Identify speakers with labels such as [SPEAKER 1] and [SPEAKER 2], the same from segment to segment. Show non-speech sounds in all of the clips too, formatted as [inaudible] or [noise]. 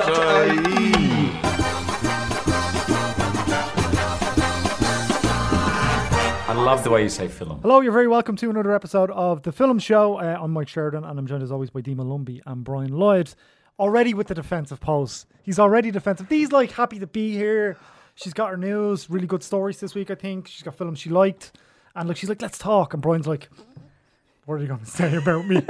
[SPEAKER 1] entertainment.ie. I love the way you say film.
[SPEAKER 2] Hello, you're very welcome to another episode of The Film Show. Uh, I'm Mike Sheridan, and I'm joined as always by Dima Lumby and Brian Lloyd. Already with the defensive pose. He's already defensive. Dee's like happy to be here. She's got her news, really good stories this week, I think. She's got films she liked. And look, she's like, let's talk. And Brian's like, what are you going to say about me? [laughs]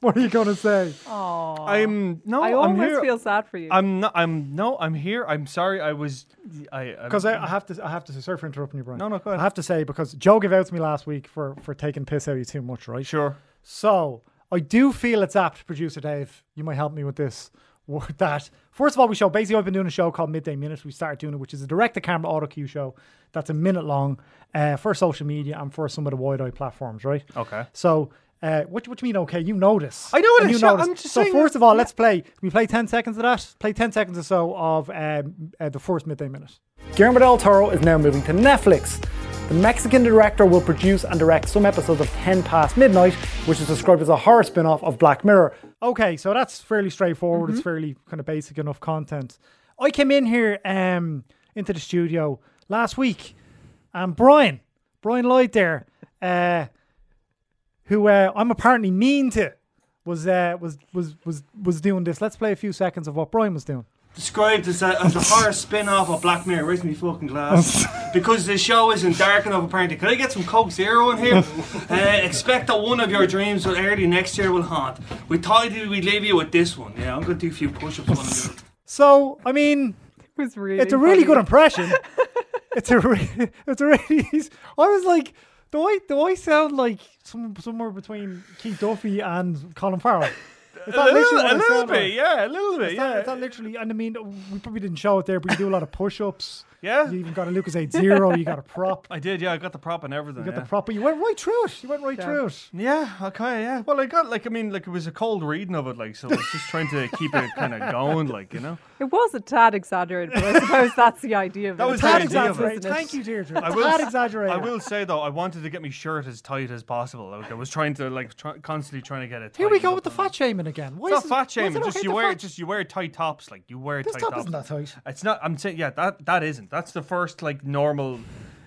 [SPEAKER 2] what are you going to say?
[SPEAKER 3] Aww.
[SPEAKER 4] I'm no.
[SPEAKER 3] I
[SPEAKER 4] I'm
[SPEAKER 3] almost
[SPEAKER 4] here.
[SPEAKER 3] feel sad for you.
[SPEAKER 4] I'm not. I'm no. I'm here. I'm sorry. I was. I
[SPEAKER 2] Because I, I have to, I have to. Sorry for interrupting you, Brian.
[SPEAKER 4] No, no, go ahead.
[SPEAKER 2] I have to say because Joe gave out to me last week for for taking piss out of you too much, right?
[SPEAKER 4] sure.
[SPEAKER 2] So I do feel it's apt, producer Dave. You might help me with this. [laughs] with That first of all, we show basically I've been doing a show called Midday Minute. We started doing it, which is a direct-to-camera auto cue show that's a minute long uh, for social media and for some of the wide-eye platforms, right?
[SPEAKER 4] Okay.
[SPEAKER 2] So. Uh, what, what do you mean? Okay, you notice.
[SPEAKER 4] I know what
[SPEAKER 2] And
[SPEAKER 4] it
[SPEAKER 2] you
[SPEAKER 4] is, yeah,
[SPEAKER 2] notice.
[SPEAKER 4] I'm just
[SPEAKER 2] so
[SPEAKER 4] saying
[SPEAKER 2] first
[SPEAKER 4] that-
[SPEAKER 2] of all, let's play. We play ten seconds of that. Play ten seconds or so of um, uh, the first midday minute. Guillermo del Toro is now moving to Netflix. The Mexican director will produce and direct some episodes of 10 Past Midnight, which is described as a horror spin off of Black Mirror. Okay, so that's fairly straightforward.
[SPEAKER 4] Mm-hmm.
[SPEAKER 2] It's fairly kind of basic enough content. I came in here um, into the studio last week, and Brian, Brian Lloyd there, uh, who uh, I'm apparently mean to, was, uh, was, was, was, was doing this. Let's play a few seconds of what Brian was doing.
[SPEAKER 5] described as a, as a horror spin off of Black Mirror. Where's my fucking
[SPEAKER 4] [laughs]
[SPEAKER 5] glass? because the show isn't dark enough, apparently. Could I get some Coke Zero in
[SPEAKER 4] [laughs]
[SPEAKER 5] here? uh, expect that one of your dreams will early next year will haunt. We thought we'd leave you with this one. Yeah, I'm going to do a few push ups. one of you.
[SPEAKER 2] So, I mean,
[SPEAKER 3] it was really.
[SPEAKER 2] it's a really good
[SPEAKER 3] funny.
[SPEAKER 2] impression. [laughs] it's a re- [laughs] it's a really. I was like, do I do I sound like some, somewhere between Keith Duffy and Colin Farrell? Is that
[SPEAKER 4] [laughs] A little,
[SPEAKER 2] literally what
[SPEAKER 4] a
[SPEAKER 2] I
[SPEAKER 4] little
[SPEAKER 2] sound
[SPEAKER 4] bit.
[SPEAKER 2] like?
[SPEAKER 4] Yeah. A little bit.
[SPEAKER 2] Is that,
[SPEAKER 4] Yeah.
[SPEAKER 2] is that literally, and I mean, we probably didn't show it there, but you do a lot of push-ups.
[SPEAKER 4] Yeah.
[SPEAKER 2] You even got a Lucas Aid Zero. You got a prop.
[SPEAKER 4] I did. Yeah. I got the prop and everything.
[SPEAKER 2] You got
[SPEAKER 4] yeah.
[SPEAKER 2] the prop. But you went right through it. You went right
[SPEAKER 3] Yeah.
[SPEAKER 2] through it.
[SPEAKER 4] Yeah. Okay. Yeah. Well, I got like I mean like it was a cold reading of it like so I was just trying
[SPEAKER 2] [laughs]
[SPEAKER 4] to keep it kind of going like you know.
[SPEAKER 3] It was a tad
[SPEAKER 4] [laughs]
[SPEAKER 3] exaggerated, but I suppose that's the idea of it.
[SPEAKER 4] That was the
[SPEAKER 2] Tad
[SPEAKER 4] idea of it.
[SPEAKER 2] exaggerated.
[SPEAKER 3] Isn't it?
[SPEAKER 2] Thank you, Deirdre.
[SPEAKER 4] I will
[SPEAKER 2] Tad
[SPEAKER 4] s-
[SPEAKER 2] exaggerated.
[SPEAKER 4] I will say though, I wanted to get my shirt as tight as possible. Like I was trying to like try, constantly trying to get it.
[SPEAKER 2] Here we
[SPEAKER 4] tightened
[SPEAKER 2] go
[SPEAKER 4] up
[SPEAKER 2] with the
[SPEAKER 4] and-
[SPEAKER 2] fat shaming again. Why
[SPEAKER 4] It's
[SPEAKER 2] is
[SPEAKER 4] not fat
[SPEAKER 2] it- why is
[SPEAKER 4] shaming.
[SPEAKER 2] it
[SPEAKER 4] Just
[SPEAKER 2] okay
[SPEAKER 4] you
[SPEAKER 2] to
[SPEAKER 4] wear
[SPEAKER 2] fat-
[SPEAKER 4] just you wear tight tops. Like you wear
[SPEAKER 2] This
[SPEAKER 4] tight
[SPEAKER 2] top
[SPEAKER 4] tops.
[SPEAKER 2] isn't that tight.
[SPEAKER 4] It's not. I'm saying yeah. That that isn't. That's the first like normal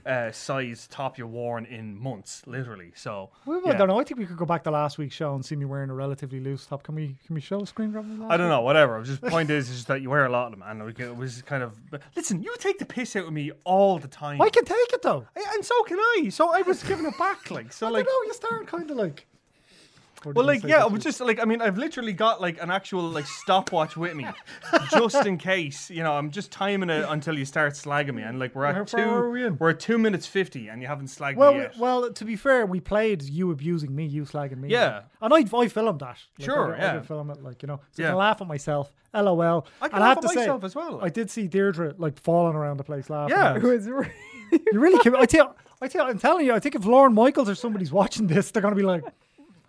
[SPEAKER 4] uh, size top you've worn in months, literally. So
[SPEAKER 2] Well, I
[SPEAKER 4] yeah.
[SPEAKER 2] don't know. I think we could go back to last week's show and see me wearing a relatively loose top. Can we? Can we show a screen grab? of last
[SPEAKER 4] I don't know. Whatever. Just point is, is that you wear a lot of them, and like, it was kind of. but Listen, you take the piss out of me all the time,
[SPEAKER 2] week? I can take it though.
[SPEAKER 4] I- and so can I. So I was giving it back, like [laughs] so,
[SPEAKER 2] I
[SPEAKER 4] like.
[SPEAKER 2] don't know. You start kind of like. Or did
[SPEAKER 4] Well,
[SPEAKER 2] I
[SPEAKER 4] like,
[SPEAKER 2] say
[SPEAKER 4] yeah,
[SPEAKER 2] that
[SPEAKER 4] I was
[SPEAKER 2] to you?
[SPEAKER 4] just like, I mean, I've literally got like an actual like stopwatch with me, just in case. You know, I'm just timing it until you start slagging me, and like we're
[SPEAKER 2] How
[SPEAKER 4] at
[SPEAKER 2] far are we
[SPEAKER 4] two,
[SPEAKER 2] in?
[SPEAKER 4] we're at two minutes fifty, and you haven't slagged
[SPEAKER 2] Well,
[SPEAKER 4] me
[SPEAKER 2] we,
[SPEAKER 4] yet.
[SPEAKER 2] well. To be fair, we played you abusing me, you slagging me.
[SPEAKER 4] Yeah.
[SPEAKER 2] and I I filmed that. Like, I
[SPEAKER 4] Sure,
[SPEAKER 2] did- I
[SPEAKER 4] yeah.
[SPEAKER 2] did film it, like you know, so I
[SPEAKER 4] Yeah.
[SPEAKER 2] can laugh at myself. LOL.
[SPEAKER 4] I can
[SPEAKER 2] and I
[SPEAKER 4] laugh
[SPEAKER 2] have
[SPEAKER 4] at
[SPEAKER 2] to
[SPEAKER 4] myself
[SPEAKER 2] say,
[SPEAKER 4] as well.
[SPEAKER 2] I did see Deirdre like falling around the place laughing. [laughs]
[SPEAKER 4] Yeah.
[SPEAKER 3] It
[SPEAKER 4] [laughs]
[SPEAKER 3] was really.
[SPEAKER 2] you really. Can, I tell. I tell. I'm telling you. I think if Lauren Michaels or somebody's watching this, they're gonna be like,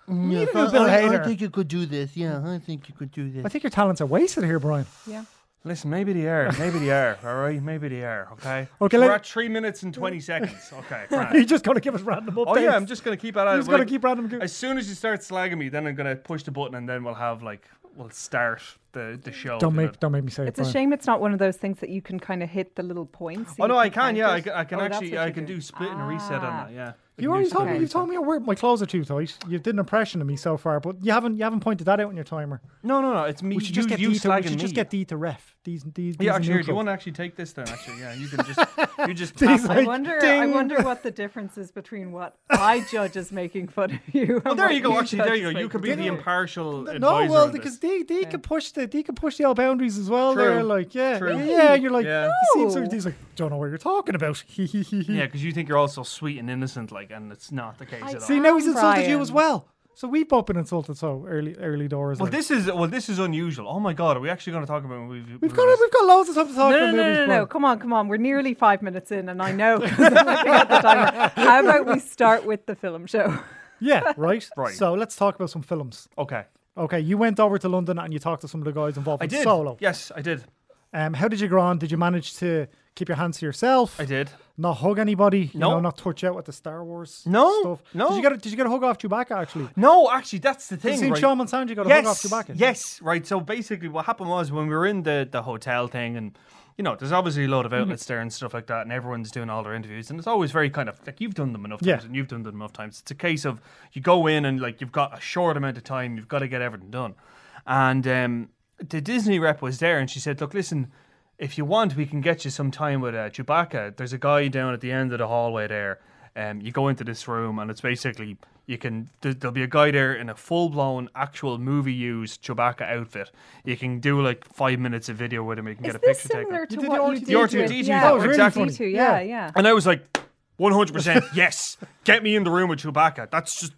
[SPEAKER 2] you
[SPEAKER 6] Yeah,
[SPEAKER 2] little bit of
[SPEAKER 6] Mm, I, I
[SPEAKER 2] hater.
[SPEAKER 6] think you could do this. Yeah, I think you could do this.
[SPEAKER 2] I think your talents are wasted here, Brian. [laughs]
[SPEAKER 3] Yeah.
[SPEAKER 4] Listen, maybe they are, maybe they are. All right, maybe they are. Okay.
[SPEAKER 2] Okay,
[SPEAKER 4] We're
[SPEAKER 2] let-
[SPEAKER 4] at three minutes and twenty seconds. [laughs] Okay.
[SPEAKER 2] You're
[SPEAKER 4] grand.
[SPEAKER 2] just gonna give us random updates.
[SPEAKER 4] oh yeah, I'm just gonna keep that. out.
[SPEAKER 2] just gonna
[SPEAKER 4] like,
[SPEAKER 2] keep random go-
[SPEAKER 4] As soon as you start slagging me, then I'm gonna push the button, and then we'll have like we'll start the the show.
[SPEAKER 2] Don't
[SPEAKER 4] if you
[SPEAKER 2] make
[SPEAKER 4] know.
[SPEAKER 2] don't make me say it.
[SPEAKER 3] It's a
[SPEAKER 2] Brian.
[SPEAKER 3] shame it's not one of those things that you can kind of hit the little points. so
[SPEAKER 4] Oh
[SPEAKER 3] you
[SPEAKER 4] no, I can.
[SPEAKER 3] count
[SPEAKER 4] Yeah, I
[SPEAKER 3] it.
[SPEAKER 4] can, I can
[SPEAKER 3] Oh, that's
[SPEAKER 4] actually.
[SPEAKER 3] what
[SPEAKER 4] I
[SPEAKER 3] you
[SPEAKER 4] can do split and reset on
[SPEAKER 3] Ah.
[SPEAKER 4] that. Yeah. I
[SPEAKER 2] You
[SPEAKER 4] can do
[SPEAKER 2] already
[SPEAKER 4] split
[SPEAKER 2] told
[SPEAKER 4] and
[SPEAKER 2] me. You
[SPEAKER 4] reset.
[SPEAKER 2] told me I wear my clothes are too tight. You did an impression of me so far, but you haven't you haven't pointed that out on your timer.
[SPEAKER 4] No, no, no. It's me.
[SPEAKER 2] We should just
[SPEAKER 4] you,
[SPEAKER 2] get
[SPEAKER 4] you
[SPEAKER 2] D to, we
[SPEAKER 4] slagging
[SPEAKER 2] should just
[SPEAKER 4] me.
[SPEAKER 2] get D to ref. These these. these
[SPEAKER 4] Yeah, actually, here, do you
[SPEAKER 2] neutral.
[SPEAKER 4] want to actually take this then? Actually, yeah, you can
[SPEAKER 2] [laughs]
[SPEAKER 4] just you just
[SPEAKER 2] These
[SPEAKER 4] tap
[SPEAKER 2] are-
[SPEAKER 3] I
[SPEAKER 2] Like,
[SPEAKER 3] wonder. I
[SPEAKER 2] ding.
[SPEAKER 3] wonder what the difference is between what I judge as making fun of you.
[SPEAKER 4] Well, Oh, there you
[SPEAKER 2] [laughs]
[SPEAKER 4] go. Actually, there you go. You could
[SPEAKER 3] could
[SPEAKER 4] be the impartial
[SPEAKER 2] no,
[SPEAKER 4] advisor.
[SPEAKER 2] well,
[SPEAKER 4] on this.
[SPEAKER 2] because they they can push the they can push the old boundaries as well.
[SPEAKER 4] True.
[SPEAKER 2] They're like, yeah,
[SPEAKER 4] True.
[SPEAKER 2] yeah. You're like,
[SPEAKER 4] Yeah.
[SPEAKER 2] he seems
[SPEAKER 3] No.
[SPEAKER 2] like he's like, don't know what you're talking about. [laughs]
[SPEAKER 4] yeah, because you think you're all so sweet and innocent, like, and it's not the case
[SPEAKER 3] I
[SPEAKER 4] at all.
[SPEAKER 2] See, now he's
[SPEAKER 3] Damn,
[SPEAKER 2] insulted you
[SPEAKER 3] Brian.
[SPEAKER 2] as well. So we've both been insulted so early early doors.
[SPEAKER 4] well,
[SPEAKER 2] like.
[SPEAKER 4] this is well, this is unusual. Oh my god, are we actually going to talk about movies?
[SPEAKER 2] we've got we've got loads of stuff to
[SPEAKER 4] Oh,
[SPEAKER 2] talk
[SPEAKER 3] No, no,
[SPEAKER 2] about.
[SPEAKER 3] no,
[SPEAKER 2] movies,
[SPEAKER 3] no, no,
[SPEAKER 2] Brian.
[SPEAKER 3] Come on, come on. We're nearly five minutes in, and I
[SPEAKER 4] [laughs]
[SPEAKER 3] know [laughs] 'cause I'm looking at the timer. How about we start with the film show? [laughs]
[SPEAKER 2] Yeah, right.
[SPEAKER 4] Right.
[SPEAKER 2] So let's talk about some films.
[SPEAKER 4] Okay,
[SPEAKER 2] Okay, you went over to London and you talked to some of the guys involved
[SPEAKER 4] I
[SPEAKER 2] in
[SPEAKER 4] did.
[SPEAKER 2] Solo.
[SPEAKER 4] Yes, I did.
[SPEAKER 2] Um, how did you grow on? Did you manage to keep your hands to yourself?
[SPEAKER 4] I did.
[SPEAKER 2] Not hug anybody? You
[SPEAKER 4] No.
[SPEAKER 2] know, not touch out at the Star Wars
[SPEAKER 4] No,
[SPEAKER 2] stuff?
[SPEAKER 4] no.
[SPEAKER 2] Did you, get a, did you get a hug off Chewbacca, actually?
[SPEAKER 4] No, actually, that's the thing.
[SPEAKER 2] You seen
[SPEAKER 4] right?
[SPEAKER 2] Shaman Sound, you got a hug off
[SPEAKER 4] yes,
[SPEAKER 2] Chewbacca.
[SPEAKER 4] yes, right. So basically, what happened was when we were in the the hotel thing, and you know, there's obviously a lot of outlets there and stuff like that, and everyone's doing all their interviews, and it's always very kind of like you've done them enough times,
[SPEAKER 2] Yeah.
[SPEAKER 4] and you've done them enough times. It's a case of you go in and like you've got a short amount of time, you've got to get everything done, and um, the Disney rep was there, and she said, "Look, listen." If you want, we can get you some time with uh, Chewbacca. There's a guy down at the end of the hallway there. Um, you go into this room and it's basically you can th- there'll be a guy there in a full blown actual movie used Chewbacca outfit. You can do like five minutes of video with him. You can
[SPEAKER 3] Is
[SPEAKER 4] get a
[SPEAKER 3] this
[SPEAKER 4] picture taken.
[SPEAKER 3] similar to
[SPEAKER 2] You did
[SPEAKER 3] what
[SPEAKER 2] the
[SPEAKER 3] you did
[SPEAKER 4] R2D2,
[SPEAKER 3] with
[SPEAKER 4] yeah.
[SPEAKER 3] yeah,
[SPEAKER 4] That was really
[SPEAKER 3] R2D2,
[SPEAKER 2] funny. Yeah.
[SPEAKER 3] Yeah, yeah.
[SPEAKER 4] [laughs] And I was like, one hundred percent yes. Get me in the room with Chewbacca. That's just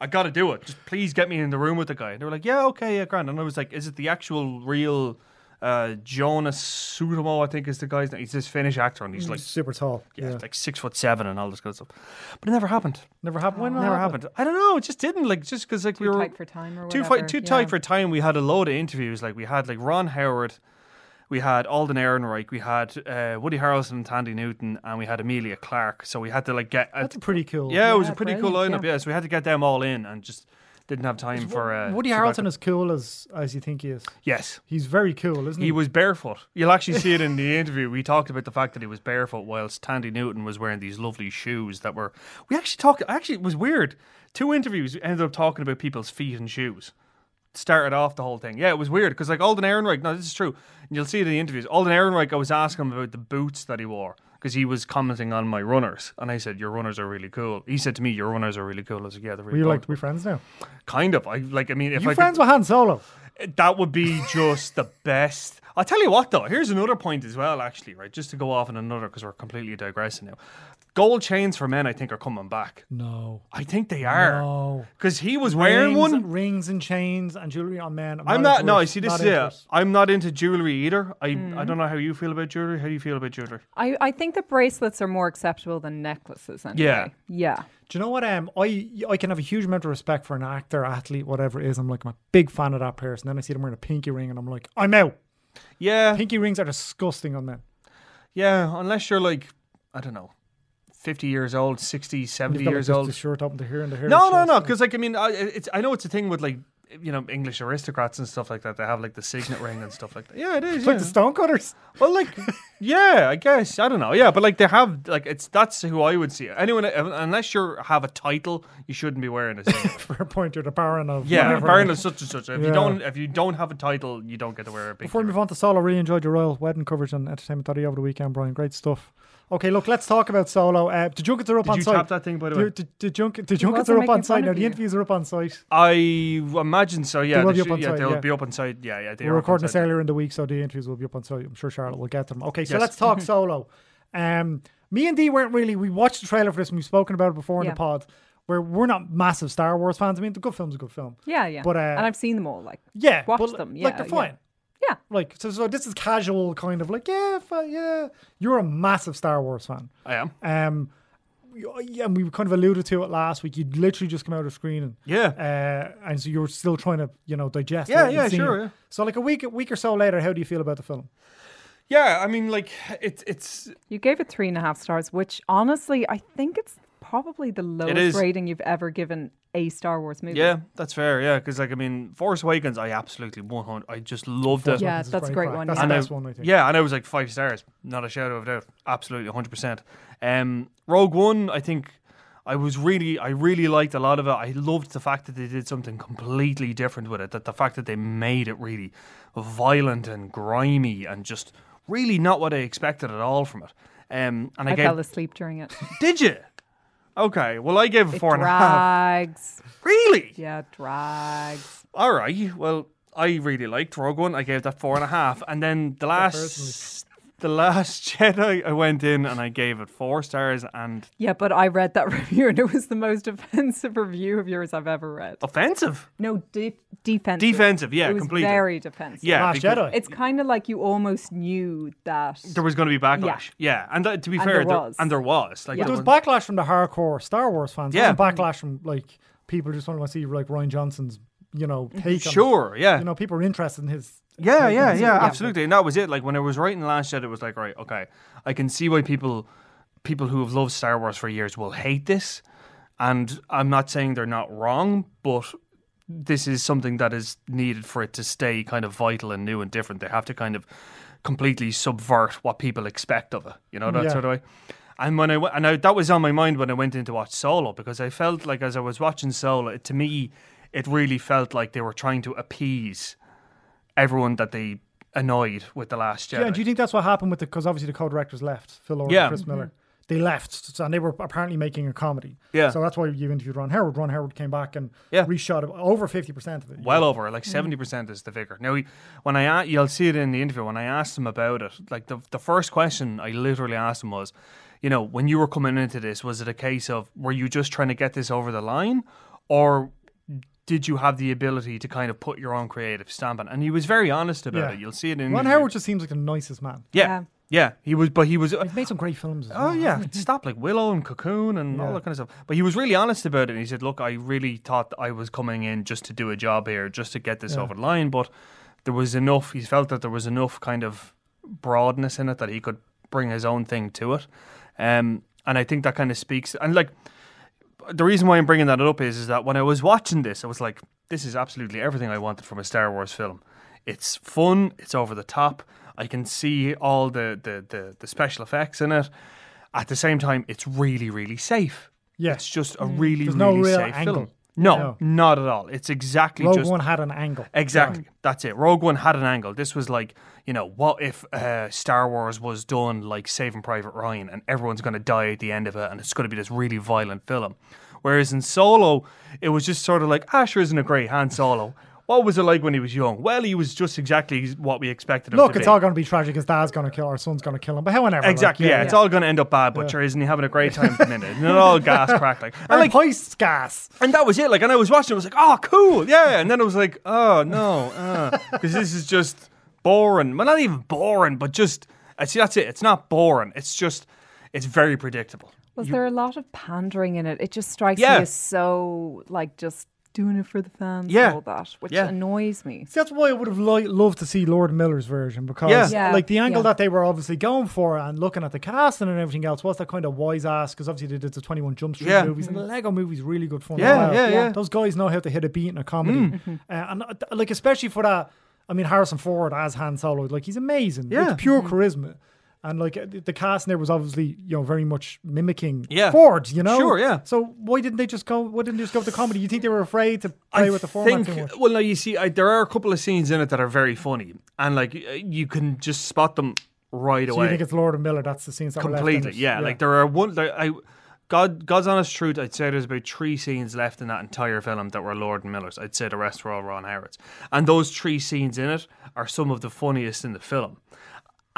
[SPEAKER 4] I got to do it. Just please get me in the room with the guy. And they were like, yeah, okay, yeah, grand. And I was like, is it the actual real? Uh, Jonas Sutomo, I think, is the guy's name. He's this Finnish actor, and he's like
[SPEAKER 2] Super tall.
[SPEAKER 4] yeah, it's like six foot seven and all this good stuff. But it never happened.
[SPEAKER 2] Never happened. When
[SPEAKER 4] Never happened. I don't know. It just didn't. Like just because like we were
[SPEAKER 3] tight for time or
[SPEAKER 4] too fi-
[SPEAKER 3] whatever,
[SPEAKER 4] too
[SPEAKER 3] yeah.
[SPEAKER 4] tight for time. We had a load of interviews. Like we had like Ron Howard, we had Alden Ehrenreich, we had uh, Woody Harrelson and Tandy Newton, and we had Amelia Clark. So we had to like get a,
[SPEAKER 2] That's pretty cool.
[SPEAKER 4] yeah, it was
[SPEAKER 3] Yeah,
[SPEAKER 4] a pretty cool
[SPEAKER 3] brilliant,
[SPEAKER 4] lineup.
[SPEAKER 3] yeah.
[SPEAKER 4] Yeah. so we had to get them all in and just didn't have time for uh,
[SPEAKER 2] Woody
[SPEAKER 4] Chewbacca.
[SPEAKER 2] Harrelson is cool as as you think he is.
[SPEAKER 4] Yes.
[SPEAKER 2] He's very cool, isn't he?
[SPEAKER 4] He was barefoot. You'll actually see it in the interview. We talked about the fact that he was barefoot, whilst Tandy Newton was wearing these lovely shoes that were. We actually talked. Actually, it was weird. Two interviews we ended up talking about people's feet and shoes. Started off the whole thing. Yeah, it was weird because like Alden Ehrenreich. No, this is true. And you'll see it in the interviews. Alden Ehrenreich. I was asking him about the boots that he wore because he was commenting on my runners, and I said, "Your runners are really cool." He said to me, "Your runners are really cool." I was like, "Yeah, they're
[SPEAKER 2] Were
[SPEAKER 4] really."
[SPEAKER 2] you
[SPEAKER 4] cool."
[SPEAKER 2] like to be friends now?
[SPEAKER 4] kind of. I like. I mean, if
[SPEAKER 2] you
[SPEAKER 4] I could-
[SPEAKER 2] friends with Han Solo?
[SPEAKER 4] that would be just the best. I'll tell you what, though. Here's another point as well, actually, right? Just to go off on another because we're completely digressing now. Gold chains for men, I think, are coming back.
[SPEAKER 2] No.
[SPEAKER 4] I think they are.
[SPEAKER 2] No.
[SPEAKER 4] Because he was wearing one.
[SPEAKER 2] Rings and chains and jewelry on men.
[SPEAKER 4] I'm not.
[SPEAKER 2] into
[SPEAKER 4] No, I
[SPEAKER 2] it.
[SPEAKER 4] see. This
[SPEAKER 2] Not Hmm.
[SPEAKER 4] is
[SPEAKER 2] into
[SPEAKER 4] it. I'm not into jewelry either. I I don't know how you feel about jewelry. How do you feel about jewelry?
[SPEAKER 3] I, I think that bracelets are more acceptable than necklaces. Anyway. Yeah.
[SPEAKER 2] Do you know what? Um, I I can have a huge amount of respect for an actor, athlete, whatever it is. I'm like, I'm a big fan of that person. Then I see them wearing a pinky ring, and I'm like, I'm out.
[SPEAKER 4] Yeah,
[SPEAKER 2] Pinky rings are disgusting on men.
[SPEAKER 4] yeah. Unless you're like, I don't know, fifty years old, 60, 70
[SPEAKER 2] You've got, like,
[SPEAKER 4] years
[SPEAKER 2] just
[SPEAKER 4] old.
[SPEAKER 2] The shirt up into here and the hair. and
[SPEAKER 4] No, no,
[SPEAKER 2] chest.
[SPEAKER 4] no. Because like I mean, I, it's I know it's a thing with like you know English aristocrats and stuff like that. They have like the signet ring and stuff like that. Yeah, it is.
[SPEAKER 2] It's like
[SPEAKER 4] yeah.
[SPEAKER 2] the [laughs] stonecutters.
[SPEAKER 4] well, [laughs] like yeah, I guess I don't know. Yeah, but like they have like it's that's who I would see. Anyone uh, unless you have a title, you shouldn't be wearing a [laughs] signet.
[SPEAKER 2] Fair point. You're the Baron of.
[SPEAKER 4] yeah,
[SPEAKER 2] whatever.
[SPEAKER 4] Baron of such and such. If
[SPEAKER 2] Yeah.
[SPEAKER 4] you don't if you don't have a title, you don't get to wear a big.
[SPEAKER 2] Before we move on to Solo, really enjoyed your Royal Wedding coverage on Entertainment Daddy over the weekend, Brian. Great stuff. Okay, look, let's talk about Solo. Uh, the junkets are up on
[SPEAKER 4] you
[SPEAKER 2] site.
[SPEAKER 4] tap that thing, by the way?
[SPEAKER 2] The, the, the, junk, the junkets
[SPEAKER 3] wasn't
[SPEAKER 2] are up on
[SPEAKER 3] making fun
[SPEAKER 2] site now.
[SPEAKER 3] of
[SPEAKER 2] The
[SPEAKER 3] you.
[SPEAKER 2] interviews are up on site.
[SPEAKER 4] I imagine so. Yeah,
[SPEAKER 2] They will
[SPEAKER 4] they
[SPEAKER 2] be up
[SPEAKER 4] should-
[SPEAKER 2] on
[SPEAKER 4] yeah,
[SPEAKER 2] site,
[SPEAKER 4] they'll
[SPEAKER 2] yeah.
[SPEAKER 4] be up on site. Yeah, yeah. They
[SPEAKER 2] We're
[SPEAKER 4] are up on
[SPEAKER 2] recording this
[SPEAKER 4] site.
[SPEAKER 2] earlier in the week, so the interviews will be up on site. I'm sure Charlotte will get them. Okay, so
[SPEAKER 4] Yes.
[SPEAKER 2] let's
[SPEAKER 4] [laughs]
[SPEAKER 2] talk Solo. Um, me and Dee weren't really. We watched the trailer for this, and we've spoken about it before in
[SPEAKER 3] Yeah.
[SPEAKER 2] the pod. Where we're not massive Star Wars fans. I mean, the good film's a good film.
[SPEAKER 3] Yeah, yeah.
[SPEAKER 2] But, uh,
[SPEAKER 3] and I've seen them all. Like,
[SPEAKER 2] Yeah,
[SPEAKER 3] Watch
[SPEAKER 2] but,
[SPEAKER 3] them,
[SPEAKER 2] like
[SPEAKER 3] yeah,
[SPEAKER 2] they're
[SPEAKER 3] yeah.
[SPEAKER 2] fine.
[SPEAKER 3] yeah.
[SPEAKER 2] Like so, so this is casual kind of like yeah, fi- yeah. You're a massive Star Wars fan.
[SPEAKER 4] I am.
[SPEAKER 2] Um, y- and we kind of alluded to it last week. You'd literally just come out of screening.
[SPEAKER 4] Yeah.
[SPEAKER 2] Uh, and so you're still trying to, you know, digest.
[SPEAKER 4] Yeah,
[SPEAKER 2] what you've
[SPEAKER 4] yeah,
[SPEAKER 2] seen.
[SPEAKER 4] sure, yeah.
[SPEAKER 2] So like a week, a week or so later, how do you feel about the film?
[SPEAKER 4] Yeah, I mean, like it's it's
[SPEAKER 3] You gave it three and a half stars, which honestly, I think it's probably the lowest
[SPEAKER 4] is.
[SPEAKER 3] rating you've ever given a Star Wars movie.
[SPEAKER 4] Yeah, that's fair. Yeah, because like I mean, Force Awakens, I absolutely one hundred. I just loved it.
[SPEAKER 3] Yeah,
[SPEAKER 2] This is
[SPEAKER 3] that's a
[SPEAKER 2] great
[SPEAKER 3] great
[SPEAKER 2] crack.
[SPEAKER 3] one.
[SPEAKER 2] That's
[SPEAKER 3] yeah.
[SPEAKER 2] the
[SPEAKER 4] And I-
[SPEAKER 2] best one, I think.
[SPEAKER 4] Yeah, and I was like five stars, not a shadow of a doubt. Absolutely, one hundred percent. Um, Rogue One, I think I was really, I really liked a lot of it. I loved the fact that they did something completely different with it. That the fact that they made it really violent and grimy and just really not what I expected at all from it. Um, and I,
[SPEAKER 3] I
[SPEAKER 4] gave,
[SPEAKER 3] fell asleep
[SPEAKER 4] [laughs]
[SPEAKER 3] during it.
[SPEAKER 4] did you? Okay, well I gave it,
[SPEAKER 3] It
[SPEAKER 4] four and a half.
[SPEAKER 3] drags.
[SPEAKER 4] Really?
[SPEAKER 3] Yeah, it drags.
[SPEAKER 4] All right. Well, I really liked Rogue One. I gave that four and a half, and then the last, the last [laughs] Jedi, I went in and I gave it four stars and
[SPEAKER 3] Yeah, but I read that [laughs] review and it was the most offensive review of yours I've ever read.
[SPEAKER 4] offensive,
[SPEAKER 3] No, de- defensive.
[SPEAKER 4] defensive. Yeah,
[SPEAKER 3] it was
[SPEAKER 4] completely.
[SPEAKER 3] very defensive.
[SPEAKER 4] yeah,
[SPEAKER 2] Last
[SPEAKER 4] because
[SPEAKER 2] Jedi.
[SPEAKER 3] It's kind of like you almost knew that.
[SPEAKER 4] There was going to be backlash. Yeah, and that, to be
[SPEAKER 3] And
[SPEAKER 4] fair,
[SPEAKER 3] there was.
[SPEAKER 4] and there was. Like
[SPEAKER 3] Yeah.
[SPEAKER 2] There was
[SPEAKER 4] one-
[SPEAKER 2] backlash from the hardcore Star Wars fans.
[SPEAKER 4] Yeah.
[SPEAKER 2] There wasn't backlash from like people just want to see like Ryan Johnson's, you know, take. on it.
[SPEAKER 4] Sure, yeah.
[SPEAKER 2] You know, people are interested in his
[SPEAKER 4] Yeah, yeah, yeah, absolutely. And that was it. Like when I was writing last year, it was like, right, okay, I can see why people people who have loved Star Wars for years will hate this. And I'm not saying they're not wrong, but this is something that is needed for it to stay kind of vital and new and different. They have to kind of completely subvert what people expect of it. You know, that
[SPEAKER 2] Yeah.
[SPEAKER 4] sort of way. And when I w- and I, that was on my mind when I went in to watch Solo because I felt like as I was watching Solo, it, to me, it really felt like they were trying to appease everyone that they annoyed with the last Jedi.
[SPEAKER 2] Yeah, and do you think that's what happened with the? Because obviously the co-directors left, Phil Lord
[SPEAKER 4] Yeah.
[SPEAKER 2] and Chris Miller. They left, and they were apparently making a comedy.
[SPEAKER 4] Yeah.
[SPEAKER 2] So that's why you interviewed Ron Howard. Ron Howard came back and
[SPEAKER 4] Yeah.
[SPEAKER 2] reshot it- over fifty percent of it.
[SPEAKER 4] well over
[SPEAKER 2] Mm.
[SPEAKER 4] like 70% is the figure now he- when i a- you'll see it in the interview when i asked him about it like the, the first question i literally asked him was you know when you were coming into this was it a case of were you just trying to get this over the line or did you have the ability to kind of put your own creative stamp on it? and he was very honest about
[SPEAKER 2] Yeah.
[SPEAKER 4] it you'll see it in
[SPEAKER 2] Ron
[SPEAKER 4] the
[SPEAKER 2] Howard
[SPEAKER 4] interview.
[SPEAKER 2] just seems like the nicest man.
[SPEAKER 4] yeah yeah he was but he was uh,
[SPEAKER 2] He's made some great films. As well.
[SPEAKER 4] Oh yeah, [laughs] stop like Willow and Cocoon and all
[SPEAKER 2] Yeah.
[SPEAKER 4] that kind of stuff. But he was really honest about it. And he said, "Look, I really thought I was coming in just to do a job here, just to get this over the line, but there was enough. He felt that there was enough kind of broadness in it that he could bring his own thing to it. Um, and I think that kind of speaks. And like the reason why I'm bringing that up is, is that when I was watching this, I was like, this is absolutely everything I wanted from a Star Wars film. It's fun. It's over the top. I can see all the the the, the special effects in it. At the same time, it's really really safe.
[SPEAKER 2] Yeah.
[SPEAKER 4] it's just a really
[SPEAKER 2] Mm. There's no
[SPEAKER 4] really
[SPEAKER 2] real
[SPEAKER 4] safe
[SPEAKER 2] angle.
[SPEAKER 4] film. No,
[SPEAKER 2] No.
[SPEAKER 4] not at all. It's exactly
[SPEAKER 2] Rogue
[SPEAKER 4] just
[SPEAKER 2] One had an angle.
[SPEAKER 4] Exactly. That's it. Rogue One had an angle. This was like, you know, what if uh, Star Wars was done like Saving Private Ryan and everyone's going to die at the end of it and it's going to be this really violent film? Whereas in Solo, it was just sort of like, Asher isn't a great Han Solo. What was it like when he was young? Well, he was just exactly what we expected him
[SPEAKER 2] Look,
[SPEAKER 4] to
[SPEAKER 2] it's
[SPEAKER 4] be.
[SPEAKER 2] all going to be tragic. His dad's going to kill, our son's going to kill him. But however, like,
[SPEAKER 4] Exactly, yeah, It's all going to end up bad, but sure isn't he having a great time at the minute? And it
[SPEAKER 2] [laughs]
[SPEAKER 4] all gas crackling.
[SPEAKER 2] And
[SPEAKER 4] And like,
[SPEAKER 2] Heist's gas.
[SPEAKER 4] and that was it. Like, and I was watching, I was like, oh, cool, yeah. And then I was like, oh no, because this is just boring. Well, not even boring, but just uh, see, that's it. It's not boring. It's just, it's very predictable.
[SPEAKER 3] Was there a lot of pandering in it? It just strikes
[SPEAKER 4] Yeah.
[SPEAKER 3] me as so like just doing it for the fans
[SPEAKER 4] Yeah.
[SPEAKER 3] and all that, which
[SPEAKER 4] Yeah.
[SPEAKER 3] annoys me.
[SPEAKER 2] See, that's why I would have li- loved to see Lord Miller's version because,
[SPEAKER 4] Yeah.
[SPEAKER 3] Yeah.
[SPEAKER 2] like, the angle
[SPEAKER 3] Yeah.
[SPEAKER 2] that they were obviously going for and looking at the casting and everything else was that kind of wise ass because obviously they did the 21 Jump Street
[SPEAKER 4] Yeah. Mm-hmm.
[SPEAKER 2] movies and the Lego movie's really good fun. as
[SPEAKER 4] Yeah,
[SPEAKER 2] well.
[SPEAKER 4] yeah, yeah. Mm.
[SPEAKER 2] Those guys know how to hit a beat in a comedy. Uh, and, uh, th- like, especially for that, I mean, Harrison Ford as Han Solo, like, he's amazing.
[SPEAKER 4] Yeah.
[SPEAKER 2] It's pure charisma. And like uh, the the casting there was obviously you know very much mimicking
[SPEAKER 4] Yeah.
[SPEAKER 2] Ford, you know.
[SPEAKER 4] Sure, yeah.
[SPEAKER 2] So why didn't they just go? Why didn't they just go with the comedy? You think they were afraid to play with the format
[SPEAKER 4] think,
[SPEAKER 2] too much?
[SPEAKER 4] well, no, you see, I, there are a couple of scenes in it that are very funny, and like y- you can just spot them right
[SPEAKER 2] So
[SPEAKER 4] away.
[SPEAKER 2] you think it's Lord and Miller? That's the scenes that were left
[SPEAKER 4] completely.
[SPEAKER 2] in it.
[SPEAKER 4] Yeah, like there are one. There, I, God, God's honest truth, I'd say there's about three scenes left in that entire film that were Lord and Miller's. I'd say the rest were all Ron Howard's, and those three scenes in it are some of the funniest in the film.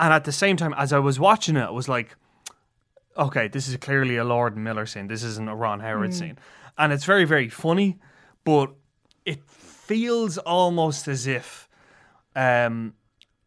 [SPEAKER 4] And at the same time, as I was watching it, I was like, okay, this is clearly a Lord and Miller scene. This isn't a Ron Howard
[SPEAKER 2] Hmm.
[SPEAKER 4] scene, and it's very, very funny, but it feels almost as if. Um,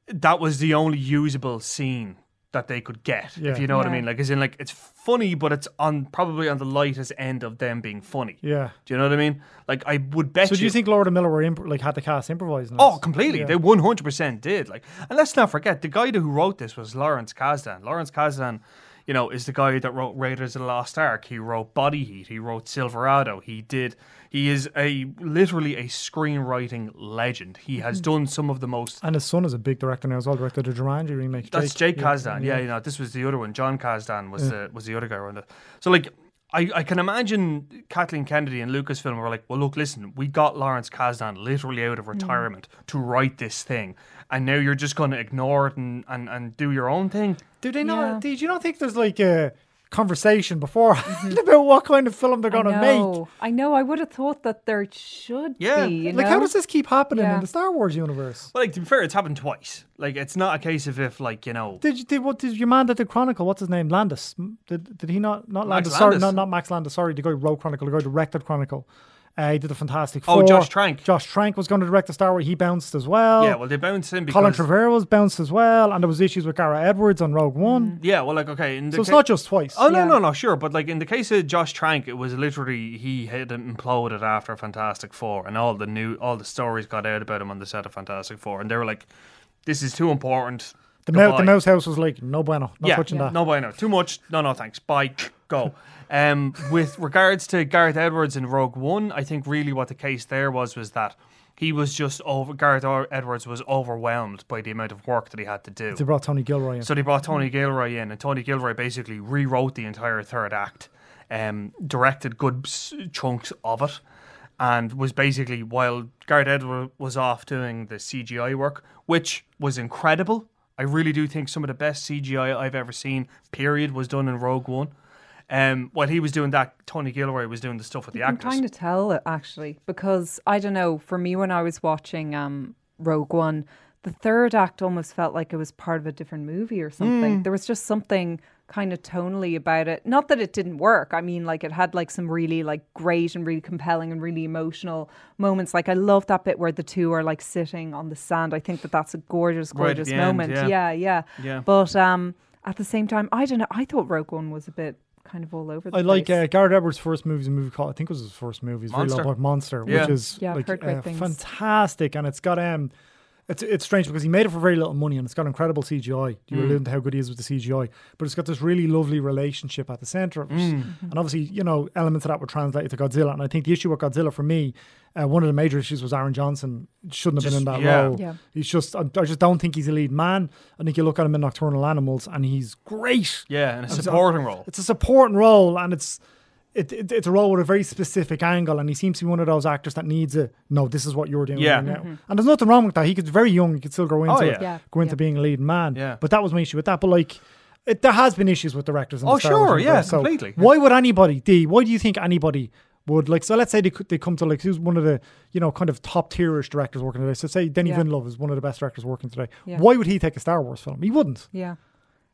[SPEAKER 4] that was the only usable scene that they could get.
[SPEAKER 2] Yeah.
[SPEAKER 4] If you know what I
[SPEAKER 3] Yeah.
[SPEAKER 4] mean, like as in like it's funny, but it's on probably on the lightest end of them being funny.
[SPEAKER 2] yeah.
[SPEAKER 4] Do you know what I mean? Like I would bet.
[SPEAKER 2] So do you think Lord and Miller were imp- like had the cast improvising?
[SPEAKER 4] Oh, completely. They one hundred percent did. Like, and let's not forget the guy who wrote this was Lawrence Kasdan. Lawrence Kasdan, you know, is the guy that wrote Raiders of the Lost Ark. He wrote Body Heat. He wrote Silverado. He did. He is a literally a screenwriting legend. He has done some of the most
[SPEAKER 2] And his son is a big director now as well. Directed the Jumanji remake.
[SPEAKER 4] That's Jake, Kazdan. Yeah, you know, this was the other one. John Kazdan was the was the other guy around it. So like I, I can imagine Kathleen Kennedy and Lucasfilm were like, Well look, listen, we got Lawrence Kazdan literally out of
[SPEAKER 2] Mm.
[SPEAKER 4] retirement to write this thing and now you're just gonna ignore it and, and, and do your own thing.
[SPEAKER 2] Do they
[SPEAKER 3] not- Yeah.
[SPEAKER 2] not? Did you not think there's like a conversation [laughs] beforehand about what kind of film they're going to
[SPEAKER 3] Mm-hmm. I
[SPEAKER 2] make?
[SPEAKER 3] know. I know. I would have thought that there should
[SPEAKER 4] Yeah.
[SPEAKER 3] be. You
[SPEAKER 2] Like,
[SPEAKER 3] know?
[SPEAKER 2] how does this keep happening
[SPEAKER 3] Yeah.
[SPEAKER 2] in the Star Wars universe?
[SPEAKER 4] Well like to be fair, it's happened twice. Like it's not a case of if like, you know
[SPEAKER 2] Did you did what did your man that did Chronicle? What's his name? Landis. Did, did he not not
[SPEAKER 4] Max
[SPEAKER 2] Landis? Sorry,
[SPEAKER 4] Landis.
[SPEAKER 2] no, not Max Landis. Sorry, the guy who wrote Chronicle, the guy who directed Chronicle. Uh, he did the Fantastic
[SPEAKER 4] Oh,
[SPEAKER 2] Four.
[SPEAKER 4] Josh Trank.
[SPEAKER 2] Josh Trank was going to direct the Star Wars. He bounced as well.
[SPEAKER 4] yeah, well, they bounced in because
[SPEAKER 2] Colin Trevorrow was bounced as well, and there was issues with Gara Edwards on Rogue One.
[SPEAKER 4] yeah, well, like okay, in the
[SPEAKER 2] So it's
[SPEAKER 4] ca-
[SPEAKER 2] not just twice.
[SPEAKER 4] Oh no,
[SPEAKER 3] Yeah.
[SPEAKER 4] no, no, sure, but like in the case of Josh Trank, it was literally he had imploded after Fantastic Four, and all the new all the stories got out about him on the set of Fantastic Four, and they were like, "This is too important."
[SPEAKER 2] the, Mo- the
[SPEAKER 4] Goodbye."
[SPEAKER 2] Mouse House was like, no bueno, not
[SPEAKER 4] yeah,
[SPEAKER 2] touching that.
[SPEAKER 4] no bueno, too much. No, no, thanks. Bye,
[SPEAKER 2] [laughs]
[SPEAKER 4] go. Um, with regards to Gareth Edwards in Rogue One, I think really what the case there was was that he was just over. Gareth O- Edwards was overwhelmed by the amount of work that he had to do.
[SPEAKER 2] They brought Tony Gilroy in.
[SPEAKER 4] So they brought Tony Gilroy in, and Tony Gilroy basically rewrote the entire third act, um, directed good s- chunks of it, and was basically while Gareth Edwards was off doing the CGI work, which was incredible. I really do think some of the best CGI I've ever seen. Period was done in Rogue One. Um, while he was doing that, Tony Gilroy was doing the stuff with the
[SPEAKER 3] I'm
[SPEAKER 4] actors.
[SPEAKER 3] trying to tell uh, actually because I don't know. For me, when I was watching um, Rogue One, the third act almost felt like it was part of a different movie or
[SPEAKER 4] Mm.
[SPEAKER 3] something. There was just something kind of tonally about it. Not that it didn't work. I mean, like it had like some really like great and really compelling and really emotional moments. Like I love that bit where the two are like sitting on the sand. I think that that's a gorgeous,
[SPEAKER 4] Right at
[SPEAKER 3] gorgeous
[SPEAKER 4] the end,
[SPEAKER 3] moment.
[SPEAKER 4] yeah.
[SPEAKER 3] yeah, yeah,
[SPEAKER 4] Yeah.
[SPEAKER 3] But um, at the same time, I don't know. I thought Rogue One was a bit kind of all over the
[SPEAKER 2] I like
[SPEAKER 3] place.
[SPEAKER 2] uh, Garrett Edwards' first movie. Is a movie called I think it was his first movie. It's very
[SPEAKER 4] Monster.
[SPEAKER 2] low budget, Monster,
[SPEAKER 4] Yeah.
[SPEAKER 2] which is
[SPEAKER 3] Yeah, I've
[SPEAKER 2] like,
[SPEAKER 3] heard great
[SPEAKER 2] uh,
[SPEAKER 3] things.
[SPEAKER 2] fantastic, and it's got um, it's it's strange because he made it for very little money, and it's got incredible CGI. You
[SPEAKER 4] Hmm.
[SPEAKER 2] were alluding to how good he is with the CGI, but it's got this really lovely relationship at the center
[SPEAKER 4] Hmm.
[SPEAKER 2] of it,
[SPEAKER 3] Mm-hmm.
[SPEAKER 2] and obviously you know elements of that were translated to Godzilla. And I think the issue with Godzilla for me, uh, one of the major issues was Aaron Johnson shouldn't have
[SPEAKER 4] Just-
[SPEAKER 2] been in that
[SPEAKER 4] yeah.
[SPEAKER 2] role.
[SPEAKER 3] Yeah.
[SPEAKER 2] He's just I, I just don't think he's a lead man. I think you look at him in Nocturnal Animals, and he's great.
[SPEAKER 4] yeah, in a
[SPEAKER 2] was-
[SPEAKER 4] supporting role.
[SPEAKER 2] It's a supporting role, and it's it, it, it's a role with a very specific angle, and he seems to be one of those actors that needs a no. This is what you're doing
[SPEAKER 4] Yeah.
[SPEAKER 2] right now, and there's nothing wrong with that. He could very young, he could still grow into
[SPEAKER 4] Oh,
[SPEAKER 2] it,
[SPEAKER 4] yeah.
[SPEAKER 3] Mm-hmm. Yeah,
[SPEAKER 2] go into
[SPEAKER 3] yeah.
[SPEAKER 2] being a lead man.
[SPEAKER 4] Yeah.
[SPEAKER 2] But that was my issue with that. But like. It, there has been issues with directors. In the
[SPEAKER 4] Oh,
[SPEAKER 2] Star Wars
[SPEAKER 4] sure, yeah,
[SPEAKER 2] universe, so
[SPEAKER 4] completely.
[SPEAKER 2] Why would anybody? D. Why do you think anybody would like? So let's say they could, they come to like who's one of the you know kind of top tierish directors working today. So say Denny
[SPEAKER 3] Yeah.
[SPEAKER 2] Villeneuve is one of the best directors working today.
[SPEAKER 3] Yeah.
[SPEAKER 2] Why would he take a Star Wars film? He wouldn't.
[SPEAKER 3] Yeah.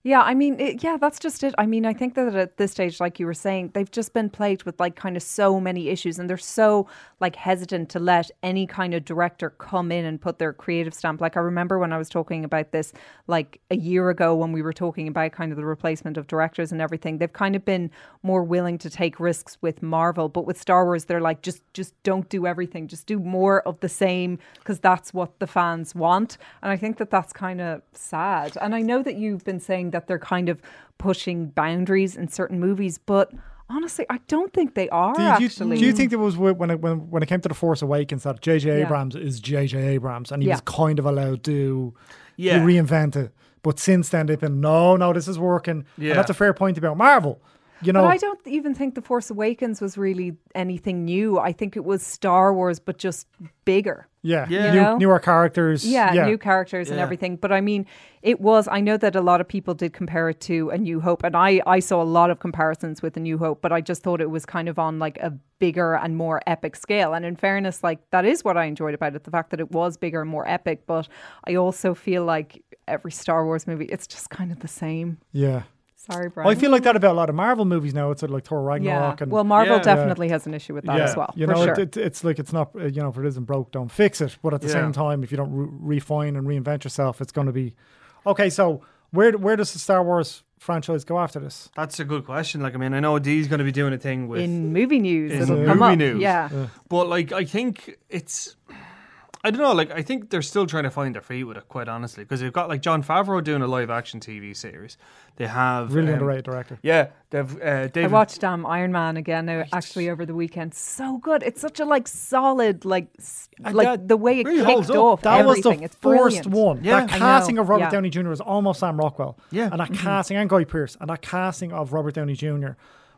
[SPEAKER 3] Yeah, I mean, it, yeah, that's just it. I mean, I think that at this stage, like you were saying, they've just been plagued with like kind of so many issues, and they're so like hesitant to let any kind of director come in and put their creative stamp. Like I remember when I was talking about this like a year ago when we were talking about kind of the replacement of directors and everything. They've kind of been more willing to take risks with Marvel, but with Star Wars, they're like just just don't do everything, just do more of the same because that's what the fans want. And I think that that's kind of sad. And I know that you've been saying that they're kind of pushing boundaries in certain movies, but honestly, I don't think they are.
[SPEAKER 2] Do you, do you-
[SPEAKER 3] actually,
[SPEAKER 2] do you think there was wi- when it, when when it came to the Force Awakens that J.J.
[SPEAKER 3] Yeah.
[SPEAKER 2] Abrams is J.J. Abrams and he was
[SPEAKER 3] Yeah.
[SPEAKER 2] kind of allowed to,
[SPEAKER 4] Yeah.
[SPEAKER 2] to reinvent it, but since then they've been no, no, this is working. Yeah,
[SPEAKER 4] Yeah.
[SPEAKER 2] that's a fair point about Marvel. You know,
[SPEAKER 3] But I don't even think The Force Awakens was really anything new. I think it was Star Wars, but just bigger.
[SPEAKER 2] yeah,
[SPEAKER 4] Yeah.
[SPEAKER 2] New,
[SPEAKER 3] You know?
[SPEAKER 2] newer characters.
[SPEAKER 3] yeah,
[SPEAKER 2] yeah.
[SPEAKER 3] new characters and
[SPEAKER 4] Yeah.
[SPEAKER 3] everything. But I mean, it was. I know that a lot of people did compare it to A New Hope, and I I saw a lot of comparisons with A New Hope, but I just thought it was kind of on like a bigger and more epic scale. And in fairness, like that is what I enjoyed about it, the fact that it was bigger and more epic. But I also feel like every Star Wars movie, it's just kind of the same.
[SPEAKER 2] yeah.
[SPEAKER 3] Sorry, Brian.
[SPEAKER 2] Well, I feel like that about a lot of Marvel movies now. It's sort of like Thor
[SPEAKER 3] yeah.
[SPEAKER 2] Ragnarok and
[SPEAKER 3] Well, Marvel
[SPEAKER 4] Yeah.
[SPEAKER 3] definitely has an issue with that
[SPEAKER 2] yeah,
[SPEAKER 3] as well,
[SPEAKER 2] You
[SPEAKER 3] for
[SPEAKER 2] know,
[SPEAKER 3] sure.
[SPEAKER 2] it, it, it's like it's not uh, you know if it isn't broke, don't fix it. But at the
[SPEAKER 4] Yeah.
[SPEAKER 2] same time, if you don't re- refine and reinvent yourself, it's going to be okay. So where where does the Star Wars franchise go after this?
[SPEAKER 4] That's a good question. Like, I mean, I know Dee's going to be doing a thing with
[SPEAKER 3] in movie news,
[SPEAKER 4] in
[SPEAKER 3] it'll
[SPEAKER 4] movie
[SPEAKER 3] come up.
[SPEAKER 4] news.
[SPEAKER 3] Yeah.
[SPEAKER 4] But like, I think it's. I don't know. Like, I think they're still trying to find their feet with it, quite honestly, because they've got like John Favreau doing a live action TV series. They have
[SPEAKER 2] Really
[SPEAKER 4] um,
[SPEAKER 2] underrated director.
[SPEAKER 4] Yeah, they've uh, David.
[SPEAKER 3] I watched um, Iron Man again uh, actually over the weekend. So good. It's such a like solid like s- like
[SPEAKER 2] that
[SPEAKER 3] the way it
[SPEAKER 4] really holds
[SPEAKER 3] kicked
[SPEAKER 4] up.
[SPEAKER 3] off.
[SPEAKER 2] That was
[SPEAKER 3] everything.
[SPEAKER 2] the
[SPEAKER 3] it's
[SPEAKER 2] first
[SPEAKER 3] brilliant.
[SPEAKER 2] one.
[SPEAKER 4] Yeah.
[SPEAKER 2] That
[SPEAKER 4] I
[SPEAKER 2] casting
[SPEAKER 3] know,
[SPEAKER 2] of Robert
[SPEAKER 3] yeah. Mm-hmm.
[SPEAKER 2] Downey Jr. was almost Sam Rockwell.
[SPEAKER 4] Yeah.
[SPEAKER 2] And that casting and Guy Pearce and that casting of Robert Downey Jr.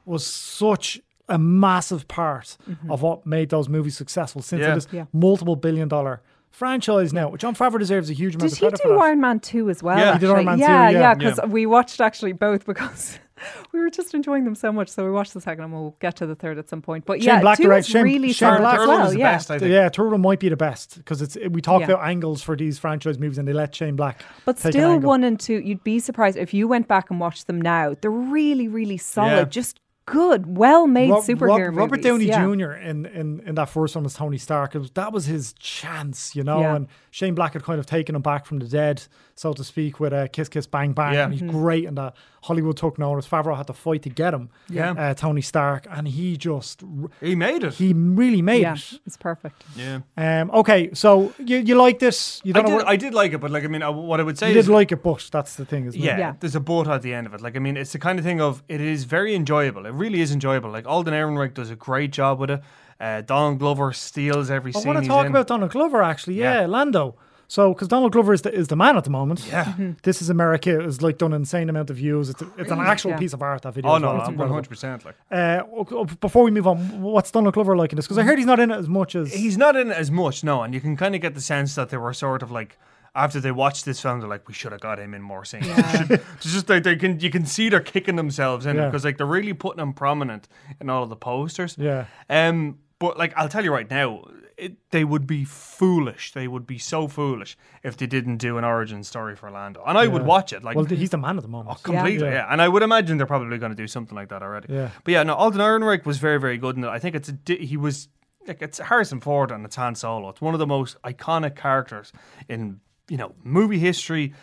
[SPEAKER 2] was such a massive part of what made those movies successful since
[SPEAKER 4] Yeah.
[SPEAKER 2] it is
[SPEAKER 3] Mm-hmm. Yeah.
[SPEAKER 2] multiple billion dollar franchise now. John Favreau deserves a huge amount
[SPEAKER 3] Did
[SPEAKER 2] of
[SPEAKER 3] he
[SPEAKER 2] credit for
[SPEAKER 3] do
[SPEAKER 2] that.
[SPEAKER 3] Iron Man 2 as well?
[SPEAKER 4] Yeah, he
[SPEAKER 2] did
[SPEAKER 3] actually?
[SPEAKER 2] Iron Man 2,
[SPEAKER 3] yeah,
[SPEAKER 2] yeah.
[SPEAKER 3] Yeah, because
[SPEAKER 4] Yeah.
[SPEAKER 3] we watched actually both because [laughs] we were just enjoying them so much. So we watched the second and we'll get to the third at some point. But
[SPEAKER 2] Shane
[SPEAKER 3] yeah,
[SPEAKER 2] Black
[SPEAKER 3] 2
[SPEAKER 2] direct-
[SPEAKER 3] is
[SPEAKER 2] Shane-
[SPEAKER 3] really
[SPEAKER 2] Shane
[SPEAKER 3] solid
[SPEAKER 2] Black-
[SPEAKER 3] as
[SPEAKER 4] Turtle
[SPEAKER 3] well.
[SPEAKER 4] is the
[SPEAKER 3] yeah.
[SPEAKER 4] best, I think.
[SPEAKER 2] yeah, Turtle might be the best because it's we talk
[SPEAKER 3] Yeah.
[SPEAKER 2] about angles for these franchise movies and they let Shane Black.
[SPEAKER 3] But
[SPEAKER 2] take an
[SPEAKER 3] still,
[SPEAKER 2] angle.
[SPEAKER 3] one and two, you'd be surprised if you went back and watched them now. They're really, really solid.
[SPEAKER 4] Yeah.
[SPEAKER 3] Just good, well made
[SPEAKER 2] Rob-
[SPEAKER 3] superhero
[SPEAKER 2] Rob-
[SPEAKER 3] movies.
[SPEAKER 2] Robert Downey
[SPEAKER 3] yeah.
[SPEAKER 2] Jr. In, in in that first one was Tony Stark. It was, that was his chance, you know.
[SPEAKER 3] Yeah.
[SPEAKER 2] And Shane Black had kind of taken him back from the dead, so to speak, with a kiss, kiss, bang, bang.
[SPEAKER 4] Yeah.
[SPEAKER 2] And he's
[SPEAKER 3] Mm-hmm.
[SPEAKER 2] great in that. Hollywood took notice. Favreau had to fight to get him.
[SPEAKER 4] Yeah.
[SPEAKER 2] uh, Tony Stark, and he just r-
[SPEAKER 4] He made it.
[SPEAKER 2] he really made
[SPEAKER 3] Yeah,
[SPEAKER 2] it.
[SPEAKER 3] it's perfect.
[SPEAKER 4] yeah.
[SPEAKER 2] Um, okay, so you you like this? You
[SPEAKER 4] I
[SPEAKER 2] don't know
[SPEAKER 4] did,
[SPEAKER 2] what
[SPEAKER 4] I did like it, but like I mean, I, what I would say
[SPEAKER 2] you
[SPEAKER 4] is
[SPEAKER 2] did like it, but that's the thing, isn't
[SPEAKER 4] Yeah,
[SPEAKER 2] it?
[SPEAKER 3] Yeah.
[SPEAKER 4] there's a boat at the end of it. Like, I mean, it's the kind of thing of it is very enjoyable. It really is enjoyable. Like, Alden Ehrenreich does a great job with it. Uh, Donald Glover steals every
[SPEAKER 2] I
[SPEAKER 4] scene.
[SPEAKER 2] want to
[SPEAKER 4] he's
[SPEAKER 2] talk
[SPEAKER 4] in.
[SPEAKER 2] about Donald Glover actually. Yeah,
[SPEAKER 4] Yeah.
[SPEAKER 2] Lando. So, because Donald Glover is the, is the man at the moment.
[SPEAKER 4] Yeah. Mm-hmm.
[SPEAKER 2] This is America is like done an insane amount of views. It's, it's an actual
[SPEAKER 3] Yeah.
[SPEAKER 2] piece of art. That video.
[SPEAKER 4] Oh
[SPEAKER 2] as
[SPEAKER 4] no,
[SPEAKER 2] well. It's
[SPEAKER 4] one
[SPEAKER 2] incredible.
[SPEAKER 4] hundred percent. Like,
[SPEAKER 2] Uh, o- o- before we move on, what's Donald Glover like in this? Because I heard he's not in it as much as
[SPEAKER 4] he's not in it as much, no, and you can kind of get the sense that they were sort of like. After they watched this film, they're like, "We should have got him in more scenes." [laughs] It's just like they can, you can see they're kicking themselves in
[SPEAKER 2] Yeah.
[SPEAKER 4] because like they're really putting him prominent in all of the posters.
[SPEAKER 2] Yeah.
[SPEAKER 4] Um, but like I'll tell you right now, it, they would be foolish. They would be so foolish if they didn't do an origin story for Lando, and I would watch it. Like Oh,
[SPEAKER 2] well, th- he's the man at the moment.
[SPEAKER 4] completely,
[SPEAKER 2] Yeah.
[SPEAKER 4] yeah. And I would imagine they're probably going to do something like that already.
[SPEAKER 2] Yeah.
[SPEAKER 4] But yeah, no, Alden Ehrenreich was very, very good, and I think it's a di- he was like it's Harrison Ford and it's Han Solo. It's one of the most iconic characters in you know movie history.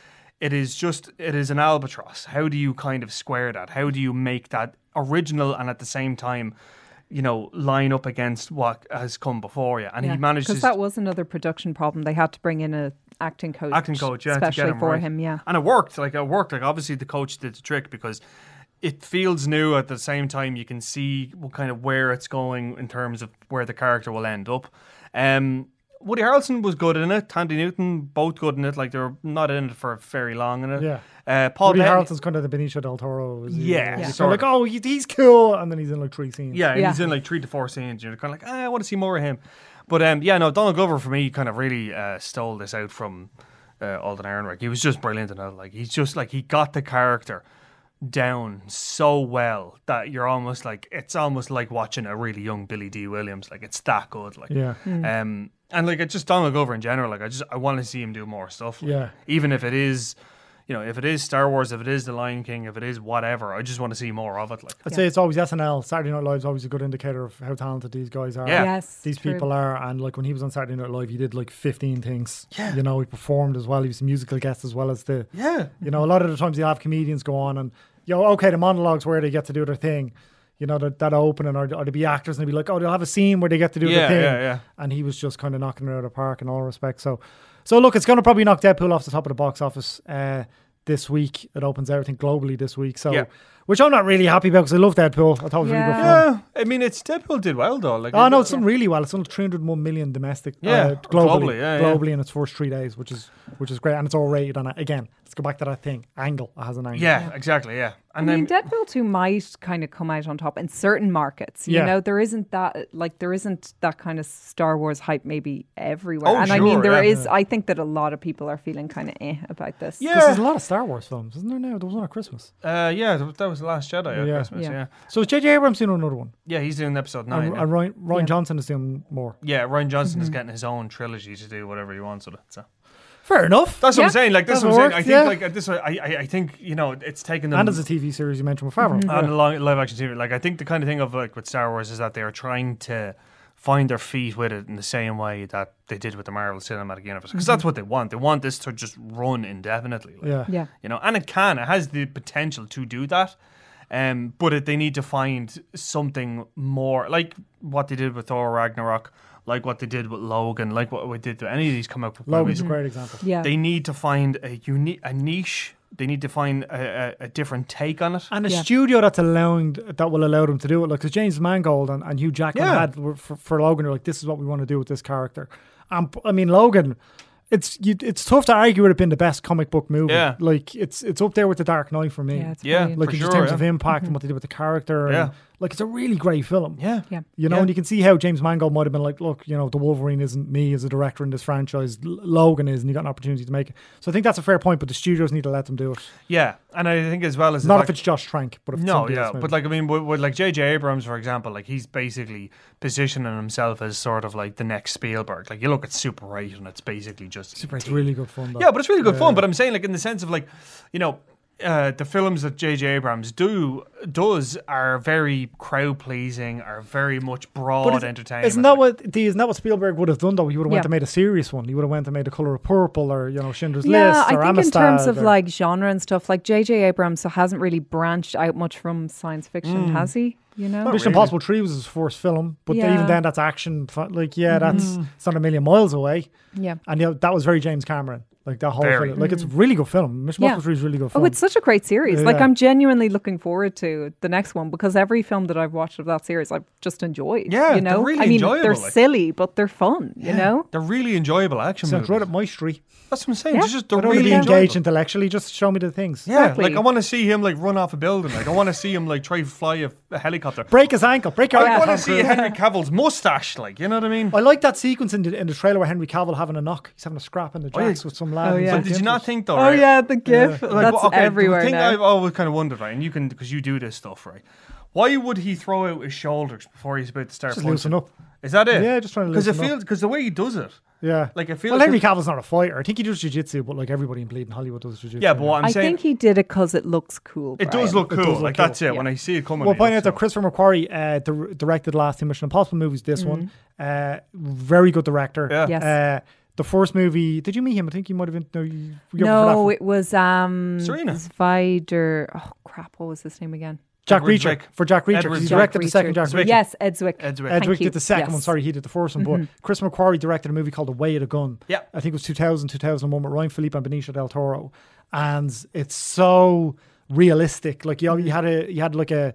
[SPEAKER 4] It is just it is an albatross. How do you kind of square that? How do you make that original and at the same time? You know, line up against what has come before you, and he manages
[SPEAKER 3] because that was another production problem. They had to bring in a acting coach,
[SPEAKER 4] acting coach, yeah, to
[SPEAKER 3] especially
[SPEAKER 4] get him
[SPEAKER 3] for
[SPEAKER 4] right.
[SPEAKER 3] him. Yeah,
[SPEAKER 4] and it worked. Like it worked. Like obviously the coach did the trick because it feels new. At the same time, you can see what kind of where it's going in terms of where the character will end up. Um, Woody Harrelson was good in it. Tandy Newton both good in it. Like they were not in it for very long in it.
[SPEAKER 2] Yeah.
[SPEAKER 4] Uh, Paul
[SPEAKER 2] Woody
[SPEAKER 4] Bettany-
[SPEAKER 2] Harrelson's kind of the Benicio del Toro. Is he?
[SPEAKER 4] Yeah,
[SPEAKER 2] He's
[SPEAKER 4] sort
[SPEAKER 2] sort of like, oh, he- he's cool, and then he's in like three scenes.
[SPEAKER 4] Yeah,
[SPEAKER 3] Yeah.
[SPEAKER 4] he's in like three to four scenes. You're kind of like, ah, I want to see more of him. But um, yeah, no, Donald Glover for me kind of really uh, stole this out from uh, Alden Ehrenreich. He was just brilliant in it. Like he's just like he got the character down so well that you're almost like it's almost like watching a really young Billy D. Williams. Like it's that good. Like
[SPEAKER 2] Yeah.
[SPEAKER 4] um, and like it's just Donald Glover in general. Like I just I want to see him do more stuff. Like,
[SPEAKER 2] Yeah.
[SPEAKER 4] even if it is. You know, if it is Star Wars, if it is The Lion King, if it is whatever, I just want to see more of it. Like,
[SPEAKER 2] I'd say it's always SNL. Saturday Night Live is always a good indicator of how talented these guys are.
[SPEAKER 4] Yeah.
[SPEAKER 3] yes,
[SPEAKER 2] these
[SPEAKER 3] true.
[SPEAKER 2] people are. And like when he was on Saturday Night Live, he did like 15 things. Yeah. You know, he performed as well. He was a musical guest as well as the.
[SPEAKER 4] yeah,
[SPEAKER 2] You know, a lot of the times you'll have comedians go on and, you know, okay, the monologues where they get to do their thing. You know, that, that opening, or, or they be actors and they'll be like, oh, they'll have a scene where they get to do
[SPEAKER 4] Yeah,
[SPEAKER 2] their thing.
[SPEAKER 4] yeah, yeah.
[SPEAKER 2] And he was just kind of knocking it out of the park in all respects. So, so look, it's going to probably knock Deadpool off the top of the box office uh, this week. It opens everything globally this week. So,
[SPEAKER 4] Yeah.
[SPEAKER 2] which I'm not really happy about because I love Deadpool. I thought it was really good
[SPEAKER 3] Yeah.
[SPEAKER 2] fun.
[SPEAKER 4] Yeah, I mean, it's Deadpool did well though. Like,
[SPEAKER 2] Oh
[SPEAKER 4] it-
[SPEAKER 2] no, it's done really well. It's done 301 million domestic,
[SPEAKER 4] Yeah,
[SPEAKER 2] uh, globally, globally,
[SPEAKER 4] globally, yeah, yeah.
[SPEAKER 2] in its first three days, which is which is great, and it's all rated. And again, let's go back to that thing. Angle it has an angle.
[SPEAKER 4] yeah, exactly, yeah. And
[SPEAKER 3] I
[SPEAKER 4] then
[SPEAKER 3] mean, Deadpool 2 might kind of come out on top in certain markets. You
[SPEAKER 2] Yeah.
[SPEAKER 3] know, there isn't that, like, there isn't that kind of Star Wars hype maybe everywhere.
[SPEAKER 4] Oh,
[SPEAKER 3] and I mean,
[SPEAKER 4] sure,
[SPEAKER 3] there
[SPEAKER 4] yeah.
[SPEAKER 3] is. I think that a lot of people are feeling kind of eh about this.
[SPEAKER 2] Because
[SPEAKER 4] yeah,
[SPEAKER 2] there's a lot of Star Wars films, isn't there? Now there was one at Christmas.
[SPEAKER 4] uh, yeah, th- that was the Last Jedi at
[SPEAKER 2] Yeah.
[SPEAKER 4] Christmas.
[SPEAKER 3] Yeah.
[SPEAKER 4] Yeah. yeah,
[SPEAKER 2] So is J.J. Abrams doing another one,
[SPEAKER 4] he's doing episode nine.
[SPEAKER 2] and,
[SPEAKER 4] yeah.
[SPEAKER 2] and Ryan, Ryan
[SPEAKER 3] Yeah.
[SPEAKER 2] Johnson is doing more.
[SPEAKER 4] yeah, Ryan Johnson is getting his own trilogy to do whatever he wants with it. So
[SPEAKER 2] Fair enough.
[SPEAKER 4] that's what
[SPEAKER 3] Yeah.
[SPEAKER 4] I'm saying. Like, that's
[SPEAKER 2] That'll
[SPEAKER 4] what I'm
[SPEAKER 2] work,
[SPEAKER 4] saying. I think,
[SPEAKER 2] yeah.
[SPEAKER 4] like, at this, I, I, I think you know, it's taken them
[SPEAKER 2] and as a TV series you mentioned with Favreau.
[SPEAKER 4] on a long live action TV. Like, I think the kind of thing of like with Star Wars is that they are trying to find their feet with it in the same way that they did with the Marvel Cinematic Universe
[SPEAKER 2] Mm-hmm.
[SPEAKER 4] because that's what they want. They want this to just run indefinitely. Like,
[SPEAKER 2] Yeah.
[SPEAKER 3] Yeah.
[SPEAKER 4] you know, and it can. It has the potential to do that, um, but it, they need to find something more, like what they did with Thor Ragnarok, like what they did with Logan, like what we did to any of these come out.
[SPEAKER 2] Logan's
[SPEAKER 4] movies.
[SPEAKER 2] a great example.
[SPEAKER 3] Yeah.
[SPEAKER 4] They need to find a unique, a niche. They need to find a, a, a different take on it.
[SPEAKER 2] And a
[SPEAKER 3] Yeah.
[SPEAKER 2] studio that's allowing that will allow them to do it. Like, because James Mangold and, and Hugh Jackman
[SPEAKER 4] Yeah.
[SPEAKER 2] had were- for, for Logan, are like, this is what we want to do with this character. And p- I mean, Logan, it's you, it's tough to argue it have been the best comic book movie.
[SPEAKER 4] Yeah.
[SPEAKER 2] Like, it's it's up there with the Dark Knight for me.
[SPEAKER 3] Yeah. It's Mm-hmm.
[SPEAKER 4] Yeah,
[SPEAKER 3] brilliant.
[SPEAKER 2] like
[SPEAKER 4] For
[SPEAKER 2] in
[SPEAKER 4] sure,
[SPEAKER 2] terms
[SPEAKER 4] yeah.
[SPEAKER 2] of impact and what they did with the character. and,
[SPEAKER 4] Yeah.
[SPEAKER 2] like it's a really great film.
[SPEAKER 4] yeah,
[SPEAKER 3] yeah.
[SPEAKER 2] You know,
[SPEAKER 4] Yeah.
[SPEAKER 2] and you can see how James Mangold might have been like, look, you know, the Wolverine isn't me as a director in this franchise. L- Logan is, and you got an opportunity to make it. So I think that's a fair point, but the studios need to let them do it.
[SPEAKER 4] yeah. And I think as well as the
[SPEAKER 2] Not
[SPEAKER 4] fact-
[SPEAKER 2] if it's Josh Trank, but if it's
[SPEAKER 4] No,
[SPEAKER 2] somebody
[SPEAKER 4] yeah,
[SPEAKER 2] else, maybe.
[SPEAKER 4] but like I mean, with, with like J.J. Abrams, for example, like he's basically positioning himself as sort of like the next Spielberg. Like you look at Super Eight, and it's basically just
[SPEAKER 2] Super, it's really good fun. Though.
[SPEAKER 4] Yeah, but it's really good fun. But I'm saying, like, in the sense of, like, you know, uh, the films that J.J. Abrams do does are very crowd pleasing, are very much broad entertainment.
[SPEAKER 2] Isn't that what the, isn't that what Spielberg would have done though? He would have
[SPEAKER 3] Yeah.
[SPEAKER 2] went and made a serious one. He would have went and made a color of purple or you know Schindler's
[SPEAKER 3] Yeah,
[SPEAKER 2] List
[SPEAKER 3] I
[SPEAKER 2] or
[SPEAKER 3] think
[SPEAKER 2] Amistad.
[SPEAKER 3] in terms of
[SPEAKER 2] or-
[SPEAKER 3] like genre and stuff, like J.J. Abrams hasn't really branched out much from science
[SPEAKER 4] Mm.
[SPEAKER 3] fiction, has he? You know,
[SPEAKER 2] Mission Impossible Three was his first film, but then- even
[SPEAKER 3] Yeah. Mm-hmm.
[SPEAKER 2] then that's action. fi- Like yeah, that's it's not a million miles away.
[SPEAKER 3] yeah.
[SPEAKER 2] And you know, that was very James Cameron. Like that whole
[SPEAKER 4] Very.
[SPEAKER 2] film. Like it's a really good film. Mission
[SPEAKER 3] Mm-hmm. Yeah.
[SPEAKER 2] Impossible Three is a really good film.
[SPEAKER 3] Oh, it's such a great series. Like
[SPEAKER 2] Yeah.
[SPEAKER 3] I'm genuinely looking forward to the next one because every film that I've watched of that series, I've just enjoyed.
[SPEAKER 4] Yeah, they're
[SPEAKER 3] you know,
[SPEAKER 4] really
[SPEAKER 3] I mean, they're
[SPEAKER 4] enjoyable, like-
[SPEAKER 3] silly, but they're fun. You know,
[SPEAKER 4] They're really enjoyable action
[SPEAKER 2] so it's
[SPEAKER 4] movies.
[SPEAKER 2] right up my street.
[SPEAKER 4] That's what I'm saying.
[SPEAKER 3] Yeah.
[SPEAKER 4] They're just they're
[SPEAKER 2] I don't
[SPEAKER 4] really
[SPEAKER 2] want to be
[SPEAKER 4] enjoyable.
[SPEAKER 2] engaged intellectually. Just show me the things.
[SPEAKER 4] Yeah, like
[SPEAKER 3] Exactly.
[SPEAKER 4] I want to see him like run off a building. Like I want to see him like try to fly a, a helicopter.
[SPEAKER 2] Break his ankle. Break
[SPEAKER 3] Oh,
[SPEAKER 2] your
[SPEAKER 4] I
[SPEAKER 2] ankle.
[SPEAKER 4] want
[SPEAKER 2] Tom
[SPEAKER 4] to see
[SPEAKER 2] Cruise. Oh,
[SPEAKER 4] Henry Cavill's mustache. Like you know what I mean?
[SPEAKER 2] I like that sequence in the, in the trailer where Henry Cavill having a knock. He's having a scrap in the jacks with some lad.
[SPEAKER 3] Oh,
[SPEAKER 2] and he's
[SPEAKER 3] yeah.
[SPEAKER 2] like,
[SPEAKER 4] But did you not think though?
[SPEAKER 3] Oh
[SPEAKER 4] right?
[SPEAKER 3] yeah, the GIF
[SPEAKER 4] Like,
[SPEAKER 3] that's
[SPEAKER 4] well, okay,
[SPEAKER 3] everywhere
[SPEAKER 4] The thing
[SPEAKER 3] now.
[SPEAKER 4] I've always kind of wondered, right, and you can because you do this stuff, right? Why would he throw out his shoulders before he's about to start
[SPEAKER 2] Just
[SPEAKER 4] punching?
[SPEAKER 2] loosen up.
[SPEAKER 4] Is that it?
[SPEAKER 2] Yeah, just trying to
[SPEAKER 4] because it
[SPEAKER 2] loosen up.
[SPEAKER 4] feels because the way he does it.
[SPEAKER 2] Yeah.
[SPEAKER 4] Like, I feel
[SPEAKER 2] well,
[SPEAKER 4] like
[SPEAKER 2] Henry
[SPEAKER 4] if-
[SPEAKER 2] Cavill's not a fighter. I think he does jiu-jitsu, but like everybody in Bleeding Hollywood does jiu-jitsu.
[SPEAKER 4] Yeah, but what I'm
[SPEAKER 3] I
[SPEAKER 4] saying,
[SPEAKER 3] think he did it because it looks cool.
[SPEAKER 4] it
[SPEAKER 3] Brian.
[SPEAKER 4] does look
[SPEAKER 2] It
[SPEAKER 4] cool.
[SPEAKER 2] does look
[SPEAKER 4] like that's it.
[SPEAKER 2] cool.
[SPEAKER 4] When I see it coming,
[SPEAKER 2] Well,
[SPEAKER 4] I
[SPEAKER 2] point out
[SPEAKER 4] so-
[SPEAKER 2] that Christopher McQuarrie uh, dir- directed the last two Mission Impossible movies. This one, uh, very good director.
[SPEAKER 4] Yeah.
[SPEAKER 3] Mm. Yes.
[SPEAKER 2] Uh, the first movie, did you meet him? I think you might have been. No, you, you were for that
[SPEAKER 3] No,
[SPEAKER 2] one.
[SPEAKER 3] it was um
[SPEAKER 4] Serena.
[SPEAKER 3] Zvider. Oh crap, what was his name again?
[SPEAKER 2] Jack
[SPEAKER 4] Edward
[SPEAKER 2] Reacher
[SPEAKER 4] Drake.
[SPEAKER 2] for Jack Reacher.
[SPEAKER 4] Edward
[SPEAKER 2] he
[SPEAKER 4] Drake.
[SPEAKER 2] directed the second Jack
[SPEAKER 3] Richard.
[SPEAKER 2] Reacher.
[SPEAKER 3] Yes, Edswick.
[SPEAKER 4] Edswick.
[SPEAKER 3] Thank
[SPEAKER 2] Edward
[SPEAKER 3] you.
[SPEAKER 2] did the second one.
[SPEAKER 3] Yes. Mm-hmm.
[SPEAKER 2] Sorry, he did the first one. But Chris McQuarrie directed a movie called The Way of the Gun.
[SPEAKER 4] Yeah.
[SPEAKER 2] I think it was 2000, 2001 with Ryan Philippe and Benicio del Toro. And it's so realistic. Like, you, know, you had a, you had like a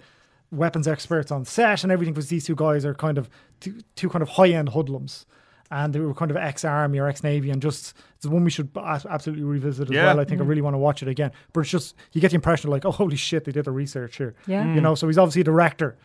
[SPEAKER 2] weapons experts on set and everything because these two guys are kind of two, two kind of high end hoodlums. And they were kind of ex army or ex navy, and just it's one we should a- absolutely revisit as
[SPEAKER 4] Yeah.
[SPEAKER 2] well. I think I really want to watch it again. But it's just you get the impression like, oh holy shit, they did the research here.
[SPEAKER 3] Yeah.
[SPEAKER 2] You know, so he's obviously a director.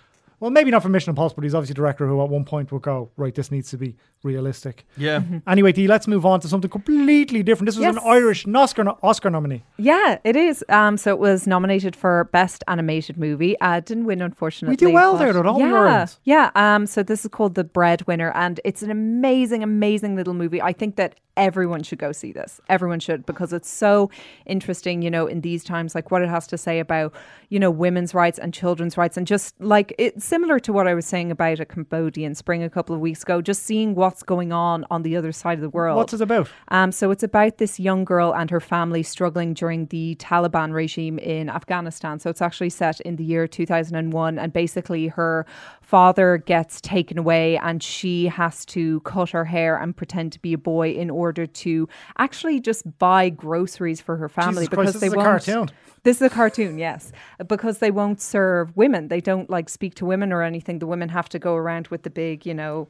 [SPEAKER 2] Well, maybe not for Mission Impossible, but he's obviously a director who at one point will go, right, this needs to be realistic. [laughs]
[SPEAKER 4] Yeah,
[SPEAKER 2] Anyway, Dee, let's move on to something completely different. This was an
[SPEAKER 3] Yes.
[SPEAKER 2] Irish Oscar, Oscar nominee.
[SPEAKER 3] Yeah, it is. Um, so it was nominated for Best Animated Movie. Uh, it didn't win, unfortunately.
[SPEAKER 2] well
[SPEAKER 3] but-
[SPEAKER 2] there, though, don't we,
[SPEAKER 3] yeah,
[SPEAKER 2] Ireland?
[SPEAKER 3] Yeah. Um, so this is called The Breadwinner, and it's an amazing, amazing little movie. I think that everyone should go see this. Everyone should because it's so interesting. You know, in these times, like what it has to say about you know women's rights and children's rights, and just like it's similar to what I was saying about a Cambodian spring a couple of weeks ago. Just seeing what's going on on the other side of the world.
[SPEAKER 2] What's it about?
[SPEAKER 3] Um, so it's about this young girl and her family struggling during the Taliban regime in Afghanistan. So it's actually set in the year 2001, and basically her father gets taken away, and she has to cut her hair and pretend to be a boy in order to actually just buy groceries for her family
[SPEAKER 2] Jesus Christ, this
[SPEAKER 3] they
[SPEAKER 2] is a
[SPEAKER 3] won't.
[SPEAKER 2] cartoon.
[SPEAKER 3] This is a cartoon, yes, because they won't serve women. They don't like speak to women or anything. The women have to go around with the big, you know,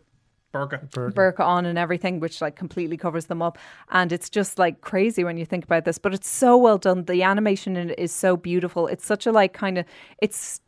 [SPEAKER 4] burger.
[SPEAKER 3] burqa on and everything, which like completely covers them up. And it's just like crazy when you think about this, but it's so well done. The animation in it is so beautiful. It's such a like kind of it's. do-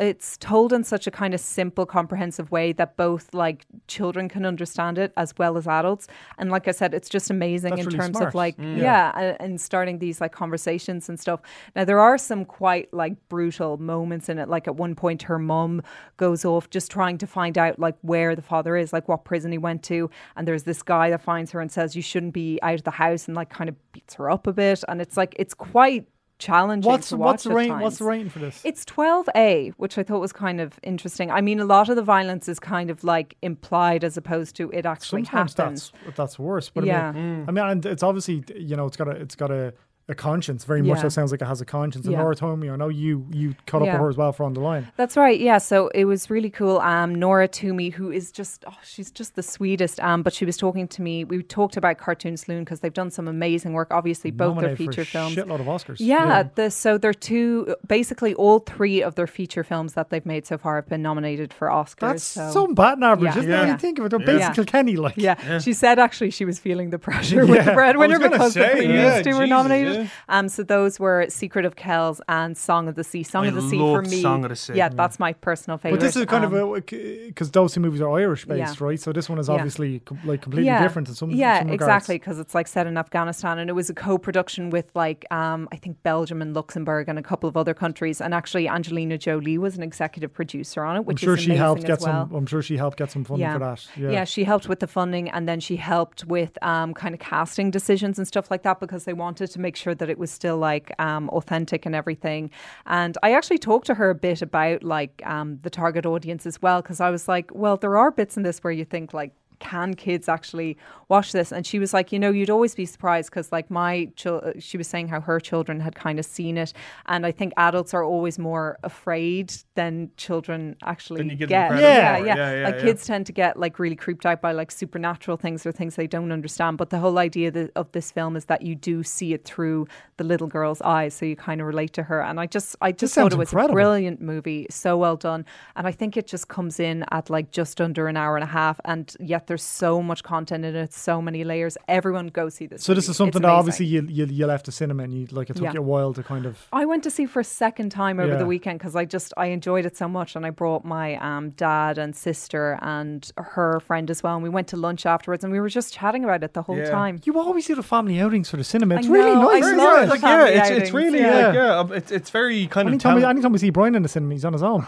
[SPEAKER 3] It's told in such a kind of simple, comprehensive way that both like children can understand it as well as adults. And like I said, it's just amazing
[SPEAKER 2] That's
[SPEAKER 3] in
[SPEAKER 2] really
[SPEAKER 3] terms
[SPEAKER 2] smart. Mm.
[SPEAKER 3] of like yeah, a- and starting these like conversations and stuff. Now there are some quite like brutal moments in it. Like at one point, her mum goes off just trying to find out like where the father is, like what prison he went to, and there's this guy that finds her and says you shouldn't be out of the house, and like kind of beats her up a bit. And it's like it's quite challenging.
[SPEAKER 2] What's
[SPEAKER 3] to
[SPEAKER 2] what's
[SPEAKER 3] watch
[SPEAKER 2] the
[SPEAKER 3] at
[SPEAKER 2] rating? What's
[SPEAKER 3] times.
[SPEAKER 2] the rating for this?
[SPEAKER 3] It's 12A, which I thought was kind of interesting. I mean, a lot of the violence is kind of like implied as opposed to it actually
[SPEAKER 2] Sometimes
[SPEAKER 3] happens.
[SPEAKER 2] that's that's worse. But I
[SPEAKER 3] Yeah.
[SPEAKER 2] mean, I mean, and it's obviously you know it's got a it's got a, a conscience. Very much
[SPEAKER 3] Yeah.
[SPEAKER 2] so sounds like it has a conscience. And
[SPEAKER 3] Yeah.
[SPEAKER 2] Nora Tomei, I know you you caught up
[SPEAKER 3] Yeah.
[SPEAKER 2] with her as well for on the line.
[SPEAKER 3] That's right. Yeah. So it was really cool. Um, Nora Toomey, who is just, oh, she's just the sweetest. Um, but she was talking to me. We talked about Cartoon Saloon because they've done some amazing work. Obviously, both their
[SPEAKER 2] Nominated for
[SPEAKER 3] feature
[SPEAKER 2] a
[SPEAKER 3] films.
[SPEAKER 2] Shitload of Oscars.
[SPEAKER 3] Yeah, The, so they're two, basically all three of their feature films that they've made so far have been nominated for Oscars.
[SPEAKER 2] That's
[SPEAKER 3] so.
[SPEAKER 2] some bad average,
[SPEAKER 3] Yeah.
[SPEAKER 2] isn't it? When
[SPEAKER 3] Yeah.
[SPEAKER 2] you think of it, they're
[SPEAKER 4] Yeah.
[SPEAKER 2] basically Kenny like.
[SPEAKER 3] yeah. she said actually she was feeling the pressure with
[SPEAKER 2] Yeah.
[SPEAKER 3] the breadwinner
[SPEAKER 4] I was gonna
[SPEAKER 3] because
[SPEAKER 4] say,
[SPEAKER 3] the previous
[SPEAKER 4] yeah,
[SPEAKER 3] two were
[SPEAKER 4] Jesus,
[SPEAKER 3] nominated.
[SPEAKER 4] yeah.
[SPEAKER 3] Um, so those were Secret of Kells and Song of the Sea. Song
[SPEAKER 4] I
[SPEAKER 3] of the Sea for
[SPEAKER 4] loved
[SPEAKER 3] me,
[SPEAKER 4] Song of the Sea.
[SPEAKER 3] yeah, that's my personal favorite.
[SPEAKER 2] But this is kind
[SPEAKER 3] Um,
[SPEAKER 2] of because those two movies are Irish based,
[SPEAKER 3] yeah.
[SPEAKER 2] right? So this one is
[SPEAKER 3] Yeah.
[SPEAKER 2] obviously com- like completely different in some
[SPEAKER 3] yeah
[SPEAKER 2] some regards.
[SPEAKER 3] exactly because it's like set in afghanistan and it was a co-production with like um, i think belgium and luxembourg and a couple of other countries and actually angelina jolie was an executive producer on it
[SPEAKER 2] I'm
[SPEAKER 3] which
[SPEAKER 2] sure
[SPEAKER 3] is
[SPEAKER 2] she
[SPEAKER 3] amazing
[SPEAKER 2] helped
[SPEAKER 3] as
[SPEAKER 2] get
[SPEAKER 3] well.
[SPEAKER 2] some. I'm sure she helped get some funding for that. Yeah.
[SPEAKER 3] she helped with the funding and then she helped with um, kind of casting decisions and stuff like that because they wanted to make sure sure that it was still like um, authentic and everything. And I actually talked to her a bit about like um, the target audience as well, because I was like, well, there are bits in this where you think like, can kids actually watch this? And she was like, you know, you'd always be surprised because, like, my chil- uh, she was saying how her children had kind of seen it, and I think adults are always more afraid than children actually
[SPEAKER 4] you give them
[SPEAKER 3] get.
[SPEAKER 4] credit
[SPEAKER 2] Yeah.
[SPEAKER 4] for.
[SPEAKER 3] yeah,
[SPEAKER 4] Yeah, yeah,
[SPEAKER 3] Like
[SPEAKER 4] yeah.
[SPEAKER 3] kids tend to get like really creeped out by like supernatural things or things they don't understand. But the whole idea th- of this film is that you do see it through the little girl's eyes, so you kind of relate to her. And I just, I just
[SPEAKER 2] sounds
[SPEAKER 3] thought it was
[SPEAKER 2] incredible.
[SPEAKER 3] brilliant brilliant movie, so well done. And I think it just comes in at like just under an hour and a half, and yet there's so much content in it, so many layers. Everyone go see this.
[SPEAKER 2] So this
[SPEAKER 3] movie.
[SPEAKER 2] is something
[SPEAKER 3] It's
[SPEAKER 2] that obviously
[SPEAKER 3] amazing.
[SPEAKER 2] you, you you left the cinema and you like it took
[SPEAKER 3] Yeah.
[SPEAKER 2] you a while to kind of.
[SPEAKER 3] I went to see for a second time over
[SPEAKER 2] Yeah.
[SPEAKER 3] the weekend because I just I enjoyed it so much, and I brought my um, dad and sister and her friend as well, and we went to lunch afterwards, and we were just chatting about it the whole
[SPEAKER 4] Yeah.
[SPEAKER 3] time.
[SPEAKER 2] You always do the family outings for the cinema.
[SPEAKER 3] I
[SPEAKER 2] It's really
[SPEAKER 3] know, I
[SPEAKER 2] nice.
[SPEAKER 3] love
[SPEAKER 2] isn't
[SPEAKER 3] it.
[SPEAKER 2] it?
[SPEAKER 4] like,
[SPEAKER 2] Like,
[SPEAKER 4] yeah,
[SPEAKER 3] family
[SPEAKER 4] it's, it's
[SPEAKER 3] outings,
[SPEAKER 4] really
[SPEAKER 2] yeah.
[SPEAKER 4] like yeah, um, it's it's very kind of.
[SPEAKER 2] anytime, we,
[SPEAKER 4] town-
[SPEAKER 2] anytime we see Brian in the cinema, he's on his own.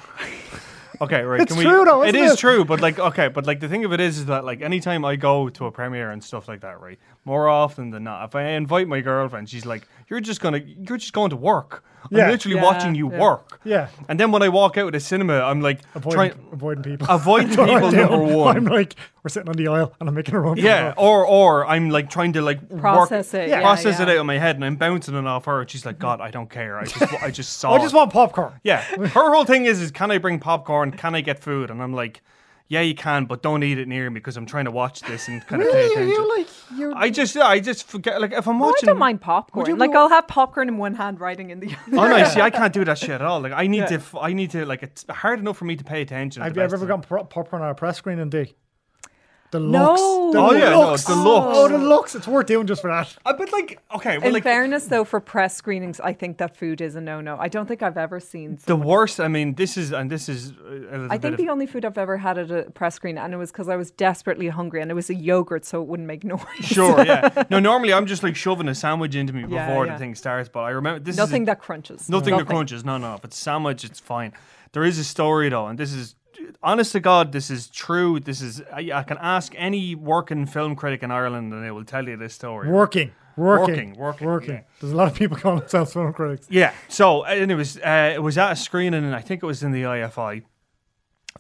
[SPEAKER 4] Okay, right.
[SPEAKER 2] It's true though,
[SPEAKER 4] It
[SPEAKER 2] isn't
[SPEAKER 4] is
[SPEAKER 2] it?
[SPEAKER 4] true, but like, okay, but like the thing of it is, is that like anytime I go to a premiere and stuff like that, right? More often than not, if I invite my girlfriend, she's like, "You're just gonna, you're just going to work. I'm
[SPEAKER 2] Yeah.
[SPEAKER 4] literally
[SPEAKER 3] Yeah,
[SPEAKER 4] watching you
[SPEAKER 3] yeah.
[SPEAKER 4] work." [laughs]
[SPEAKER 2] Yeah.
[SPEAKER 4] And then when I walk out of the cinema, I'm like,
[SPEAKER 2] Avoiding,
[SPEAKER 4] trying
[SPEAKER 2] avoiding people. [laughs]
[SPEAKER 4] avoid
[SPEAKER 2] That's what I
[SPEAKER 4] people
[SPEAKER 2] do.
[SPEAKER 4] number one.
[SPEAKER 2] I'm like, we're sitting on the aisle and I'm making a run. for the
[SPEAKER 4] yeah,
[SPEAKER 2] door.
[SPEAKER 4] or or I'm like trying to like
[SPEAKER 3] Process
[SPEAKER 4] work,
[SPEAKER 3] it, Yeah. yeah,
[SPEAKER 4] process it
[SPEAKER 3] yeah.
[SPEAKER 4] out of my head, and I'm bouncing it off her, and she's like, "God, I don't care. I just,
[SPEAKER 2] [laughs]
[SPEAKER 4] I just saw.
[SPEAKER 2] I just
[SPEAKER 4] it."
[SPEAKER 2] want popcorn.
[SPEAKER 4] Yeah, her whole thing is, is can I bring popcorn? Can I get food? And I'm like, yeah, you can, but don't eat it near me because I'm trying to watch this and kind of
[SPEAKER 2] Really?
[SPEAKER 4] pay
[SPEAKER 2] Are
[SPEAKER 4] attention.
[SPEAKER 2] you like you're
[SPEAKER 4] I just, yeah, I just forget. Like if I'm
[SPEAKER 3] Well, I
[SPEAKER 4] watching,
[SPEAKER 3] don't mind popcorn.
[SPEAKER 2] you
[SPEAKER 3] Like
[SPEAKER 2] be-
[SPEAKER 3] I'll have popcorn in one hand, writing in the
[SPEAKER 4] [laughs]
[SPEAKER 3] other.
[SPEAKER 4] Oh no, see,
[SPEAKER 3] [laughs]
[SPEAKER 4] I can't do that shit at all. Like I need to, f- I need to, like it's hard enough for me to pay attention. at
[SPEAKER 2] Have
[SPEAKER 4] the
[SPEAKER 2] you
[SPEAKER 4] best
[SPEAKER 2] ever
[SPEAKER 4] of
[SPEAKER 2] gotten pro- popcorn on a press screen and D? The
[SPEAKER 3] No.
[SPEAKER 2] looks. The
[SPEAKER 4] Oh, yeah, no,
[SPEAKER 2] looks.
[SPEAKER 4] the looks.
[SPEAKER 2] Oh, the looks. It's worth doing just for that.
[SPEAKER 4] time. Uh, but like, okay, well,
[SPEAKER 3] In
[SPEAKER 4] like
[SPEAKER 3] fairness, though, for press screenings, I think that food is a no-no. I don't think I've ever seen
[SPEAKER 4] the worst. I mean, this is and this is. uh, A little
[SPEAKER 3] I
[SPEAKER 4] bit
[SPEAKER 3] think
[SPEAKER 4] of-
[SPEAKER 3] the only food I've ever had at a press screen, and it was because I was desperately hungry, and it was a yogurt, so it wouldn't make [laughs] noise.
[SPEAKER 4] Sure, yeah. No, normally I'm just like shoving a sandwich into me
[SPEAKER 3] [laughs] Yeah,
[SPEAKER 4] before
[SPEAKER 3] yeah.
[SPEAKER 4] the thing starts, but I remember this is
[SPEAKER 3] nothing
[SPEAKER 4] a-
[SPEAKER 3] that crunches.
[SPEAKER 4] Nothing
[SPEAKER 3] [gasps]
[SPEAKER 4] to crunches. [gasps] No, no. If it's sandwich, it's fine. There is a story though, and this is honest to God, this is true. This is I, I can ask any working film critic in Ireland, and they will tell you this story.
[SPEAKER 2] Working. Working.
[SPEAKER 4] Working, working, yeah.
[SPEAKER 2] There's a lot of people calling themselves film critics.
[SPEAKER 4] Yeah. So, and it was uh, it was at a screening, and I think it was in the IFI.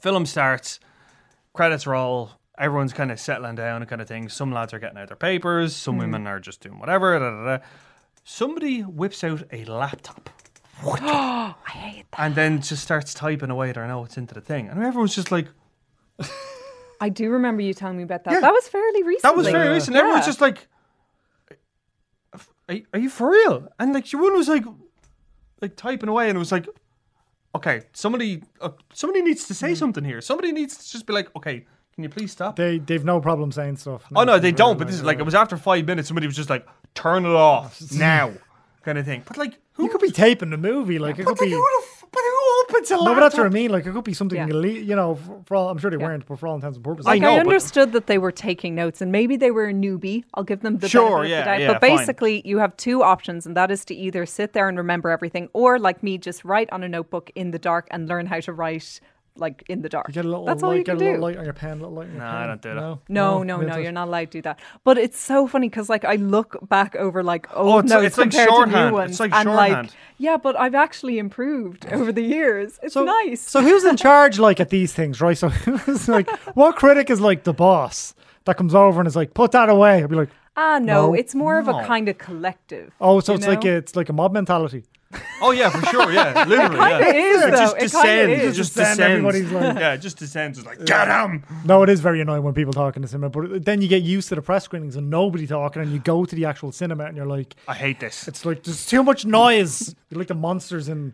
[SPEAKER 4] Film starts, credits roll. Everyone's kind of settling down, kind of thing. Some lads are getting out their papers. Some women are just doing whatever. Da, da, da. Somebody whips out a laptop. And then just starts typing away their notes into the thing. And everyone's just like,
[SPEAKER 3] I do remember you telling me about that. That was fairly recently.
[SPEAKER 4] that was very
[SPEAKER 2] uh,
[SPEAKER 4] recent. Everyone's just like, are, are you for real? And like, Sharon was like, like typing away, and it was like, okay, somebody, uh, somebody needs to say something here. Somebody needs to just be like, okay, can you please stop?
[SPEAKER 2] Hmm. They uh, they've no problem saying stuff.
[SPEAKER 4] oh no, they
[SPEAKER 2] it's
[SPEAKER 4] don't.
[SPEAKER 2] really
[SPEAKER 4] But this is
[SPEAKER 2] nice.
[SPEAKER 4] like, it was after five minutes. Somebody was just like, turn it
[SPEAKER 2] [laughs]
[SPEAKER 4] off now, kind of thing. But like, who
[SPEAKER 2] You could be taping the movie, like it
[SPEAKER 4] But,
[SPEAKER 2] could
[SPEAKER 4] like,
[SPEAKER 2] be.
[SPEAKER 4] who the f- but who opens a
[SPEAKER 2] No,
[SPEAKER 4] laptop?
[SPEAKER 2] but that's what I mean. Like it could be something
[SPEAKER 3] Yeah.
[SPEAKER 2] elite. You know, for, for all I'm sure they weren't, but for all intents and purposes,
[SPEAKER 4] I
[SPEAKER 3] Like,
[SPEAKER 4] know,
[SPEAKER 3] I
[SPEAKER 4] but-
[SPEAKER 3] understood that they were taking notes, and maybe they were a newbie. I'll give them the
[SPEAKER 4] Sure,
[SPEAKER 3] benefit of the
[SPEAKER 4] yeah,
[SPEAKER 3] doubt.
[SPEAKER 4] yeah,
[SPEAKER 3] but
[SPEAKER 4] fine.
[SPEAKER 3] basically, you have two options, and that is to either sit there and remember everything, or like me, just write on a notebook in the dark and learn how to write like in the dark.
[SPEAKER 2] You get a little
[SPEAKER 3] That's
[SPEAKER 2] light,
[SPEAKER 3] all you
[SPEAKER 2] get
[SPEAKER 3] can
[SPEAKER 2] a little
[SPEAKER 3] do.
[SPEAKER 2] light on your pen, a little light on your
[SPEAKER 4] No,
[SPEAKER 2] pen.
[SPEAKER 4] I don't do that. oh,
[SPEAKER 3] No, no,
[SPEAKER 2] that's
[SPEAKER 3] no,
[SPEAKER 2] it.
[SPEAKER 3] you're not allowed to do that. But it's so funny because, like, I look back over like old
[SPEAKER 4] Oh, it's-
[SPEAKER 3] notes
[SPEAKER 4] it's like
[SPEAKER 3] compared to
[SPEAKER 4] shorthand.
[SPEAKER 3] new ones,
[SPEAKER 4] It's like
[SPEAKER 3] and
[SPEAKER 4] shorthand.
[SPEAKER 3] like, yeah, but I've actually improved over the years. It's
[SPEAKER 2] So
[SPEAKER 3] nice.
[SPEAKER 2] So who's in charge like at these things, right? So [laughs] who's like what critic is like the boss that comes over and is like, put that away? I'd be like,
[SPEAKER 3] ah, no,
[SPEAKER 2] No.
[SPEAKER 3] it's more of
[SPEAKER 4] No.
[SPEAKER 3] a kind of collective.
[SPEAKER 2] Oh, so
[SPEAKER 3] you
[SPEAKER 2] it's
[SPEAKER 3] know?
[SPEAKER 2] like a, it's like a mob mentality.
[SPEAKER 4] Oh yeah, for sure.
[SPEAKER 2] [laughs]
[SPEAKER 4] Yeah, literally. yeah.
[SPEAKER 3] It is though.
[SPEAKER 4] just
[SPEAKER 3] it kind
[SPEAKER 4] descends.
[SPEAKER 3] of
[SPEAKER 4] It
[SPEAKER 3] is.
[SPEAKER 4] just
[SPEAKER 2] Descend,
[SPEAKER 4] descends.
[SPEAKER 2] everybody's like-
[SPEAKER 4] [laughs] yeah, it just descends. It's like, get him.
[SPEAKER 2] No, it is very annoying when people talk in the cinema, but then you get used to the press screenings and nobody talking, and you go to the actual cinema and you're like,
[SPEAKER 4] I hate this.
[SPEAKER 2] it's like there's too much noise. You're like the monsters in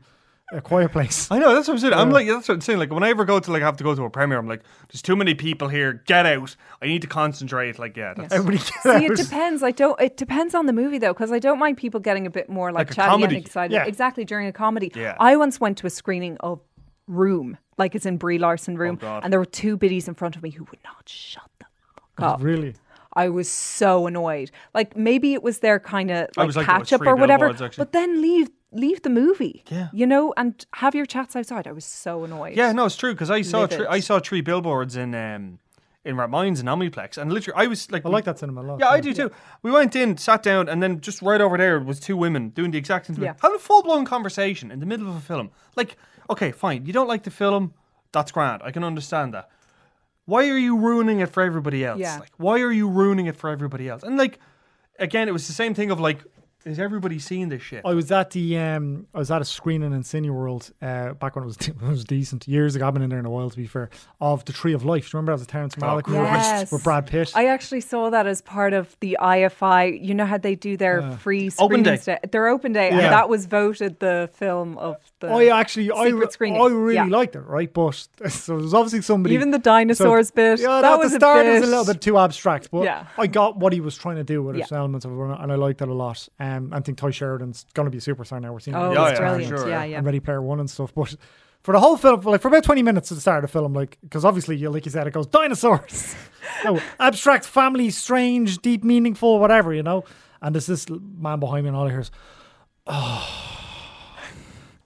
[SPEAKER 2] a quiet
[SPEAKER 3] [laughs]
[SPEAKER 2] place.
[SPEAKER 4] I know that's what I'm saying. I'm like that's what I'm saying. Like when I ever go to like have to go to a premiere, I'm like, there's too many people here. Get out. I need to concentrate. Like yeah, that's
[SPEAKER 2] Everybody
[SPEAKER 3] See, it
[SPEAKER 4] [laughs]
[SPEAKER 2] gets out.
[SPEAKER 3] depends. I don't. It depends on the movie though, because I don't mind people getting a bit more like,
[SPEAKER 4] Like a
[SPEAKER 3] chatty and
[SPEAKER 4] comedy.
[SPEAKER 3] excited.
[SPEAKER 2] Yeah.
[SPEAKER 3] Exactly during a comedy.
[SPEAKER 4] Yeah.
[SPEAKER 3] I once went to a screening of Room, like it's in Brie Larson Room,
[SPEAKER 4] Oh, God.
[SPEAKER 3] and there were two biddies in front of me who would not shut the fuck up.
[SPEAKER 2] Really?
[SPEAKER 3] I was so annoyed. Like maybe it was their kind of
[SPEAKER 4] I
[SPEAKER 3] like,
[SPEAKER 4] was like that with
[SPEAKER 3] catch up
[SPEAKER 4] Three
[SPEAKER 3] or whatever.
[SPEAKER 4] Billboards, actually.
[SPEAKER 3] But then leave leave the movie.
[SPEAKER 4] Yeah.
[SPEAKER 3] You know, and have your chats outside. I was so annoyed.
[SPEAKER 4] yeah. No, it's true because I saw
[SPEAKER 3] Live
[SPEAKER 4] three
[SPEAKER 3] it.
[SPEAKER 4] I saw three billboards in um in Ratmines and Omniplex, and literally I was like,
[SPEAKER 2] I like that cinema a lot.
[SPEAKER 4] Yeah, I do too. We went in, sat down, and then just right over there was two women doing the exact same thing,
[SPEAKER 3] Yeah.
[SPEAKER 4] having a full blown conversation in the middle of a film. Like, okay, fine, you don't like the film, that's grand. I can understand that. Why are you ruining it for everybody else?
[SPEAKER 3] Yeah.
[SPEAKER 4] Like, why are you ruining it for everybody else? And like, again, it was the same thing of like, is everybody seeing this shit?
[SPEAKER 2] I was at the um, I was at a screening in Cineworld uh, back when it was [laughs] it was decent years ago. I haven't been in there in a while, to be fair. Of the Tree of Life, do you remember that was a Terrence Malick movie with-
[SPEAKER 3] Christ.
[SPEAKER 2] with Brad Pitt?
[SPEAKER 3] Oh, I actually saw that as part of the IFI. You know how they do their free
[SPEAKER 4] Open
[SPEAKER 3] screening
[SPEAKER 4] day.
[SPEAKER 3] Their open day,
[SPEAKER 2] Uh, Yeah.
[SPEAKER 3] and that was voted the film of the.
[SPEAKER 2] I actually, I,
[SPEAKER 3] secret
[SPEAKER 2] re-
[SPEAKER 3] screening.
[SPEAKER 2] I really
[SPEAKER 3] Yeah.
[SPEAKER 2] liked it, right? But [laughs] so there was obviously somebody.
[SPEAKER 3] Even the
[SPEAKER 2] so-
[SPEAKER 3] dinosaurs bit,
[SPEAKER 2] Yeah,
[SPEAKER 3] that
[SPEAKER 2] at
[SPEAKER 3] was
[SPEAKER 2] the
[SPEAKER 3] a
[SPEAKER 2] start it was
[SPEAKER 3] bit-
[SPEAKER 2] a little bit too abstract, but
[SPEAKER 3] Yeah.
[SPEAKER 2] I got what he was trying to do with his
[SPEAKER 3] Yeah.
[SPEAKER 2] elements of it, and I liked it a lot. Um, I think Ty Sheridan's going to be a superstar now. We're seeing.
[SPEAKER 3] Oh,
[SPEAKER 2] him.
[SPEAKER 4] Yeah,
[SPEAKER 3] it's
[SPEAKER 4] yeah,
[SPEAKER 3] brilliant!
[SPEAKER 4] sure,
[SPEAKER 3] yeah,
[SPEAKER 4] yeah.
[SPEAKER 3] yeah.
[SPEAKER 2] and Ready Player One and stuff. But for the whole film, like for about twenty minutes at the start of the film, like because obviously, you like you said, it goes
[SPEAKER 3] [laughs]
[SPEAKER 2] dinosaurs, no abstract, family, strange, deep, meaningful, whatever you know. And there's this l- man behind me, and all I hear is, oh, [sighs]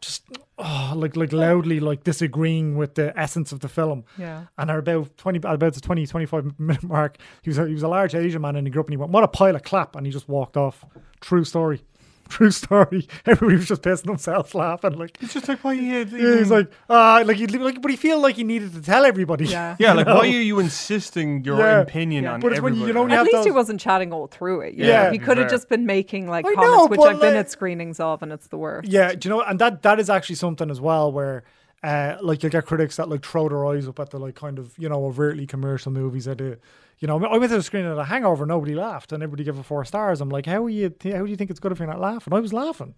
[SPEAKER 2] just oh, like like loudly like disagreeing with the essence of the film.
[SPEAKER 3] Yeah.
[SPEAKER 2] And at about twenty, at about the 20, 25 [laughs] minute mark, he was a, he was a large Asian man, and he grew up, and he went, "What a pile of clap!" And he just walked off. True story. [laughs] True story. [laughs] Everybody was just pissing themselves laughing. Like
[SPEAKER 4] It's just like, why you.
[SPEAKER 2] yeah, he's like, ah, like he, like, but he feel like he needed to tell everybody.
[SPEAKER 3] Yeah.
[SPEAKER 4] yeah, like, why are you insisting your
[SPEAKER 2] Yeah.
[SPEAKER 4] opinion
[SPEAKER 3] Yeah.
[SPEAKER 4] on
[SPEAKER 2] But it's when
[SPEAKER 4] everybody?
[SPEAKER 2] you can only
[SPEAKER 3] At
[SPEAKER 2] have
[SPEAKER 3] least he
[SPEAKER 2] those-
[SPEAKER 3] wasn't chatting all through it. you know?
[SPEAKER 2] Yeah.
[SPEAKER 3] he could
[SPEAKER 4] Fair.
[SPEAKER 3] have just been making like
[SPEAKER 2] I know,
[SPEAKER 3] comments, which
[SPEAKER 2] but
[SPEAKER 3] I've been
[SPEAKER 2] like-
[SPEAKER 3] at screenings of, and it's the
[SPEAKER 2] [laughs]
[SPEAKER 3] worst.
[SPEAKER 2] Yeah, do you know, and that that is actually something as well where. Uh, like you'll get critics that like throw their eyes up at the like kind of you know overtly commercial movies that do you know I went to the screening of The Hangover nobody laughed and everybody gave it four stars I'm like how are you th- how do you think it's good if you're not laughing I was laughing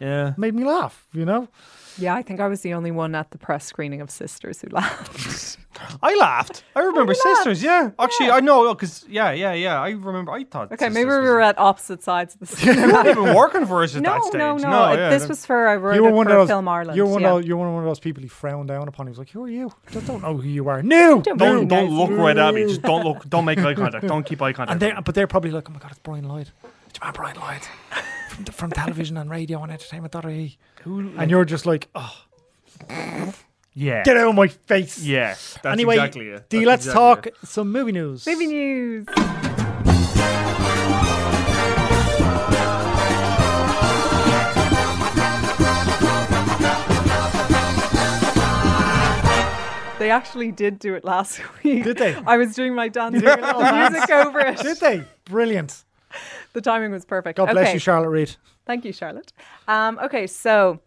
[SPEAKER 4] yeah.
[SPEAKER 2] made me laugh you know
[SPEAKER 3] Yeah, I think I was the only one at the press screening of Sisters who
[SPEAKER 2] [laughs]
[SPEAKER 3] laughed.
[SPEAKER 4] I laughed. I remember sisters. Yeah, actually, I know because yeah, yeah, yeah. I remember. I thought.
[SPEAKER 3] Okay, maybe we
[SPEAKER 4] Sisters
[SPEAKER 3] were
[SPEAKER 4] was-
[SPEAKER 3] at opposite sides
[SPEAKER 2] [laughs]
[SPEAKER 3] of the screen. [laughs]
[SPEAKER 4] You weren't even working for us at
[SPEAKER 3] no,
[SPEAKER 4] that stage.
[SPEAKER 3] no, no, it-
[SPEAKER 4] yeah,
[SPEAKER 3] this
[SPEAKER 4] that-
[SPEAKER 3] was for I wrote
[SPEAKER 2] you
[SPEAKER 3] it
[SPEAKER 2] were one
[SPEAKER 3] for
[SPEAKER 2] of those
[SPEAKER 3] Film Ireland.
[SPEAKER 2] you were one
[SPEAKER 3] yeah.
[SPEAKER 2] of those, you were one of those people he frowned down upon he was like who are you just don't know who you are no
[SPEAKER 3] Don't
[SPEAKER 2] no
[SPEAKER 3] know.
[SPEAKER 4] Don't, don't look right at me.
[SPEAKER 2] No.
[SPEAKER 4] Just don't look. Don't make eye contact. Don't keep eye
[SPEAKER 2] And
[SPEAKER 4] contact.
[SPEAKER 2] they but they're probably like, oh my god, it's Brian Lloyd. It's my Brian Lloyd [laughs] from, from television and radio and entertainment.ie. And you're just like, oh,
[SPEAKER 4] yeah,
[SPEAKER 2] get out of my face.
[SPEAKER 4] yeah. That's
[SPEAKER 2] anyway,
[SPEAKER 4] exactly it.
[SPEAKER 2] D,
[SPEAKER 4] That's
[SPEAKER 2] let's
[SPEAKER 4] exactly
[SPEAKER 2] talk
[SPEAKER 4] it.
[SPEAKER 2] some movie news.
[SPEAKER 3] Movie news. They actually did do it last [laughs] week.
[SPEAKER 2] Did they?
[SPEAKER 3] I was doing
[SPEAKER 2] [laughs]
[SPEAKER 3] my dance with
[SPEAKER 2] dance?
[SPEAKER 3] music over it.
[SPEAKER 2] Did they? Brilliant.
[SPEAKER 3] The timing was perfect.
[SPEAKER 2] God bless
[SPEAKER 3] Okay.
[SPEAKER 2] you, Charlotte Reed.
[SPEAKER 3] Thank you, Charlotte. Um, okay, so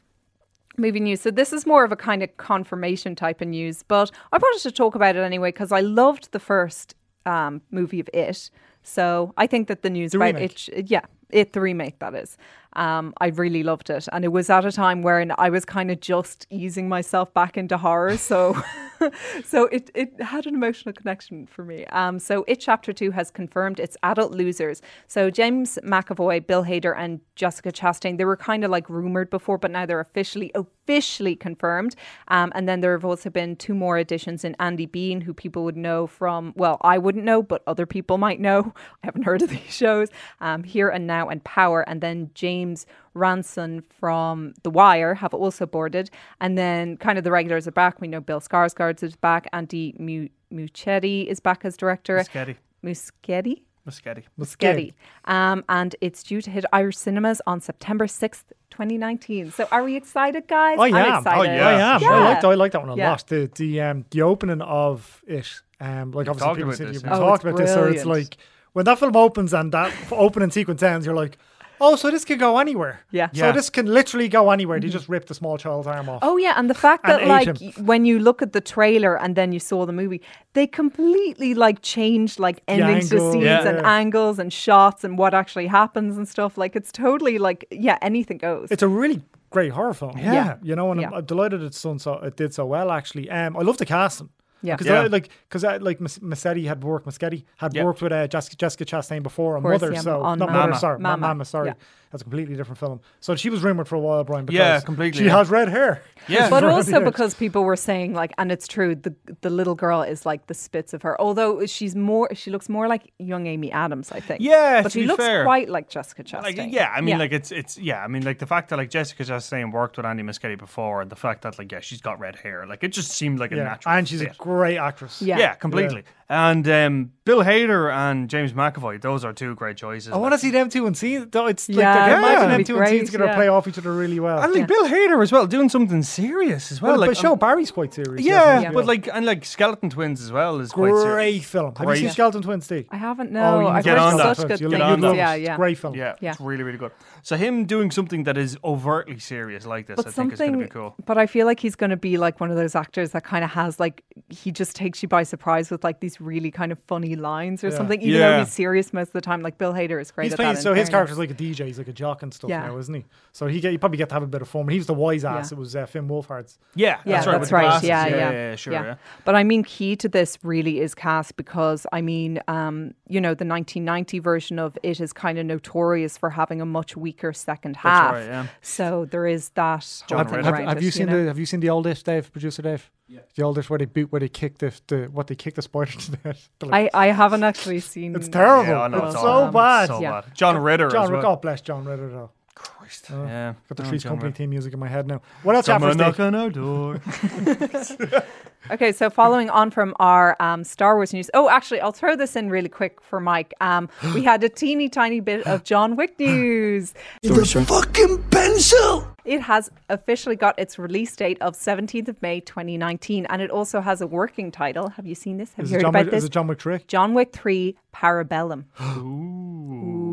[SPEAKER 3] movie news. So this is more of a kind of confirmation type of news, but I wanted to talk about it anyway because I loved the first um, movie of it. So I think that the news about
[SPEAKER 2] remake.
[SPEAKER 3] it, sh- yeah, it the remake that is. Um, I really loved it, and it was at a time when I was kind of just easing myself back into horror. So, [laughs] so it it had an emotional connection for me. Um, so it chapter two has confirmed its adult losers. So James McAvoy, Bill Hader, and Jessica Chastain. They were kind of like rumored before, but now they're officially officially confirmed. Um, and then there have also been two more additions in Andy Bean, who people would know from. Well, I wouldn't know, but other people might know. [laughs] I haven't heard of these shows. Um, Here and Now and Power, and then James Ranson from The Wire have also boarded. And then kind of the regulars are back. We know Bill Skarsgård is back. Andy Mu- Muschietti is back as director.
[SPEAKER 4] Muschietti.
[SPEAKER 3] Muschietti.
[SPEAKER 4] Muschetti.
[SPEAKER 3] Muschietti. Um, and it's due to hit Irish cinemas on September 6th, 2019. So are we excited, guys?
[SPEAKER 2] I
[SPEAKER 3] I'm
[SPEAKER 2] am. Oh,
[SPEAKER 3] excited.
[SPEAKER 4] yeah.
[SPEAKER 2] I am. I
[SPEAKER 3] Yeah.
[SPEAKER 2] liked I liked that one a
[SPEAKER 3] Yeah.
[SPEAKER 2] lot. The the um the opening of it, um like obviously
[SPEAKER 4] talked
[SPEAKER 2] people
[SPEAKER 4] about
[SPEAKER 2] said
[SPEAKER 4] this,
[SPEAKER 2] you've
[SPEAKER 4] yeah.
[SPEAKER 2] been
[SPEAKER 3] Oh,
[SPEAKER 2] talked
[SPEAKER 3] it's
[SPEAKER 2] about this, or it's
[SPEAKER 3] brilliant.
[SPEAKER 2] like when that film opens and that f- opening sequence ends, you're like, Oh, so this could go anywhere.
[SPEAKER 3] Yeah. Mm-hmm.
[SPEAKER 2] So
[SPEAKER 4] Yeah.
[SPEAKER 2] this can literally go anywhere. They just ripped the small child's arm off.
[SPEAKER 3] Oh yeah, and the fact
[SPEAKER 2] And
[SPEAKER 3] that like
[SPEAKER 2] Asian.
[SPEAKER 3] y- when you look at the trailer and then you saw the movie, they completely like changed like endings
[SPEAKER 2] angle,
[SPEAKER 3] to scenes
[SPEAKER 4] Yeah.
[SPEAKER 3] and
[SPEAKER 2] yeah.
[SPEAKER 3] angles and shots and what actually happens and stuff. Like it's totally like yeah, anything goes.
[SPEAKER 2] It's a really great horror film. Yeah. You know, and I'm,
[SPEAKER 3] Yeah.
[SPEAKER 2] I'm delighted it's done so, it did so well, actually. Um, I love the casting.
[SPEAKER 3] Yeah.
[SPEAKER 2] Because
[SPEAKER 4] Yeah.
[SPEAKER 2] I, like, cause I, like Mas- Massetti had worked, Massetti had
[SPEAKER 4] Yeah.
[SPEAKER 2] worked with uh, Jessica, Jessica Chastain before on
[SPEAKER 3] course,
[SPEAKER 2] Mother,
[SPEAKER 3] yeah,
[SPEAKER 2] so
[SPEAKER 3] on
[SPEAKER 2] not
[SPEAKER 3] Mama.
[SPEAKER 2] Mother, sorry, Ma-
[SPEAKER 3] Mama.
[SPEAKER 2] Mama, sorry,
[SPEAKER 3] Yeah.
[SPEAKER 2] that's a completely different film. So she was rumored for a while, Brian. Because
[SPEAKER 4] Yeah, completely,
[SPEAKER 2] She
[SPEAKER 4] yeah.
[SPEAKER 2] has red hair.
[SPEAKER 4] Yeah,
[SPEAKER 3] but
[SPEAKER 2] right,
[SPEAKER 3] also
[SPEAKER 2] yeah.
[SPEAKER 3] because people were saying like, and it's true, the the little girl is like the spits of her. Although she's more, she looks more like young Amy Adams, I think.
[SPEAKER 4] Yeah,
[SPEAKER 3] but
[SPEAKER 4] to
[SPEAKER 3] she
[SPEAKER 4] be
[SPEAKER 3] looks
[SPEAKER 4] fair.
[SPEAKER 3] quite like Jessica Chastain.
[SPEAKER 4] Like, yeah, I mean, like it's it's yeah, I mean, like the fact that like Jessica Chastain worked with Andy Muschietti before, and the fact that like yeah, she's got red hair, like it just seemed like a
[SPEAKER 2] Yeah.
[SPEAKER 4] natural.
[SPEAKER 2] And she's a
[SPEAKER 4] fit.
[SPEAKER 2] great actress.
[SPEAKER 3] Yeah.
[SPEAKER 4] Yeah, completely. And um, Bill Hader and James McAvoy, those are two great choices.
[SPEAKER 2] I want to see them two in scene. Though it's like
[SPEAKER 3] Yeah,
[SPEAKER 2] I can
[SPEAKER 4] Yeah.
[SPEAKER 2] imagine them
[SPEAKER 4] That'd
[SPEAKER 3] be
[SPEAKER 2] two in scenes
[SPEAKER 3] great,
[SPEAKER 2] going to
[SPEAKER 3] yeah.
[SPEAKER 2] play off each other really well.
[SPEAKER 4] and like Bill Hader as well, doing something serious as well.
[SPEAKER 2] well,
[SPEAKER 4] like
[SPEAKER 2] but show
[SPEAKER 4] um,
[SPEAKER 2] Barry's quite serious.
[SPEAKER 4] yeah,
[SPEAKER 2] isn't he?
[SPEAKER 4] but like and like Skeleton Twins as well is quite serious.
[SPEAKER 2] great film. Have you
[SPEAKER 4] Great.
[SPEAKER 2] seen
[SPEAKER 4] Yeah.
[SPEAKER 2] Skeleton Twins, Steve?
[SPEAKER 3] I haven't.
[SPEAKER 2] Oh,
[SPEAKER 3] No,
[SPEAKER 2] you
[SPEAKER 3] I've
[SPEAKER 4] get
[SPEAKER 3] heard
[SPEAKER 4] on that.
[SPEAKER 3] such good
[SPEAKER 2] You'll-
[SPEAKER 3] things.
[SPEAKER 4] you'll love
[SPEAKER 3] yeah,
[SPEAKER 2] it. It's
[SPEAKER 3] yeah.
[SPEAKER 2] a great film.
[SPEAKER 4] Yeah,
[SPEAKER 3] Yeah.
[SPEAKER 4] it's really really good. So him doing something that is overtly serious like this, I think is going to be cool.
[SPEAKER 3] But I feel like he's going to be like one of those actors that kind of has like he just takes you by surprise with like these really kind of funny lines or
[SPEAKER 2] Yeah.
[SPEAKER 3] something. Even
[SPEAKER 4] Yeah.
[SPEAKER 3] though he's serious most of the time, like Bill Hader is great.
[SPEAKER 2] He's
[SPEAKER 3] at
[SPEAKER 2] playing,
[SPEAKER 3] that, in
[SPEAKER 2] so his
[SPEAKER 3] fairness.
[SPEAKER 2] character's like a DJ, he's like a jock and stuff
[SPEAKER 3] Yeah.
[SPEAKER 2] now, isn't he? So he get, you probably get to have a bit of fun. He was the wise ass.
[SPEAKER 3] Yeah.
[SPEAKER 2] It was uh, Finn Wolfhard's.
[SPEAKER 4] Yeah,
[SPEAKER 3] Yeah,
[SPEAKER 4] that's right. with
[SPEAKER 3] that's
[SPEAKER 4] the
[SPEAKER 3] right.
[SPEAKER 4] glasses.
[SPEAKER 3] Yeah,
[SPEAKER 4] yeah,
[SPEAKER 3] yeah,
[SPEAKER 4] yeah, sure. Yeah.
[SPEAKER 3] But I mean, key to this really is cast because I mean, um, you know, the 1990 version of it is kind of notorious for having a much weaker second half.
[SPEAKER 4] right, yeah.
[SPEAKER 3] So there is that.
[SPEAKER 4] John
[SPEAKER 3] whole thing
[SPEAKER 4] Ritter.
[SPEAKER 2] Have,
[SPEAKER 3] around
[SPEAKER 2] have
[SPEAKER 3] it,
[SPEAKER 2] you seen
[SPEAKER 3] know?
[SPEAKER 2] the Have you seen the old ish, Dave, producer Dave? Yeah. The old ish where they boot where they kick the, the what they kick the spider to death. [laughs] They're like,
[SPEAKER 3] I, I haven't actually seen.
[SPEAKER 2] it's terrible.
[SPEAKER 4] Yeah, I know,
[SPEAKER 2] it's,
[SPEAKER 3] it's
[SPEAKER 2] so
[SPEAKER 3] awful.
[SPEAKER 2] bad.
[SPEAKER 4] So
[SPEAKER 3] Yeah.
[SPEAKER 4] bad. John Ritter
[SPEAKER 2] John,
[SPEAKER 4] as well.
[SPEAKER 2] God bless John Ritter though. Uh,
[SPEAKER 4] Christ. yeah.
[SPEAKER 2] Got the
[SPEAKER 4] Oh,
[SPEAKER 2] Trees
[SPEAKER 4] John
[SPEAKER 2] Company
[SPEAKER 4] Ritter.
[SPEAKER 2] theme music in my head now. What else? you have for us,
[SPEAKER 4] Someone
[SPEAKER 2] Dave?
[SPEAKER 4] knock on
[SPEAKER 2] [laughs]
[SPEAKER 4] our door.
[SPEAKER 3] Okay, so following on from our um, Star Wars news. Oh, actually, I'll throw this in really quick for Mike. Um, we had a teeny tiny bit of
[SPEAKER 2] [gasps]
[SPEAKER 3] John Wick news.
[SPEAKER 7] Fucking pencil!
[SPEAKER 3] It has officially got its release date of 17th of May 2019, and it also has a working title. Have you seen this? Have
[SPEAKER 2] Is it
[SPEAKER 3] you heard
[SPEAKER 2] John
[SPEAKER 3] about
[SPEAKER 2] Wick-
[SPEAKER 3] this?
[SPEAKER 2] is it John Wick trick?
[SPEAKER 3] John Wick 3
[SPEAKER 2] [gasps]
[SPEAKER 3] Parabellum.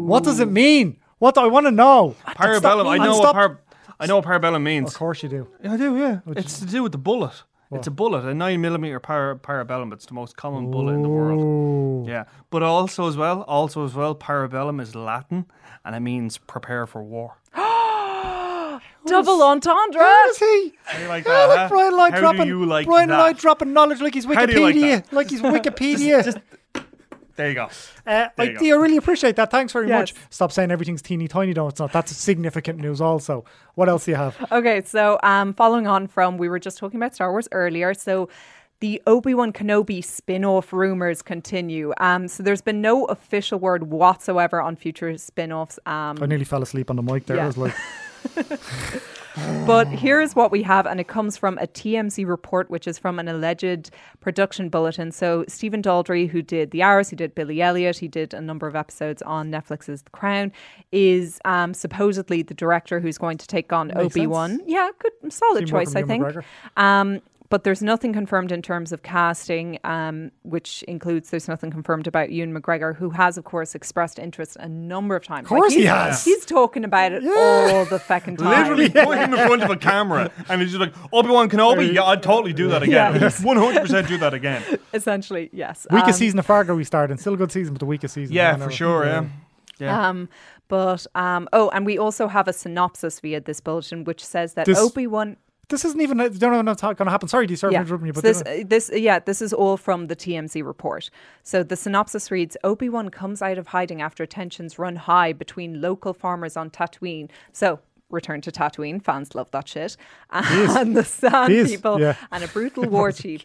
[SPEAKER 2] What does it mean? What do I want to know?
[SPEAKER 4] Parabellum. I
[SPEAKER 2] mean?
[SPEAKER 4] know
[SPEAKER 2] Stop- Oh,
[SPEAKER 4] what par- I know what parabellum means.
[SPEAKER 2] Of course you do.
[SPEAKER 4] I do, yeah. It's to do with the bullet. It's a bullet, a nine millimeter par- parabellum. It's the most common bullet in the world. Yeah, but also as well, also as well, parabellum is Latin, and it means prepare for war.
[SPEAKER 3] Double entendre!
[SPEAKER 2] Where is he?
[SPEAKER 4] How like
[SPEAKER 2] Yeah, like Brian Light
[SPEAKER 4] How
[SPEAKER 2] dropping.
[SPEAKER 4] do you like
[SPEAKER 2] Brian
[SPEAKER 4] that?
[SPEAKER 2] Light dropping knowledge like he's
[SPEAKER 4] How do you like
[SPEAKER 2] Wikipedia.
[SPEAKER 4] that? [laughs]
[SPEAKER 2] Like he's Wikipedia.
[SPEAKER 4] There you go.
[SPEAKER 2] Uh, I
[SPEAKER 4] you go.
[SPEAKER 2] do I really appreciate that. Thanks very much.
[SPEAKER 3] Yes.
[SPEAKER 2] Stop saying everything's teeny tiny. No, it's not. That's significant news. Also, what else do you have?
[SPEAKER 3] Okay, so um, following on from we were just talking about Star Wars earlier, so the Obi Wan Kenobi spin off rumors continue. Um, so there's been no official word whatsoever on future spin offs. Um,
[SPEAKER 2] I nearly fell asleep on the mic there. I
[SPEAKER 3] Yeah.
[SPEAKER 2] was like,
[SPEAKER 3] but here's what we have, and it comes from a TMZ report, which is from an alleged production bulletin. So Stephen Daldry, who did The Hours, he did Billy Elliot, he did a number of episodes on Netflix's The Crown, is um, supposedly the director who's going to take on
[SPEAKER 2] Makes sense.
[SPEAKER 3] Obi Wan. Yeah, good, solid
[SPEAKER 2] See more
[SPEAKER 3] choice,
[SPEAKER 2] from
[SPEAKER 3] I
[SPEAKER 2] Ewan
[SPEAKER 3] think.
[SPEAKER 2] McGregor.
[SPEAKER 3] Um, but there's nothing confirmed in terms of casting, um, which includes there's nothing confirmed about Ewan McGregor, who has, of course, expressed interest a number of times. Of
[SPEAKER 2] course he
[SPEAKER 3] he's,
[SPEAKER 2] has.
[SPEAKER 3] He's talking about it all the fucking time.
[SPEAKER 4] Literally put him in front of a camera, and he's just like Obi Wan Kenobi. Yeah, I'd totally do that again. [laughs] One hundred percent do that again.
[SPEAKER 3] essentially, yes.
[SPEAKER 2] weakest
[SPEAKER 3] Um,
[SPEAKER 2] season of Fargo we started. and Still a good season, but the weakest season.
[SPEAKER 4] Yeah,
[SPEAKER 2] I know.
[SPEAKER 4] for sure. Yeah.
[SPEAKER 3] Um, but um, oh, and we also have a synopsis via this bulletin, which says that
[SPEAKER 2] This-
[SPEAKER 3] Obi Wan.
[SPEAKER 2] This isn't even. I don't know what's going to happen. Sorry, D. Sorry for
[SPEAKER 3] Yeah,
[SPEAKER 2] interrupting you,
[SPEAKER 3] so
[SPEAKER 2] but
[SPEAKER 3] this,
[SPEAKER 2] this,
[SPEAKER 3] uh, this, yeah, this is all from the TMZ report. So the synopsis reads: Obi Wan comes out of hiding after tensions run high between local farmers on Tatooine. So. Return to Tatooine, fans love that shit. [laughs] And the Sand
[SPEAKER 2] Yes,
[SPEAKER 3] People
[SPEAKER 2] yeah.
[SPEAKER 3] and a
[SPEAKER 2] [laughs]
[SPEAKER 3] brutal war chief.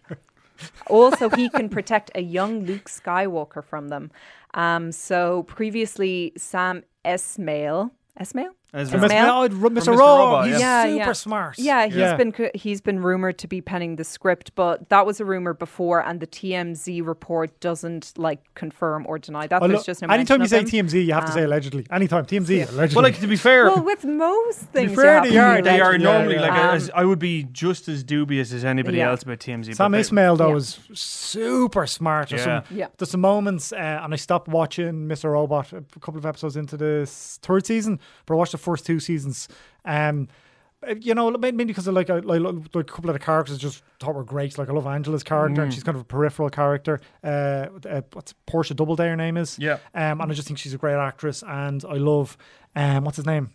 [SPEAKER 3] also, he can protect a young Luke Skywalker from them. Um, so previously, Sam Esmail, Esmail,
[SPEAKER 4] Esmail.
[SPEAKER 2] Mr. oh, Mr.
[SPEAKER 4] Mr.
[SPEAKER 2] Rowe,
[SPEAKER 4] Robot,
[SPEAKER 2] he's
[SPEAKER 3] yeah.
[SPEAKER 2] super
[SPEAKER 3] Yeah, yeah.
[SPEAKER 2] smart.
[SPEAKER 3] Yeah, he's been co- he's been rumored to be penning the script, but that was a rumor before, and the TMZ report doesn't like confirm or deny that.
[SPEAKER 2] I
[SPEAKER 3] There's
[SPEAKER 2] lo-
[SPEAKER 3] just no. mention
[SPEAKER 2] anytime you
[SPEAKER 3] of
[SPEAKER 2] say
[SPEAKER 3] him. Uh,
[SPEAKER 2] TMZ, you have to say allegedly. Anytime TMZ, allegedly.
[SPEAKER 4] Well, like to be fair,
[SPEAKER 3] Well, with most things, you
[SPEAKER 2] fair,
[SPEAKER 3] have
[SPEAKER 2] they
[SPEAKER 3] to be
[SPEAKER 2] are-
[SPEAKER 4] [laughs] they are
[SPEAKER 3] legend.
[SPEAKER 2] Yeah,
[SPEAKER 4] normally
[SPEAKER 2] yeah.
[SPEAKER 4] like
[SPEAKER 3] Um,
[SPEAKER 4] as, I would be just as dubious as anybody
[SPEAKER 3] Yeah.
[SPEAKER 4] else about TMZ.
[SPEAKER 2] Sam
[SPEAKER 4] but they-
[SPEAKER 2] Ismail though
[SPEAKER 3] Yeah.
[SPEAKER 2] is super smart. There's
[SPEAKER 4] Yeah.
[SPEAKER 2] some
[SPEAKER 3] Yeah.
[SPEAKER 2] there's some moments, uh, and I stopped watching Mr. Robot a couple of episodes into the s- third season, but I watched the first two seasons. Um, uh, you know, like, mainly because of like, I, like, lo- like a couple of the characters just thought were great. Like I love Angela's character,
[SPEAKER 4] Mm.
[SPEAKER 2] and she's kind of a peripheral character. Uh, uh what's Portia Doubleday her name is?
[SPEAKER 4] Yeah.
[SPEAKER 2] Um, and I just think she's a great actress, and I love um, what's his name.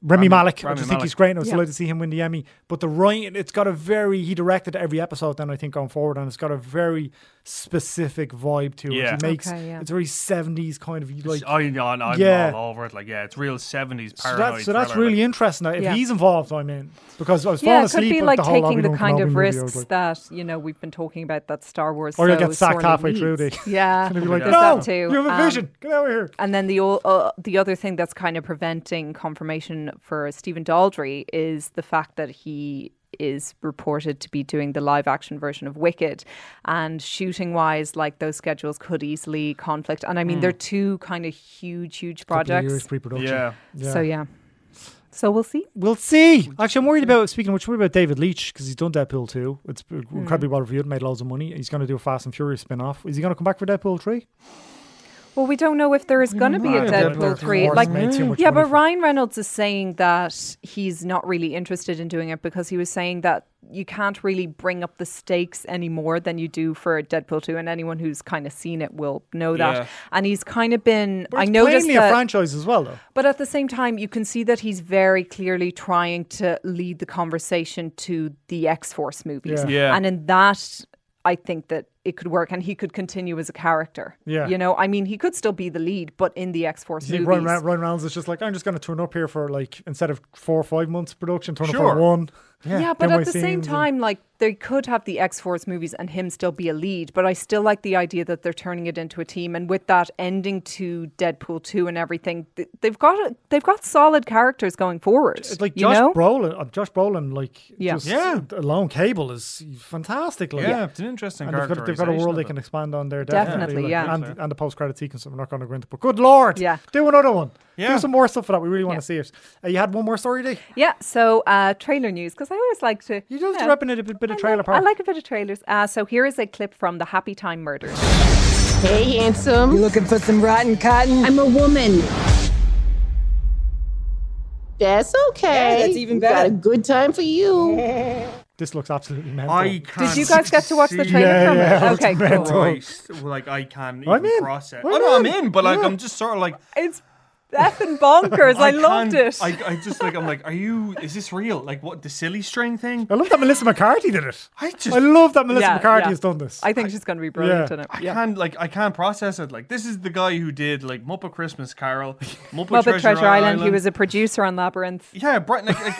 [SPEAKER 2] Remy Malik, I
[SPEAKER 4] Rami
[SPEAKER 2] just think
[SPEAKER 4] Malek.
[SPEAKER 2] he's great, and I was
[SPEAKER 3] Yeah.
[SPEAKER 2] delighted to see him win the Emmy. But the writing, it's got a very he directed every episode. Then I think going forward, and it's got a very specific vibe to it.
[SPEAKER 4] Yeah.
[SPEAKER 2] He makes
[SPEAKER 3] Okay, yeah.
[SPEAKER 2] it's very seventies kind of like.
[SPEAKER 4] I, I, I'm
[SPEAKER 2] Yeah.
[SPEAKER 4] all over it. Like, yeah, it's real 70s
[SPEAKER 2] So,
[SPEAKER 4] paranoid.
[SPEAKER 2] that, so that's
[SPEAKER 4] thriller,
[SPEAKER 2] really
[SPEAKER 4] like,
[SPEAKER 2] interesting. If
[SPEAKER 3] Yeah.
[SPEAKER 2] he's involved, I'm in because I was falling
[SPEAKER 3] yeah, it could
[SPEAKER 2] asleep
[SPEAKER 3] be
[SPEAKER 2] with
[SPEAKER 3] like
[SPEAKER 2] the whole
[SPEAKER 3] taking the
[SPEAKER 2] Obi-Wan
[SPEAKER 3] kind
[SPEAKER 2] Kenobi
[SPEAKER 3] of
[SPEAKER 2] movie. I was
[SPEAKER 3] risks
[SPEAKER 2] like-
[SPEAKER 3] that you know we've been talking about that Star Wars.
[SPEAKER 2] Or you'll
[SPEAKER 3] so
[SPEAKER 2] get sacked
[SPEAKER 3] sorely
[SPEAKER 2] halfway through,
[SPEAKER 3] needs.
[SPEAKER 2] Dave. [laughs]
[SPEAKER 3] Yeah,
[SPEAKER 2] And they'd be like,
[SPEAKER 3] there's
[SPEAKER 2] no,
[SPEAKER 3] that too.
[SPEAKER 2] you have a
[SPEAKER 3] Um,
[SPEAKER 2] vision. Get out of here.
[SPEAKER 3] And then the o- uh, the other thing that's kind of preventing confirmation for Stephen Daldry is the fact that he is reported to be doing the live action version of Wicked. And shooting wise, like those schedules could easily conflict. And I mean, they're two kind of huge, huge projects.
[SPEAKER 2] pre-production.
[SPEAKER 4] Yeah.
[SPEAKER 3] So, yeah. So we'll see.
[SPEAKER 2] We'll see. Actually, I'm worried about speaking. of which I'm worried about David Leach because he's done Deadpool 2. It's
[SPEAKER 3] Mm.
[SPEAKER 2] incredibly well reviewed, made loads of money. He's going to do a Fast and Furious spin-off. Is he going to come back for Deadpool 3?
[SPEAKER 3] Well, we don't know if there is going to be a
[SPEAKER 2] know.
[SPEAKER 3] Deadpool
[SPEAKER 2] Deadpool
[SPEAKER 3] three.
[SPEAKER 2] Wars
[SPEAKER 3] Like,
[SPEAKER 2] made too much
[SPEAKER 3] yeah,
[SPEAKER 2] money
[SPEAKER 3] but
[SPEAKER 2] for-
[SPEAKER 3] Ryan Reynolds is saying that he's not really interested in doing it because he was saying that you can't really bring up the stakes any more than you do for Deadpool two, and anyone who's kind of seen it will know that.
[SPEAKER 4] Yeah.
[SPEAKER 3] And he's kind of been.
[SPEAKER 2] But
[SPEAKER 3] I
[SPEAKER 2] it's
[SPEAKER 3] noticed
[SPEAKER 2] plainly a
[SPEAKER 3] that.
[SPEAKER 2] franchise as well, though.
[SPEAKER 3] But at the same time, you can see that he's very clearly trying to lead the conversation to the X Force movies.
[SPEAKER 2] Yeah.
[SPEAKER 4] Yeah.
[SPEAKER 3] And in that, I think that it could work and he could continue as a character.
[SPEAKER 2] Yeah.
[SPEAKER 3] You know, I mean, he could still be the lead, but in the X Force
[SPEAKER 2] See,
[SPEAKER 3] movies.
[SPEAKER 2] Ryan, Ra- Ryan Reynolds is just like, I'm just going to turn up here for like, instead of four or five months production, turn up
[SPEAKER 4] Sure.
[SPEAKER 2] for one.
[SPEAKER 3] yeah, but
[SPEAKER 2] Then
[SPEAKER 3] at
[SPEAKER 2] we've
[SPEAKER 3] the
[SPEAKER 2] seen
[SPEAKER 3] same
[SPEAKER 2] the-
[SPEAKER 3] time, like, they could have the X Force movies and him still be a lead, but I still like the idea that they're turning it into a team. And with that ending to Deadpool 2 and everything, th- they've got a, they've got solid characters going forward.
[SPEAKER 2] It's like
[SPEAKER 3] you
[SPEAKER 2] Josh
[SPEAKER 3] know?
[SPEAKER 2] Brolin. Uh, Josh Brolin, like,
[SPEAKER 3] Yeah.
[SPEAKER 2] just
[SPEAKER 4] Yeah.
[SPEAKER 2] alone cable is fantastic. Like,
[SPEAKER 4] Yeah, it's an interesting
[SPEAKER 2] And they've got, they've got a
[SPEAKER 4] characterization
[SPEAKER 2] world
[SPEAKER 4] of
[SPEAKER 2] they
[SPEAKER 4] it.
[SPEAKER 2] can expand on there.
[SPEAKER 3] Definitely,
[SPEAKER 2] Definitely,
[SPEAKER 3] yeah.
[SPEAKER 2] And, and the post-credit sequence, I'm not going to go into, but good lord,
[SPEAKER 3] Yeah.
[SPEAKER 2] do another one.
[SPEAKER 4] Yeah.
[SPEAKER 2] Do some more stuff for that. We really want
[SPEAKER 3] Yeah.
[SPEAKER 2] to see it. Uh, you had one more story, Dee?
[SPEAKER 3] Yeah, so uh, trailer news, because I always like to.
[SPEAKER 2] You just
[SPEAKER 3] yeah.
[SPEAKER 2] repping it a bit, bit of trailer
[SPEAKER 3] I like,
[SPEAKER 2] park.
[SPEAKER 3] I like a bit of trailers. Uh, so here is a clip from the Happy Time Murders.
[SPEAKER 8] Hey, handsome. You looking for some rotten cotton? I'm a woman. That's okay. that's even better. Got a good time for you.
[SPEAKER 2] this looks absolutely mental.
[SPEAKER 4] I can't
[SPEAKER 3] Did you guys get to watch the
[SPEAKER 4] see
[SPEAKER 3] trailer
[SPEAKER 2] Yeah,
[SPEAKER 3] from
[SPEAKER 2] yeah,
[SPEAKER 3] it? Okay, cool.
[SPEAKER 4] Christ, like I can't even
[SPEAKER 2] I'm in.
[SPEAKER 4] process.
[SPEAKER 2] I'm
[SPEAKER 4] oh no, I'm
[SPEAKER 2] in.
[SPEAKER 4] in, but like
[SPEAKER 2] Yeah.
[SPEAKER 4] I'm just sort of like
[SPEAKER 3] It's
[SPEAKER 2] [laughs]
[SPEAKER 3] effing bonkers. I, loved
[SPEAKER 4] can't-
[SPEAKER 3] it.
[SPEAKER 4] I, I just like I'm like, are you? Is this real? Like what the silly string thing?
[SPEAKER 2] I love that Melissa McCarthy did it.
[SPEAKER 4] I just
[SPEAKER 2] Oh, I love that Melissa
[SPEAKER 3] Yeah,
[SPEAKER 2] McCarthy
[SPEAKER 3] yeah.
[SPEAKER 2] has done this.
[SPEAKER 3] I think she's going to be brilliant in it.
[SPEAKER 4] I
[SPEAKER 3] Yeah.
[SPEAKER 4] can't like I can't process it. Like this is the guy who did like Muppet
[SPEAKER 2] [laughs]
[SPEAKER 4] Christmas Carol, Muppet,
[SPEAKER 3] Muppet
[SPEAKER 4] Treasure,
[SPEAKER 3] Island. He was a producer on Labyrinth.
[SPEAKER 4] yeah, Brian. Like, like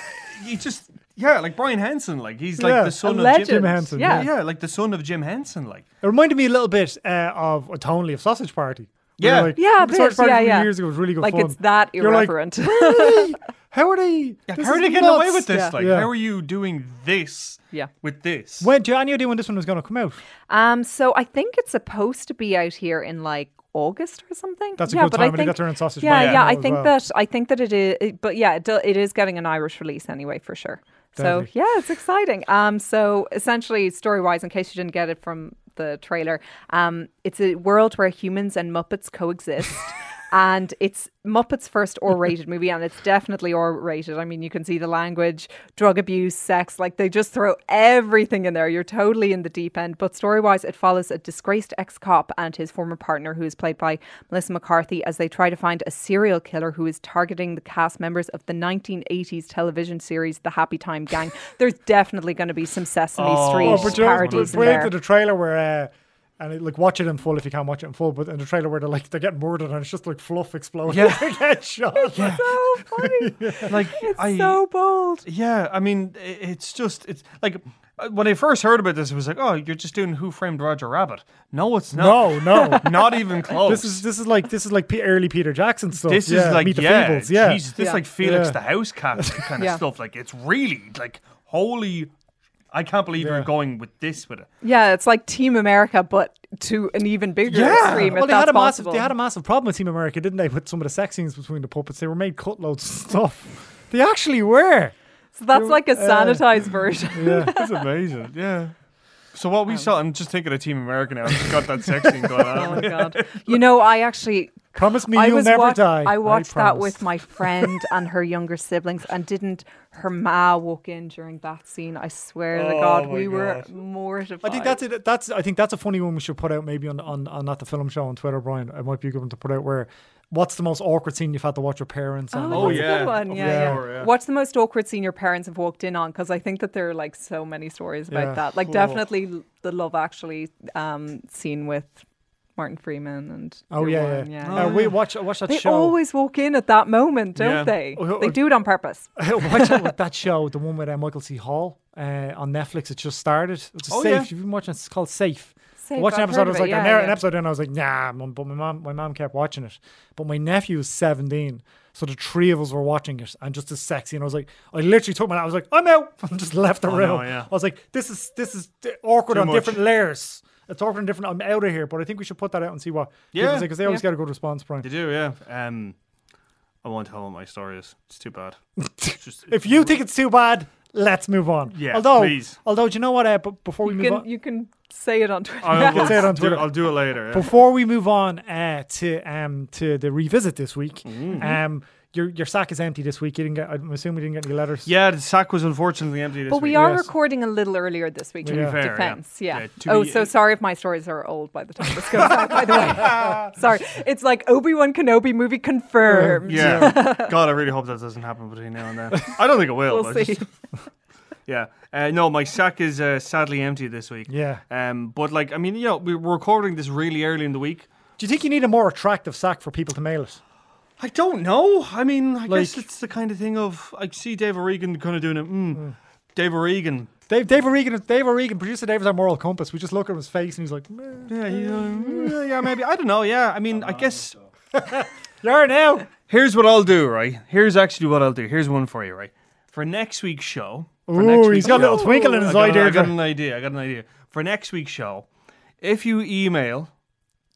[SPEAKER 4] he just yeah, like Brian Henson. Like he's like
[SPEAKER 2] Yeah.
[SPEAKER 4] the son
[SPEAKER 3] A
[SPEAKER 4] of
[SPEAKER 3] legend.
[SPEAKER 4] Jim
[SPEAKER 2] Jim Henson,
[SPEAKER 3] Yeah.
[SPEAKER 4] Yeah, like the son of Jim Henson. Like
[SPEAKER 2] It reminded me a little bit uh, of Tonally of Sausage Party. Where
[SPEAKER 4] Yeah.
[SPEAKER 2] you're like,
[SPEAKER 3] Yeah, a
[SPEAKER 2] Sausage
[SPEAKER 3] bit,
[SPEAKER 2] Party
[SPEAKER 3] yeah,
[SPEAKER 2] a few
[SPEAKER 3] yeah.
[SPEAKER 2] years ago was really good
[SPEAKER 3] Like,
[SPEAKER 2] fun.
[SPEAKER 3] it's that
[SPEAKER 2] You're like,
[SPEAKER 3] irreverent.
[SPEAKER 2] really?
[SPEAKER 3] [laughs]
[SPEAKER 2] How are they? this
[SPEAKER 4] how are
[SPEAKER 2] is
[SPEAKER 4] they getting away
[SPEAKER 2] nuts.
[SPEAKER 4] with this? Like
[SPEAKER 2] Yeah.
[SPEAKER 4] how are you doing this?
[SPEAKER 3] Yeah.
[SPEAKER 4] with this.
[SPEAKER 2] When do you have any idea when this one was going to come out?
[SPEAKER 3] Um, so I think it's supposed to be out here in like August or something.
[SPEAKER 2] That's a
[SPEAKER 3] yeah,
[SPEAKER 2] good
[SPEAKER 3] but
[SPEAKER 2] time
[SPEAKER 3] I
[SPEAKER 2] when you
[SPEAKER 3] think,
[SPEAKER 2] got there in sausage
[SPEAKER 3] Yeah,
[SPEAKER 2] bun
[SPEAKER 3] yeah.
[SPEAKER 2] now
[SPEAKER 3] I
[SPEAKER 2] as
[SPEAKER 3] think
[SPEAKER 2] well.
[SPEAKER 3] that I think that it is. It, but yeah, it, do, it is getting an Irish release anyway for sure.
[SPEAKER 2] Deadly.
[SPEAKER 3] So yeah, it's exciting. Um, so essentially, story wise, in case you didn't get it from the trailer, um, it's a world where humans and Muppets
[SPEAKER 2] [laughs]
[SPEAKER 3] coexist. And it's Muppet's first R-rated movie, and it's definitely R-rated. I mean, you can see the language, drug abuse, sex, like they just throw everything in there. You're totally in the deep end. But story-wise, it follows a disgraced ex-cop and his former partner, who is played by Melissa McCarthy, as they try to find a serial killer who is targeting the cast members of the 1980s television series The Happy
[SPEAKER 2] [laughs]
[SPEAKER 3] Time Gang. There's definitely going to be some Sesame Street
[SPEAKER 2] Oh, but you
[SPEAKER 3] parodies
[SPEAKER 2] but
[SPEAKER 3] in
[SPEAKER 2] wait
[SPEAKER 3] there.
[SPEAKER 2] to the trailer where. Uh, and it, like watch it in full if you can't watch it in full, but in the trailer where they're like they're getting murdered and it's just like fluff exploding. [laughs] Yeah, they get shot. Yeah. [laughs]
[SPEAKER 3] so funny.
[SPEAKER 4] like
[SPEAKER 3] It's
[SPEAKER 4] I
[SPEAKER 3] so bold.
[SPEAKER 4] Yeah, I mean, i- it's just it's like uh, when I first heard about this, it was like, oh, you're just doing Who Framed Roger Rabbit. No, it's not.
[SPEAKER 2] No,
[SPEAKER 4] [laughs]
[SPEAKER 2] no, [laughs]
[SPEAKER 4] not even close.
[SPEAKER 2] this is this is like this is like P- early Peter Jackson stuff.
[SPEAKER 4] This
[SPEAKER 2] yeah,
[SPEAKER 4] is like
[SPEAKER 2] Meet the
[SPEAKER 4] yeah,
[SPEAKER 2] Feebles. Yeah,
[SPEAKER 4] Jesus, this
[SPEAKER 3] Yeah.
[SPEAKER 4] is like Felix
[SPEAKER 2] Yeah.
[SPEAKER 4] the House Cat kind
[SPEAKER 3] Yeah.
[SPEAKER 4] of stuff. Like it's really like holy. I can't believe
[SPEAKER 2] Yeah.
[SPEAKER 4] you're going with this with it.
[SPEAKER 3] Yeah, it's like Team America, but to an even bigger extreme.
[SPEAKER 2] well,
[SPEAKER 3] if
[SPEAKER 2] they
[SPEAKER 3] that's
[SPEAKER 2] had a
[SPEAKER 3] possible.
[SPEAKER 2] massive they had a massive problem with Team America, didn't they? With some of the sex scenes between the puppets, they were made cut loads of stuff. They actually were.
[SPEAKER 3] so that's like
[SPEAKER 2] Uh,
[SPEAKER 3] a
[SPEAKER 2] [laughs]
[SPEAKER 3] sanitized version.
[SPEAKER 4] It's amazing. Yeah. So what we saw, I'm just thinking of Team America now. I just got that sex scene going [laughs]
[SPEAKER 3] Oh
[SPEAKER 4] on.
[SPEAKER 3] my god! You know, I actually.
[SPEAKER 2] Promise me
[SPEAKER 3] I
[SPEAKER 2] you'll
[SPEAKER 3] was
[SPEAKER 2] never
[SPEAKER 3] watch-
[SPEAKER 2] die.
[SPEAKER 3] I watched that
[SPEAKER 2] promise.
[SPEAKER 3] with my friend and her younger siblings, and didn't her ma walk in during that scene? I swear to
[SPEAKER 4] Oh
[SPEAKER 3] God, we were mortified.
[SPEAKER 2] I think that's it. That's I think that's a funny one we should put out maybe on on, on at the film show on Twitter, Brian. It might be a good one to put out where what's the most awkward scene you've had to watch your parents on?
[SPEAKER 4] Oh,
[SPEAKER 3] Oh, that's a
[SPEAKER 4] yeah.
[SPEAKER 3] good one.
[SPEAKER 4] Of
[SPEAKER 3] Yeah, yeah.
[SPEAKER 4] course, yeah.
[SPEAKER 3] What's the most awkward scene your parents have walked in on? Because I think that there are like so many stories about
[SPEAKER 2] Yeah.
[SPEAKER 3] that. Like definitely l- the Love Actually um, scene with Martin Freeman and
[SPEAKER 2] Oh
[SPEAKER 3] your
[SPEAKER 2] yeah,
[SPEAKER 3] one,
[SPEAKER 2] yeah. Uh, we watch watch that
[SPEAKER 3] They
[SPEAKER 2] show.
[SPEAKER 3] always walk in at that moment, don't
[SPEAKER 4] Yeah.
[SPEAKER 3] they?
[SPEAKER 2] Oh, oh,
[SPEAKER 3] They
[SPEAKER 2] oh.
[SPEAKER 3] do it on purpose.
[SPEAKER 2] [laughs] watch it with that show, the one with uh, Michael C. Hall uh, on Netflix. It just started. It's a
[SPEAKER 4] Oh,
[SPEAKER 2] safe.
[SPEAKER 4] yeah.
[SPEAKER 2] If you've been watching, it, it's called Safe.
[SPEAKER 3] Safe,
[SPEAKER 2] watched an
[SPEAKER 3] I've
[SPEAKER 2] episode, I
[SPEAKER 3] heard
[SPEAKER 2] was
[SPEAKER 3] of it,
[SPEAKER 2] like,
[SPEAKER 3] yeah,
[SPEAKER 2] an hour, an
[SPEAKER 3] yeah.
[SPEAKER 2] episode, and I was like, nah. Mum, But my mom, my mom kept watching it. But my nephew is seventeen, so the three of us were watching it, and just as sexy. And I was like, I literally took my, I was like, I'm out, [laughs] and just left the room.
[SPEAKER 4] no, yeah.
[SPEAKER 2] I was like, this is this is d- awkward
[SPEAKER 4] Too
[SPEAKER 2] on
[SPEAKER 4] much.
[SPEAKER 2] different layers. It's awkward on different. I'm out of here. But I think we should put that out and see what.
[SPEAKER 4] Yeah,
[SPEAKER 2] because they always
[SPEAKER 4] yeah.
[SPEAKER 2] get a good response, Brian.
[SPEAKER 4] They do, yeah. Um, I won't tell what my story is. It's too [laughs] bad. It's just,
[SPEAKER 2] If you think it's too bad, let's move on.
[SPEAKER 4] Yeah,
[SPEAKER 2] although,
[SPEAKER 4] please.
[SPEAKER 2] although, do you know what? Uh, but before we
[SPEAKER 3] You
[SPEAKER 2] move
[SPEAKER 3] can,
[SPEAKER 2] on,
[SPEAKER 3] you can say it on Twitter.
[SPEAKER 4] I will
[SPEAKER 2] say it on
[SPEAKER 4] do-
[SPEAKER 2] Twitter.
[SPEAKER 4] I'll do it later. yeah.
[SPEAKER 2] before we move on uh, to um to the revisit this week,
[SPEAKER 4] Mm-hmm.
[SPEAKER 2] um, your your sack is empty this week. You didn't get. I'm assuming you didn't get any letters.
[SPEAKER 4] Yeah, the sack was unfortunately empty this
[SPEAKER 3] But we
[SPEAKER 4] week.
[SPEAKER 3] are
[SPEAKER 2] yes.
[SPEAKER 3] recording a little earlier this week. To
[SPEAKER 2] be
[SPEAKER 3] in
[SPEAKER 4] fair, yeah.
[SPEAKER 3] defense, yeah.
[SPEAKER 4] Yeah, to
[SPEAKER 3] oh,
[SPEAKER 4] be-
[SPEAKER 3] so sorry if my stories are old by the time this goes out. By
[SPEAKER 4] [laughs]
[SPEAKER 3] the way, [laughs] sorry. It's like Obi Wan Kenobi movie confirmed. [laughs]
[SPEAKER 4] Yeah. God, I really hope that doesn't happen between now [laughs] and then. I don't think it will.
[SPEAKER 3] We'll
[SPEAKER 4] but I
[SPEAKER 3] see.
[SPEAKER 4] just- yeah. Uh, no, my sack is uh, sadly empty this week.
[SPEAKER 2] Yeah.
[SPEAKER 4] Um, but like, I mean, you know, we we're recording this really early in the week.
[SPEAKER 2] Do you think you need a more attractive sack for people to mail it?
[SPEAKER 4] I don't know. I mean, I guess
[SPEAKER 2] Like-
[SPEAKER 4] it's the kind of thing of I see Dave O'Regan kind of doing it. Mm,
[SPEAKER 2] Hmm.
[SPEAKER 4] Dave O'Regan.
[SPEAKER 2] Dave, Dave O'Regan, Dave O'Regan, producer Dave is our moral compass. We just look at his face and he's like, "Meh."
[SPEAKER 4] Yeah, he's, uh, mm, yeah, maybe. I don't know. Yeah, I mean, I guess.
[SPEAKER 2] "You're now."
[SPEAKER 4] Here's what I'll do, right? Here's actually what I'll do. Here's one for you, right? For next week's show. For next
[SPEAKER 2] Ooh, he's
[SPEAKER 4] week's
[SPEAKER 2] got a
[SPEAKER 4] show-
[SPEAKER 2] little twinkle in his
[SPEAKER 4] I
[SPEAKER 2] eye,
[SPEAKER 4] got, I got
[SPEAKER 2] Deirdre.
[SPEAKER 4] an idea. I got an idea. For next week's show, if you email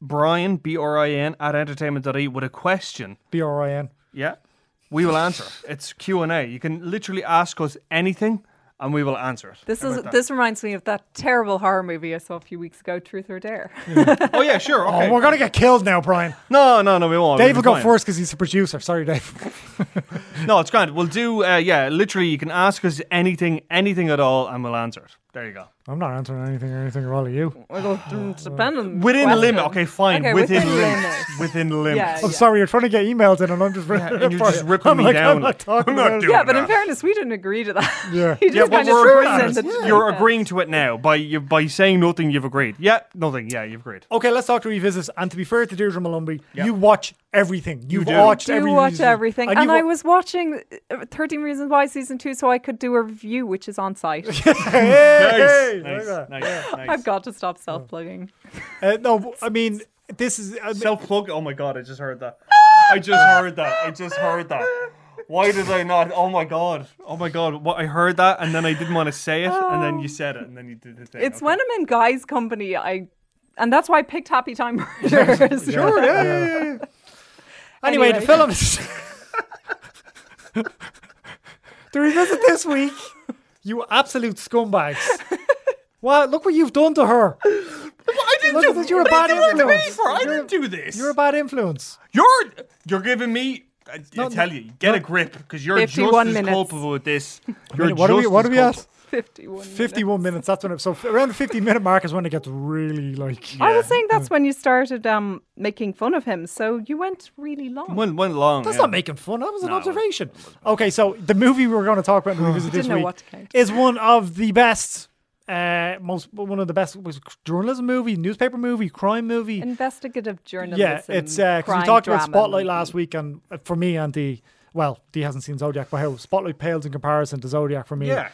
[SPEAKER 4] Brian, B R I N, at entertainment.e with a question,
[SPEAKER 2] B R I N.
[SPEAKER 4] yeah, we will answer it. It's Q&A. You can literally ask us anything and we will answer it.
[SPEAKER 3] [laughs] This
[SPEAKER 4] How
[SPEAKER 3] is
[SPEAKER 4] about that?
[SPEAKER 3] this reminds me of that terrible horror movie I saw a few weeks ago, Truth or
[SPEAKER 4] [laughs]
[SPEAKER 3] Dare.
[SPEAKER 4] Oh, yeah, sure. Okay.
[SPEAKER 2] Oh, we're gonna get killed now, Brian.
[SPEAKER 4] No, no, no, we won't.
[SPEAKER 2] Dave
[SPEAKER 4] We'll
[SPEAKER 2] will
[SPEAKER 4] be
[SPEAKER 2] go
[SPEAKER 4] fine.
[SPEAKER 2] first because he's the producer. Sorry, Dave. [laughs]
[SPEAKER 4] No, it's grand. We'll do, uh, yeah, literally, you can ask us anything, anything at all, and we'll answer it. There you go.
[SPEAKER 2] I'm not answering anything or anything at all of you.
[SPEAKER 3] Well, it's dependent on the
[SPEAKER 4] Within
[SPEAKER 3] question.
[SPEAKER 4] limit. Okay, fine.
[SPEAKER 3] Okay,
[SPEAKER 4] within,
[SPEAKER 3] within
[SPEAKER 4] limits.
[SPEAKER 3] limits.
[SPEAKER 4] Within limits.
[SPEAKER 3] Yeah,
[SPEAKER 2] I'm
[SPEAKER 3] yeah.
[SPEAKER 2] Oh, sorry, you're trying to get emails in, and I'm just [laughs]
[SPEAKER 4] and you're just ripping
[SPEAKER 2] I'm
[SPEAKER 4] me
[SPEAKER 2] like,
[SPEAKER 4] down.
[SPEAKER 2] I'm not talking
[SPEAKER 4] I'm not
[SPEAKER 2] about it.
[SPEAKER 4] doing
[SPEAKER 3] Yeah, but in
[SPEAKER 4] that.
[SPEAKER 3] fairness, we didn't agree to [laughs] that.
[SPEAKER 2] Yeah.
[SPEAKER 3] He
[SPEAKER 4] Yeah,
[SPEAKER 3] just
[SPEAKER 4] but
[SPEAKER 3] kind of
[SPEAKER 4] we're
[SPEAKER 3] threw us
[SPEAKER 4] agreeing.
[SPEAKER 3] into the
[SPEAKER 4] You're
[SPEAKER 3] deep end.
[SPEAKER 4] agreeing to it now by you by saying nothing. You've agreed. Yeah, nothing. Yeah, you've agreed.
[SPEAKER 2] Okay, let's talk to revisits. And to be fair to Deirdre Malumbi, you watch everything. You've
[SPEAKER 4] do.
[SPEAKER 2] watched
[SPEAKER 3] do
[SPEAKER 2] every
[SPEAKER 3] watch
[SPEAKER 2] revisit.
[SPEAKER 3] everything. And,
[SPEAKER 2] you've
[SPEAKER 3] I
[SPEAKER 2] wa-
[SPEAKER 3] was watching uh, 13 Reasons Why season two so I could do a review, which is on site.
[SPEAKER 2] Hey!
[SPEAKER 4] nice,
[SPEAKER 2] Look at
[SPEAKER 4] nice, nice.
[SPEAKER 3] I've got to stop self plugging.
[SPEAKER 2] that. Uh, no, I mean, this is. uh, I [laughs] mean,
[SPEAKER 4] Self plug. Oh my god! I just heard that. I just heard that. I just heard that. Why did I not? Oh my god! Oh my god! What I heard that, and then I didn't want to say it, and then you said it, and then you did the thing.
[SPEAKER 3] It's
[SPEAKER 4] okay.
[SPEAKER 3] when I'm in guys' company, I. And that's why I picked Happy Time [laughs] Murders. sure, [laughs] yeah.
[SPEAKER 2] anyway, the
[SPEAKER 3] anyway.
[SPEAKER 2] film is. [laughs] the revisit this week, you absolute
[SPEAKER 3] [laughs]
[SPEAKER 2] scumbags. Wow, look what you've done to her.
[SPEAKER 4] I didn't
[SPEAKER 2] Look
[SPEAKER 4] do
[SPEAKER 2] at this,
[SPEAKER 4] this.
[SPEAKER 2] you're a
[SPEAKER 4] You're
[SPEAKER 2] bad influence.
[SPEAKER 4] for. I
[SPEAKER 2] You're-
[SPEAKER 4] didn't do this.
[SPEAKER 2] You're a bad influence.
[SPEAKER 4] You're you're giving me. I, I
[SPEAKER 2] not-
[SPEAKER 4] tell you, get a grip because you're just as
[SPEAKER 3] 51 minutes.
[SPEAKER 4] culpable
[SPEAKER 2] [laughs]
[SPEAKER 4] with this. You're
[SPEAKER 2] What are we,
[SPEAKER 4] just
[SPEAKER 2] what
[SPEAKER 4] as
[SPEAKER 2] are we
[SPEAKER 4] culpable.
[SPEAKER 2] at?
[SPEAKER 3] 51. minutes.
[SPEAKER 2] 51 minutes. That's when it. So around the 50 minute mark is when it gets really like.
[SPEAKER 3] I was saying that's when you started um, making fun of him, so you went really long.
[SPEAKER 4] Went, went long.
[SPEAKER 2] That's
[SPEAKER 4] yeah.
[SPEAKER 2] not making fun. That was an
[SPEAKER 4] No, it wasn't.
[SPEAKER 2] observation. Okay, so the movie we were going to talk about in the revisit this
[SPEAKER 3] Didn't know
[SPEAKER 2] week
[SPEAKER 3] what to count.
[SPEAKER 2] is one of the best, uh, most one of the best was journalism movie, newspaper movie, crime movie.
[SPEAKER 3] Investigative journalism.
[SPEAKER 2] yeah, it's because we
[SPEAKER 3] crime
[SPEAKER 2] talked about
[SPEAKER 3] drama
[SPEAKER 2] Spotlight
[SPEAKER 3] movie.
[SPEAKER 2] last week, and uh, for me, and the well, Dee hasn't seen Zodiac, but how Spotlight pales in comparison to Zodiac for me.
[SPEAKER 4] Yeah.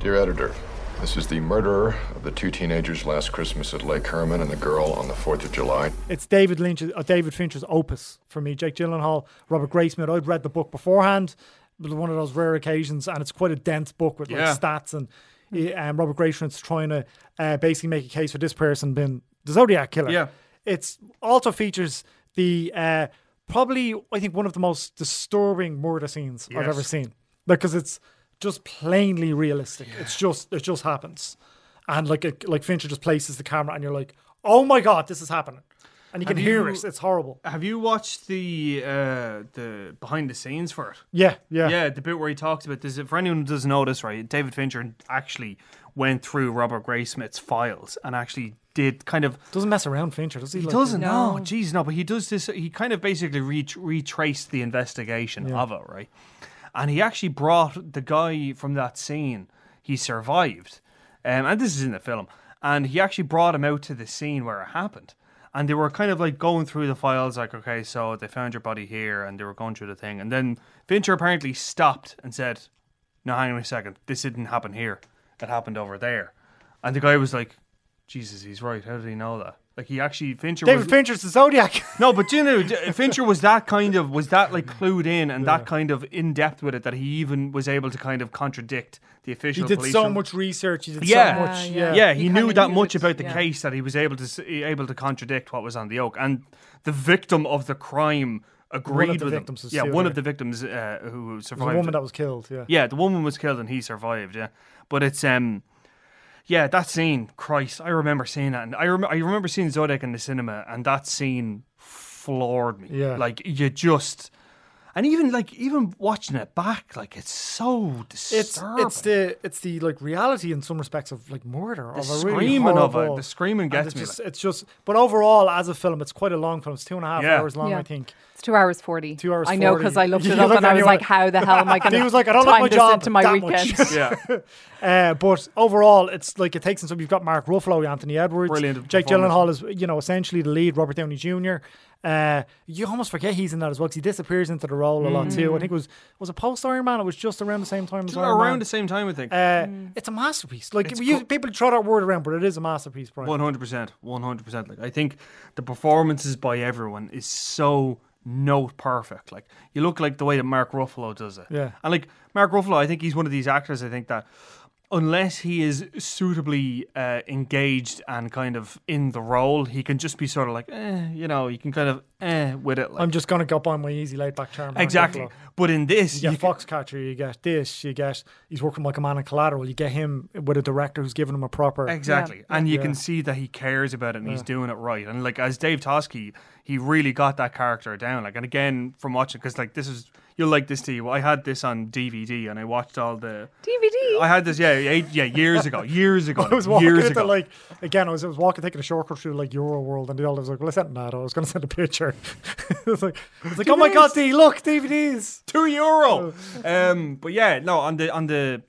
[SPEAKER 9] Dear editor, this is the murderer of the two teenagers last Christmas at Lake Herman and the girl on the 4th of July.
[SPEAKER 2] It's David Lynch's, uh, David Fincher's opus for me. Jake Gyllenhaal, Robert Graysmith. I'd read the book beforehand, but one of those rare occasions, and it's quite a dense book with
[SPEAKER 4] Yeah.
[SPEAKER 2] like stats and and Robert Graysmith's trying to uh, basically make a case for this person being the Zodiac killer.
[SPEAKER 4] Yeah.
[SPEAKER 2] it's also features the uh, probably I think one of the most disturbing murder scenes I've ever
[SPEAKER 4] Yes.
[SPEAKER 2] seen because it's just plainly realistic. It's just it just happens, and like it, like Fincher just places the camera, and you're like, oh my god, this is happening, and you can
[SPEAKER 4] Have
[SPEAKER 2] hear
[SPEAKER 4] you-
[SPEAKER 2] it. It's horrible.
[SPEAKER 4] Have you watched the uh, the behind the scenes for it?
[SPEAKER 2] Yeah, yeah,
[SPEAKER 4] Yeah, the bit where he talks about this. For anyone who doesn't know this, right? David Fincher actually went through Robert Graysmith's files and actually did kind of
[SPEAKER 2] Doesn't mess around, Fincher, does he?
[SPEAKER 4] He
[SPEAKER 2] Like,
[SPEAKER 4] doesn't.
[SPEAKER 3] No.
[SPEAKER 4] No, jeez, no. But he does this. He kind of basically re- retraced the investigation of it, right? And he actually brought the guy from that scene. He survived, um, and this is in the film. And he actually brought him out to the scene where it happened. And they were kind of like going through the files, like, okay, so they found your body here, and they were going through the thing. And then Fincher apparently stopped and said, "No, hang on a second. This didn't happen here. It happened over there." And the guy was like, Jesus, he's right. How did he know that? Like he actually Fincher.
[SPEAKER 2] David
[SPEAKER 4] was,
[SPEAKER 2] Fincher's the Zodiac. [laughs]
[SPEAKER 4] No, but you know, d- Fincher was that kind of was that like clued in and that kind of in depth with it that he even was able to kind of contradict
[SPEAKER 2] he
[SPEAKER 4] the official.
[SPEAKER 2] did
[SPEAKER 4] police
[SPEAKER 2] so
[SPEAKER 4] rep-
[SPEAKER 2] much research. He did
[SPEAKER 4] Yeah.
[SPEAKER 2] so much. Yeah.
[SPEAKER 3] Yeah,
[SPEAKER 4] Yeah,
[SPEAKER 3] He
[SPEAKER 4] he, knew
[SPEAKER 3] kinda
[SPEAKER 4] that
[SPEAKER 3] knew
[SPEAKER 4] much
[SPEAKER 3] it,
[SPEAKER 4] about the
[SPEAKER 3] yeah.
[SPEAKER 4] case that he was able to s- able to contradict what was on the oak, and the victim of the crime agreed
[SPEAKER 2] the
[SPEAKER 4] with
[SPEAKER 2] victims
[SPEAKER 4] him.
[SPEAKER 2] was
[SPEAKER 4] Yeah,
[SPEAKER 2] still
[SPEAKER 4] one
[SPEAKER 2] there.
[SPEAKER 4] of the victims uh, who
[SPEAKER 2] The
[SPEAKER 4] survived.
[SPEAKER 2] woman that was killed. Yeah.
[SPEAKER 4] Yeah, the woman was killed and he survived. Yeah, but it's um, yeah, that scene. Christ, I remember seeing that, and I rem- I remember seeing Zodiac in the cinema, and that scene floored me.
[SPEAKER 2] Yeah.
[SPEAKER 4] like you just, and even like even watching it back, like it's so
[SPEAKER 2] It's
[SPEAKER 4] disturbing.
[SPEAKER 2] it's the it's the like reality in some respects of like murder
[SPEAKER 4] The
[SPEAKER 2] of a really
[SPEAKER 4] screaming of it,
[SPEAKER 2] horrible-
[SPEAKER 4] the screaming
[SPEAKER 2] and
[SPEAKER 4] gets
[SPEAKER 2] it's
[SPEAKER 4] me,
[SPEAKER 2] Just, it's just, but overall, as a film, it's quite a long film. It's two and a half
[SPEAKER 4] Yeah.
[SPEAKER 2] hours long,
[SPEAKER 3] Yeah.
[SPEAKER 2] I think.
[SPEAKER 3] It's two hours forty.
[SPEAKER 2] Two hours
[SPEAKER 3] I know
[SPEAKER 2] 40.
[SPEAKER 3] because I looked
[SPEAKER 2] [laughs] You
[SPEAKER 3] it up
[SPEAKER 2] look
[SPEAKER 3] and I was
[SPEAKER 2] anyway.
[SPEAKER 3] like, "How the hell am I going
[SPEAKER 2] [laughs]
[SPEAKER 3] to?"
[SPEAKER 2] He was like, I don't like my job
[SPEAKER 3] into my
[SPEAKER 2] that
[SPEAKER 3] weekend. [laughs]
[SPEAKER 2] much. [laughs]
[SPEAKER 4] [laughs] yeah.
[SPEAKER 2] Uh, but overall, it's like it takes in some. You've got Mark Ruffalo, Anthony Edwards,
[SPEAKER 4] Brilliant
[SPEAKER 2] Jake
[SPEAKER 4] performance.
[SPEAKER 2] Gyllenhaal is you know essentially the lead, Robert Downey Jr. Uh, you almost forget he's in that as well because he disappears into the role a lot
[SPEAKER 4] Mm.
[SPEAKER 2] too. I think it was was it post Iron Man. It was just around the same time as Iron Man.
[SPEAKER 4] around the same time, I think.
[SPEAKER 2] Uh, It's a masterpiece. Like
[SPEAKER 4] It's
[SPEAKER 2] we use,
[SPEAKER 4] co-
[SPEAKER 2] people throw that word around, but it is a masterpiece, Brian.
[SPEAKER 4] One hundred percent, one hundred percent. Like I think the performances by everyone is so note perfect. Like you look like the way that Mark Ruffalo does it.
[SPEAKER 2] Yeah.
[SPEAKER 4] and like Mark Ruffalo, I think he's one of these actors. I think that unless he is suitably uh, engaged and kind of in the role, he can just be sort of like, eh, you know, you can kind of eh with it. Like,
[SPEAKER 2] I'm just gonna go by my easy laid back charm. Mark
[SPEAKER 4] exactly.
[SPEAKER 2] Ruffalo.
[SPEAKER 4] But in this,
[SPEAKER 2] You
[SPEAKER 4] you
[SPEAKER 2] get
[SPEAKER 4] can-
[SPEAKER 2] Foxcatcher, you get this, you get he's working like a man in collateral, you get him with a director who's giving him a proper
[SPEAKER 4] Exactly. And you
[SPEAKER 2] Yeah.
[SPEAKER 4] can see that he cares about it and he's doing it right. And like as Dave Tosky, he really got that character down. Like and again from watching cuz like this is you'll like this too. I had this on DVD and I watched all the
[SPEAKER 3] DVD.
[SPEAKER 4] I had this yeah, eight, yeah, years
[SPEAKER 2] [laughs]
[SPEAKER 4] ago. Years ago.
[SPEAKER 2] [laughs] I was walking
[SPEAKER 4] years
[SPEAKER 2] into
[SPEAKER 4] ago.
[SPEAKER 2] like again. I was, I was walking, taking a shortcut through like Euro World, and the elder was like, "Well, I sent that. I was going to send a picture." [laughs] it's like, it's like, oh my god, D, look, DVDs.
[SPEAKER 4] 2
[SPEAKER 2] Oh.
[SPEAKER 4] euro. um but yeah, no, on the on the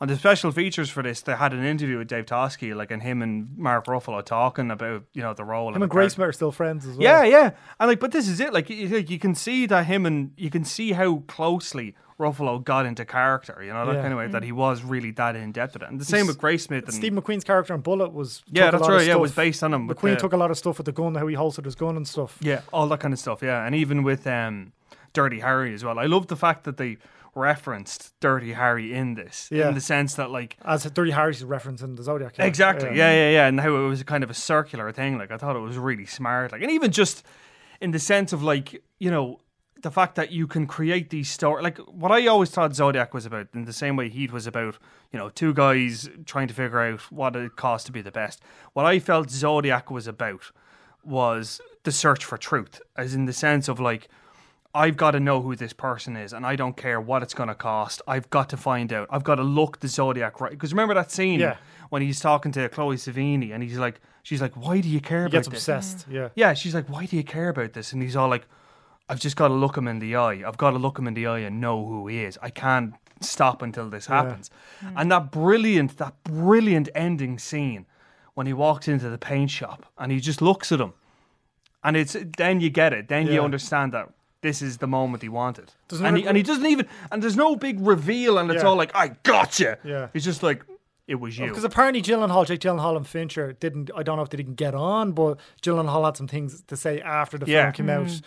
[SPEAKER 4] on the special features for this, they had an interview with Dave Tosky, like and him and Mark Ruffalo talking about, you know, the role
[SPEAKER 2] Him
[SPEAKER 4] the
[SPEAKER 2] and Grace
[SPEAKER 4] character.
[SPEAKER 2] Smith are still friends as well.
[SPEAKER 4] Yeah, yeah. And like, but this is it. Like, you, like, you can see that him and you can see how closely Ruffalo got into character. You know that
[SPEAKER 2] Yeah.
[SPEAKER 4] kind of way that he was really that in depth with it. And the same with Gray Smith and
[SPEAKER 2] Steve McQueen's character in Bullet was
[SPEAKER 4] Yeah,
[SPEAKER 2] took a
[SPEAKER 4] that's
[SPEAKER 2] lot of
[SPEAKER 4] right, yeah, it was
[SPEAKER 2] stuff.
[SPEAKER 4] based on him with
[SPEAKER 2] McQueen
[SPEAKER 4] the-
[SPEAKER 2] took a lot of stuff with the gun, how he holstered his gun and stuff.
[SPEAKER 4] yeah, all that kind of stuff. Yeah, and even with um, Dirty Harry as well. I love the fact that they referenced Dirty Harry in this,
[SPEAKER 2] Yeah.
[SPEAKER 4] in the sense that like.
[SPEAKER 2] As Dirty Harry's reference in the Zodiac. Um, Killer.
[SPEAKER 4] Exactly. Yeah. yeah, yeah, And how it was kind of a circular thing. Like I thought it was really smart. Like and even just in the sense of like, you know, the fact that you can create these stories. Like what I always thought Zodiac was about, in the same way Heat was about, you know, two guys trying to figure out what it costs to be the best. What I felt Zodiac was about was the search for truth, as in the sense of like I've got to know who this person is, and I don't care what it's going to cost. I've got to find out. I've got to look the Zodiac right. Because remember that scene
[SPEAKER 2] Yeah.
[SPEAKER 4] when he's talking to Chloe Savini, and he's like, she's like, "Why do you care
[SPEAKER 2] he
[SPEAKER 4] about
[SPEAKER 2] gets
[SPEAKER 4] this?"
[SPEAKER 2] obsessed. Yeah.
[SPEAKER 4] Yeah, she's like, "Why do you care about this?" And he's all like, "I've just got to look him in the eye. I've got to look him in the eye and know who he is. I can't stop until this happens." And that brilliant, that brilliant ending scene when he walks into the paint shop and he just looks at him, and it's then you get it. Then you
[SPEAKER 2] Yeah.
[SPEAKER 4] understand that. This is the moment he wanted,
[SPEAKER 2] There's
[SPEAKER 4] and
[SPEAKER 2] another
[SPEAKER 4] he, and he doesn't even. And there's no big reveal, and it's
[SPEAKER 2] Yeah.
[SPEAKER 4] all like, "I got you."
[SPEAKER 2] Yeah. Oh,
[SPEAKER 4] he's just like, "It was you."
[SPEAKER 2] Because apparently Gyllenhaal, Jake Gyllenhaal and Fincher didn't. I don't know if they didn't get on, but Gyllenhaal had some things to say after the film
[SPEAKER 4] Yeah.
[SPEAKER 2] came
[SPEAKER 3] Mm.
[SPEAKER 2] out.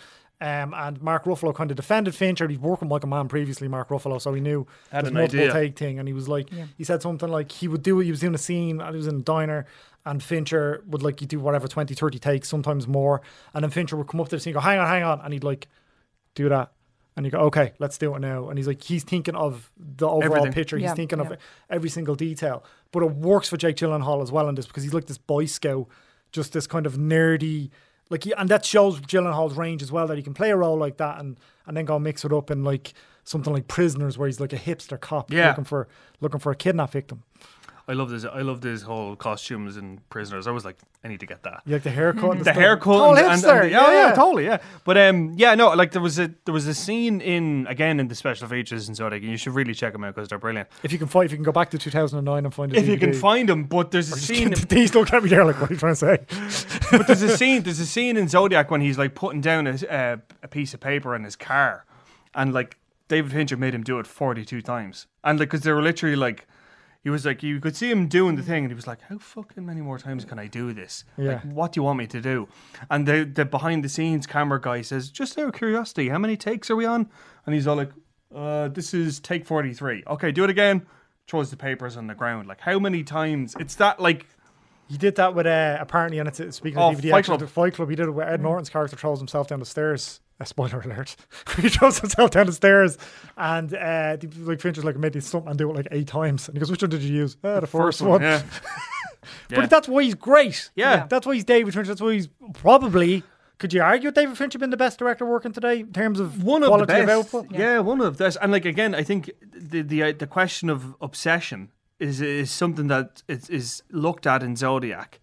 [SPEAKER 2] Um, and Mark Ruffalo kind of defended Fincher. He'd worked with Michael Mann previously, Mark Ruffalo, so he knew
[SPEAKER 4] Had
[SPEAKER 2] this
[SPEAKER 4] an
[SPEAKER 2] multiple
[SPEAKER 4] idea.
[SPEAKER 2] take thing. And he was like, he said something like he would do. He was doing a scene. and He was in a diner, and Fincher would like you do whatever 20, 30 takes, sometimes more. And then Fincher would come up to the scene, and go, "Hang on, hang on," and he'd like do that. And you go, okay, let's do it now. And he's like, he's thinking of the overall
[SPEAKER 4] Everything.
[SPEAKER 2] picture. He's
[SPEAKER 3] Yeah,
[SPEAKER 2] thinking of
[SPEAKER 3] yeah.
[SPEAKER 2] every single detail. But it works for Jake Gyllenhaal as well in this because he's like this boy scout, just this kind of nerdy, like, he, and that shows Gyllenhaal's range as well that he can play a role like that and and then go mix it up in like something like Prisoners where he's like a hipster cop
[SPEAKER 4] Yeah.
[SPEAKER 2] looking for looking for a kidnap victim.
[SPEAKER 4] I love this. I love this whole costumes and prisoners. I was like, I need to get that.
[SPEAKER 2] You like the haircut, and
[SPEAKER 4] The
[SPEAKER 2] stuff.
[SPEAKER 4] haircut,
[SPEAKER 2] Total
[SPEAKER 4] and- and-
[SPEAKER 2] hipster,
[SPEAKER 4] and the-
[SPEAKER 2] yeah, yeah,
[SPEAKER 4] totally, yeah. But um, yeah, no, like there was a there was a scene in again in the special features and so like you should really check them out because they're brilliant.
[SPEAKER 2] If you can find, if you can go back to 2009 and find it,
[SPEAKER 4] If you can find them, but there's
[SPEAKER 2] [laughs]
[SPEAKER 4] a scene,
[SPEAKER 2] These look at me there like, what are you trying to
[SPEAKER 4] [laughs]
[SPEAKER 2] say?
[SPEAKER 4] but there's a scene, there's a scene in Zodiac when he's like putting down a, uh, a piece of paper in his car, and like David Fincher made him do it 42 times, and like because they were literally like. he was like, you could see him doing the thing, and he was like, how fucking many more times can I do this?
[SPEAKER 2] Yeah.
[SPEAKER 4] Like, what do you want me to do? And the the behind the scenes camera guy says, just out of curiosity, how many takes are we on? And he's all like, uh, this is take forty three. Okay, do it again. Throws the papers on the ground. Like, how many times? It's that like
[SPEAKER 2] He did that with uh, apparently, and it's speaking
[SPEAKER 4] Oh,
[SPEAKER 2] of DVD,
[SPEAKER 4] Fight
[SPEAKER 2] actually,
[SPEAKER 4] Club.
[SPEAKER 2] the Fight Club. He did it where Ed Norton's character throws himself down the stairs. A spoiler alert! [laughs] he throws himself down the stairs, and uh, the- like Fincher's like made this stunt and do it like eight times, and he goes, "Which one did you use?" "Ah, the first, one.
[SPEAKER 4] Yeah.
[SPEAKER 2] [laughs] But that's why he's great.
[SPEAKER 4] Yeah. Yeah.
[SPEAKER 2] that's why he's David Fincher. That's why he's probably. Could you argue David Fincher been the best director working today in terms of
[SPEAKER 4] one of
[SPEAKER 2] quality
[SPEAKER 4] the
[SPEAKER 2] of
[SPEAKER 4] best.
[SPEAKER 2] output?
[SPEAKER 4] Yeah. one of this, and like again, I think the the uh, the question of obsession is is something that is, is looked at in Zodiac,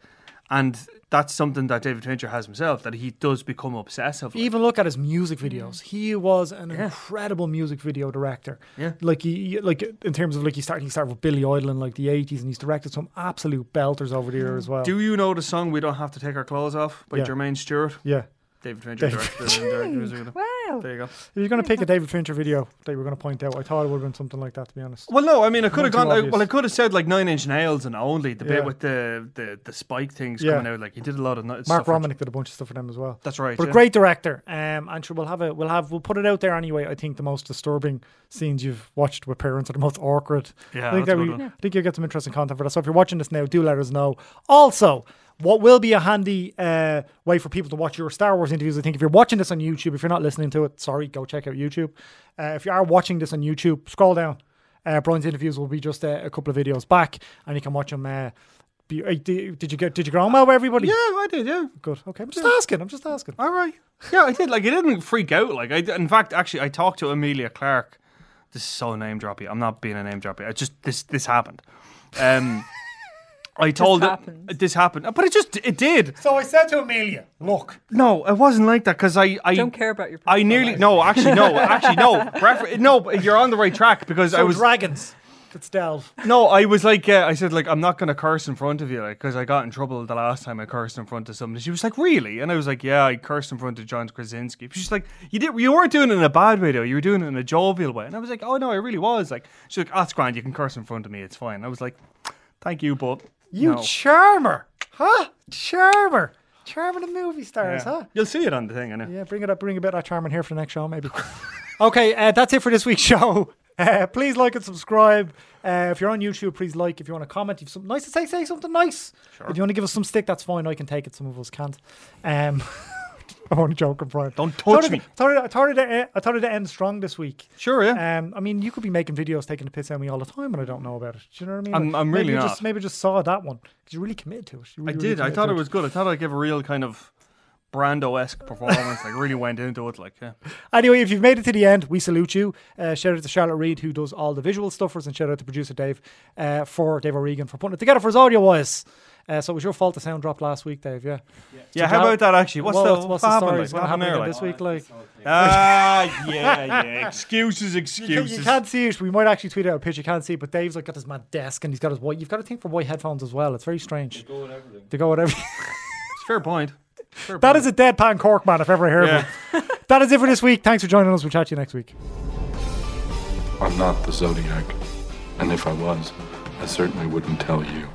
[SPEAKER 4] and that's something that David Fincher has himself that he does become obsessive. like.
[SPEAKER 2] Even look at his music videos. He was an incredible music video director.
[SPEAKER 4] Yeah.
[SPEAKER 2] like he like in terms of like he started he started with Billy Idol in like the eighties, and he's directed some absolute belters over the year as well.
[SPEAKER 4] Do you know the song "We Don't Have to Take Our Clothes Off" by
[SPEAKER 2] Yeah.
[SPEAKER 4] Jermaine Stewart?
[SPEAKER 2] yeah,
[SPEAKER 4] David Fincher
[SPEAKER 2] David
[SPEAKER 4] directed it and directed music video.
[SPEAKER 3] Wow.
[SPEAKER 4] There you go.
[SPEAKER 2] if you're going to pick a David Fincher video that you were going to point out, I thought it would have been something like that. To be honest,
[SPEAKER 4] Well, no, I mean, I could have
[SPEAKER 2] too
[SPEAKER 4] gone. I,
[SPEAKER 2] obvious.
[SPEAKER 4] well, I could have said like Nine Inch Nails and only the
[SPEAKER 2] Yeah.
[SPEAKER 4] bit with the, the the spike things
[SPEAKER 2] Yeah.
[SPEAKER 4] coming out. Like he did a lot of no-
[SPEAKER 2] Mark
[SPEAKER 4] stuff for-
[SPEAKER 2] Romanek did a bunch of stuff for them as well.
[SPEAKER 4] That's right.
[SPEAKER 2] but
[SPEAKER 4] yeah.
[SPEAKER 2] a great director. Um, and sure, we'll have a we'll have we'll put it out there anyway. I think the most disturbing scenes you've watched with parents are the most awkward.
[SPEAKER 4] Yeah,
[SPEAKER 2] I think,
[SPEAKER 4] that's a
[SPEAKER 2] that
[SPEAKER 4] good one.
[SPEAKER 2] I think you'll get some interesting content for that. So if you're watching this now, do let us know. Also. What will be a handy uh, way for people to watch your Star Wars interviews? I think if you're watching this on YouTube, if you're not listening to it, sorry, go check out YouTube. Uh, if you are watching this on YouTube, scroll down. Uh, Brian's interviews will be just uh, a couple of videos back, and you can watch them. Uh, be, uh, did did you get? Did you get on well with everybody?
[SPEAKER 4] Yeah, I did. Yeah.
[SPEAKER 2] good. Okay, I'm just asking. I'm just asking.
[SPEAKER 4] All right. Yeah, I did. Like, it didn't freak out. Like, I d- in fact, actually, I talked to Amelia Clark. This is so name droppy. I'm not being a name droppy. I just this this happened.
[SPEAKER 3] [laughs]
[SPEAKER 4] Um, I told
[SPEAKER 3] happens.
[SPEAKER 4] it this happened, but it just it did.
[SPEAKER 2] So I said to Amelia, look,
[SPEAKER 4] No, it wasn't like that because I I
[SPEAKER 3] Don't care about your
[SPEAKER 4] I nearly no, actually no, actually
[SPEAKER 3] [laughs]
[SPEAKER 4] no. Refer- no, but you're on the right track because I was
[SPEAKER 2] dragons. It's delve.
[SPEAKER 4] no, I was like, uh, I said, like, I'm not gonna curse in front of you, like, because I got in trouble the last time I cursed in front of somebody. She was like, really? And I was like, yeah, I cursed in front of John Krasinski. She's like, you did, you weren't doing it in a bad way though. You were doing it in a jovial way. And I was like, oh no, I really was. Like, she's like, that's grand. You can curse in front of me. It's fine. I was like, thank you, but
[SPEAKER 2] You
[SPEAKER 4] no.
[SPEAKER 2] charmer, huh? Charmer, charmer the movie stars, huh?
[SPEAKER 4] Yeah. You'll see it on the thing, I know.
[SPEAKER 2] Yeah, bring it up, bring a bit of charm in here for the next show, maybe. [laughs] okay, uh, that's it for this week's [laughs] show. Uh, please like and subscribe. Uh, if you're on YouTube, please like. If you want to comment, if you've something nice to say, say something nice. If you want to give us some stick, that's fine. I can take it. Some of us can't. Um, [laughs] I'm only joking, Brian.
[SPEAKER 4] Don't
[SPEAKER 2] I thought
[SPEAKER 4] touch
[SPEAKER 2] it-
[SPEAKER 4] me.
[SPEAKER 2] I thought it- I thought it uh, I thought it end strong this week.
[SPEAKER 4] Sure, yeah.
[SPEAKER 2] Um, I mean, you could be making videos taking the piss out of me all the time, and I don't know about it. Do you know what I mean?
[SPEAKER 4] I'm-
[SPEAKER 2] Like,
[SPEAKER 4] I'm
[SPEAKER 2] maybe
[SPEAKER 4] really
[SPEAKER 2] you
[SPEAKER 4] not.
[SPEAKER 2] Just, maybe I just saw that one because you really committed to it. You
[SPEAKER 4] I
[SPEAKER 2] really, really
[SPEAKER 4] did. I
[SPEAKER 2] committed
[SPEAKER 4] thought
[SPEAKER 2] to
[SPEAKER 4] it was good. I thought I'd give a real kind of Brando esque performance. like, really went into it. Like,
[SPEAKER 2] [laughs]
[SPEAKER 4] yeah.
[SPEAKER 2] Anyway, if you've made it to the end, we salute you. Uh, shout out to Charlotte Reed, who does all the visual stuff for us, and shout out to producer Dave uh, for Dave O'Regan for putting it together for us audio wise. Uh, so it was your fault the sound dropped last week, Dave. Yeah.
[SPEAKER 4] Yeah, how about that actually? What's
[SPEAKER 2] Well,
[SPEAKER 4] the
[SPEAKER 2] what's, what's
[SPEAKER 4] what
[SPEAKER 2] the
[SPEAKER 4] happened,
[SPEAKER 2] story?
[SPEAKER 4] like?
[SPEAKER 2] What's
[SPEAKER 4] What
[SPEAKER 2] going to happen
[SPEAKER 4] happened there,
[SPEAKER 2] again
[SPEAKER 4] like?
[SPEAKER 2] this week? Like,
[SPEAKER 4] Ah, [laughs] yeah, yeah. Excuses,
[SPEAKER 2] you,
[SPEAKER 4] excuses.
[SPEAKER 2] you can't see it. We might actually tweet out a picture. You can't see it, but Dave's like got his mad desk and he's got his white. You've got to think for white headphones as well. It's very strange. They go with everything. They go with everything.
[SPEAKER 4] It's a fair point. Fair
[SPEAKER 2] that
[SPEAKER 4] point.
[SPEAKER 2] is a deadpan cork man if ever I heard
[SPEAKER 4] Yeah.
[SPEAKER 2] of it. That is it for this week. Thanks for joining us. We'll chat to you next week.
[SPEAKER 9] I'm not the Zodiac. And if I was, I certainly wouldn't tell you.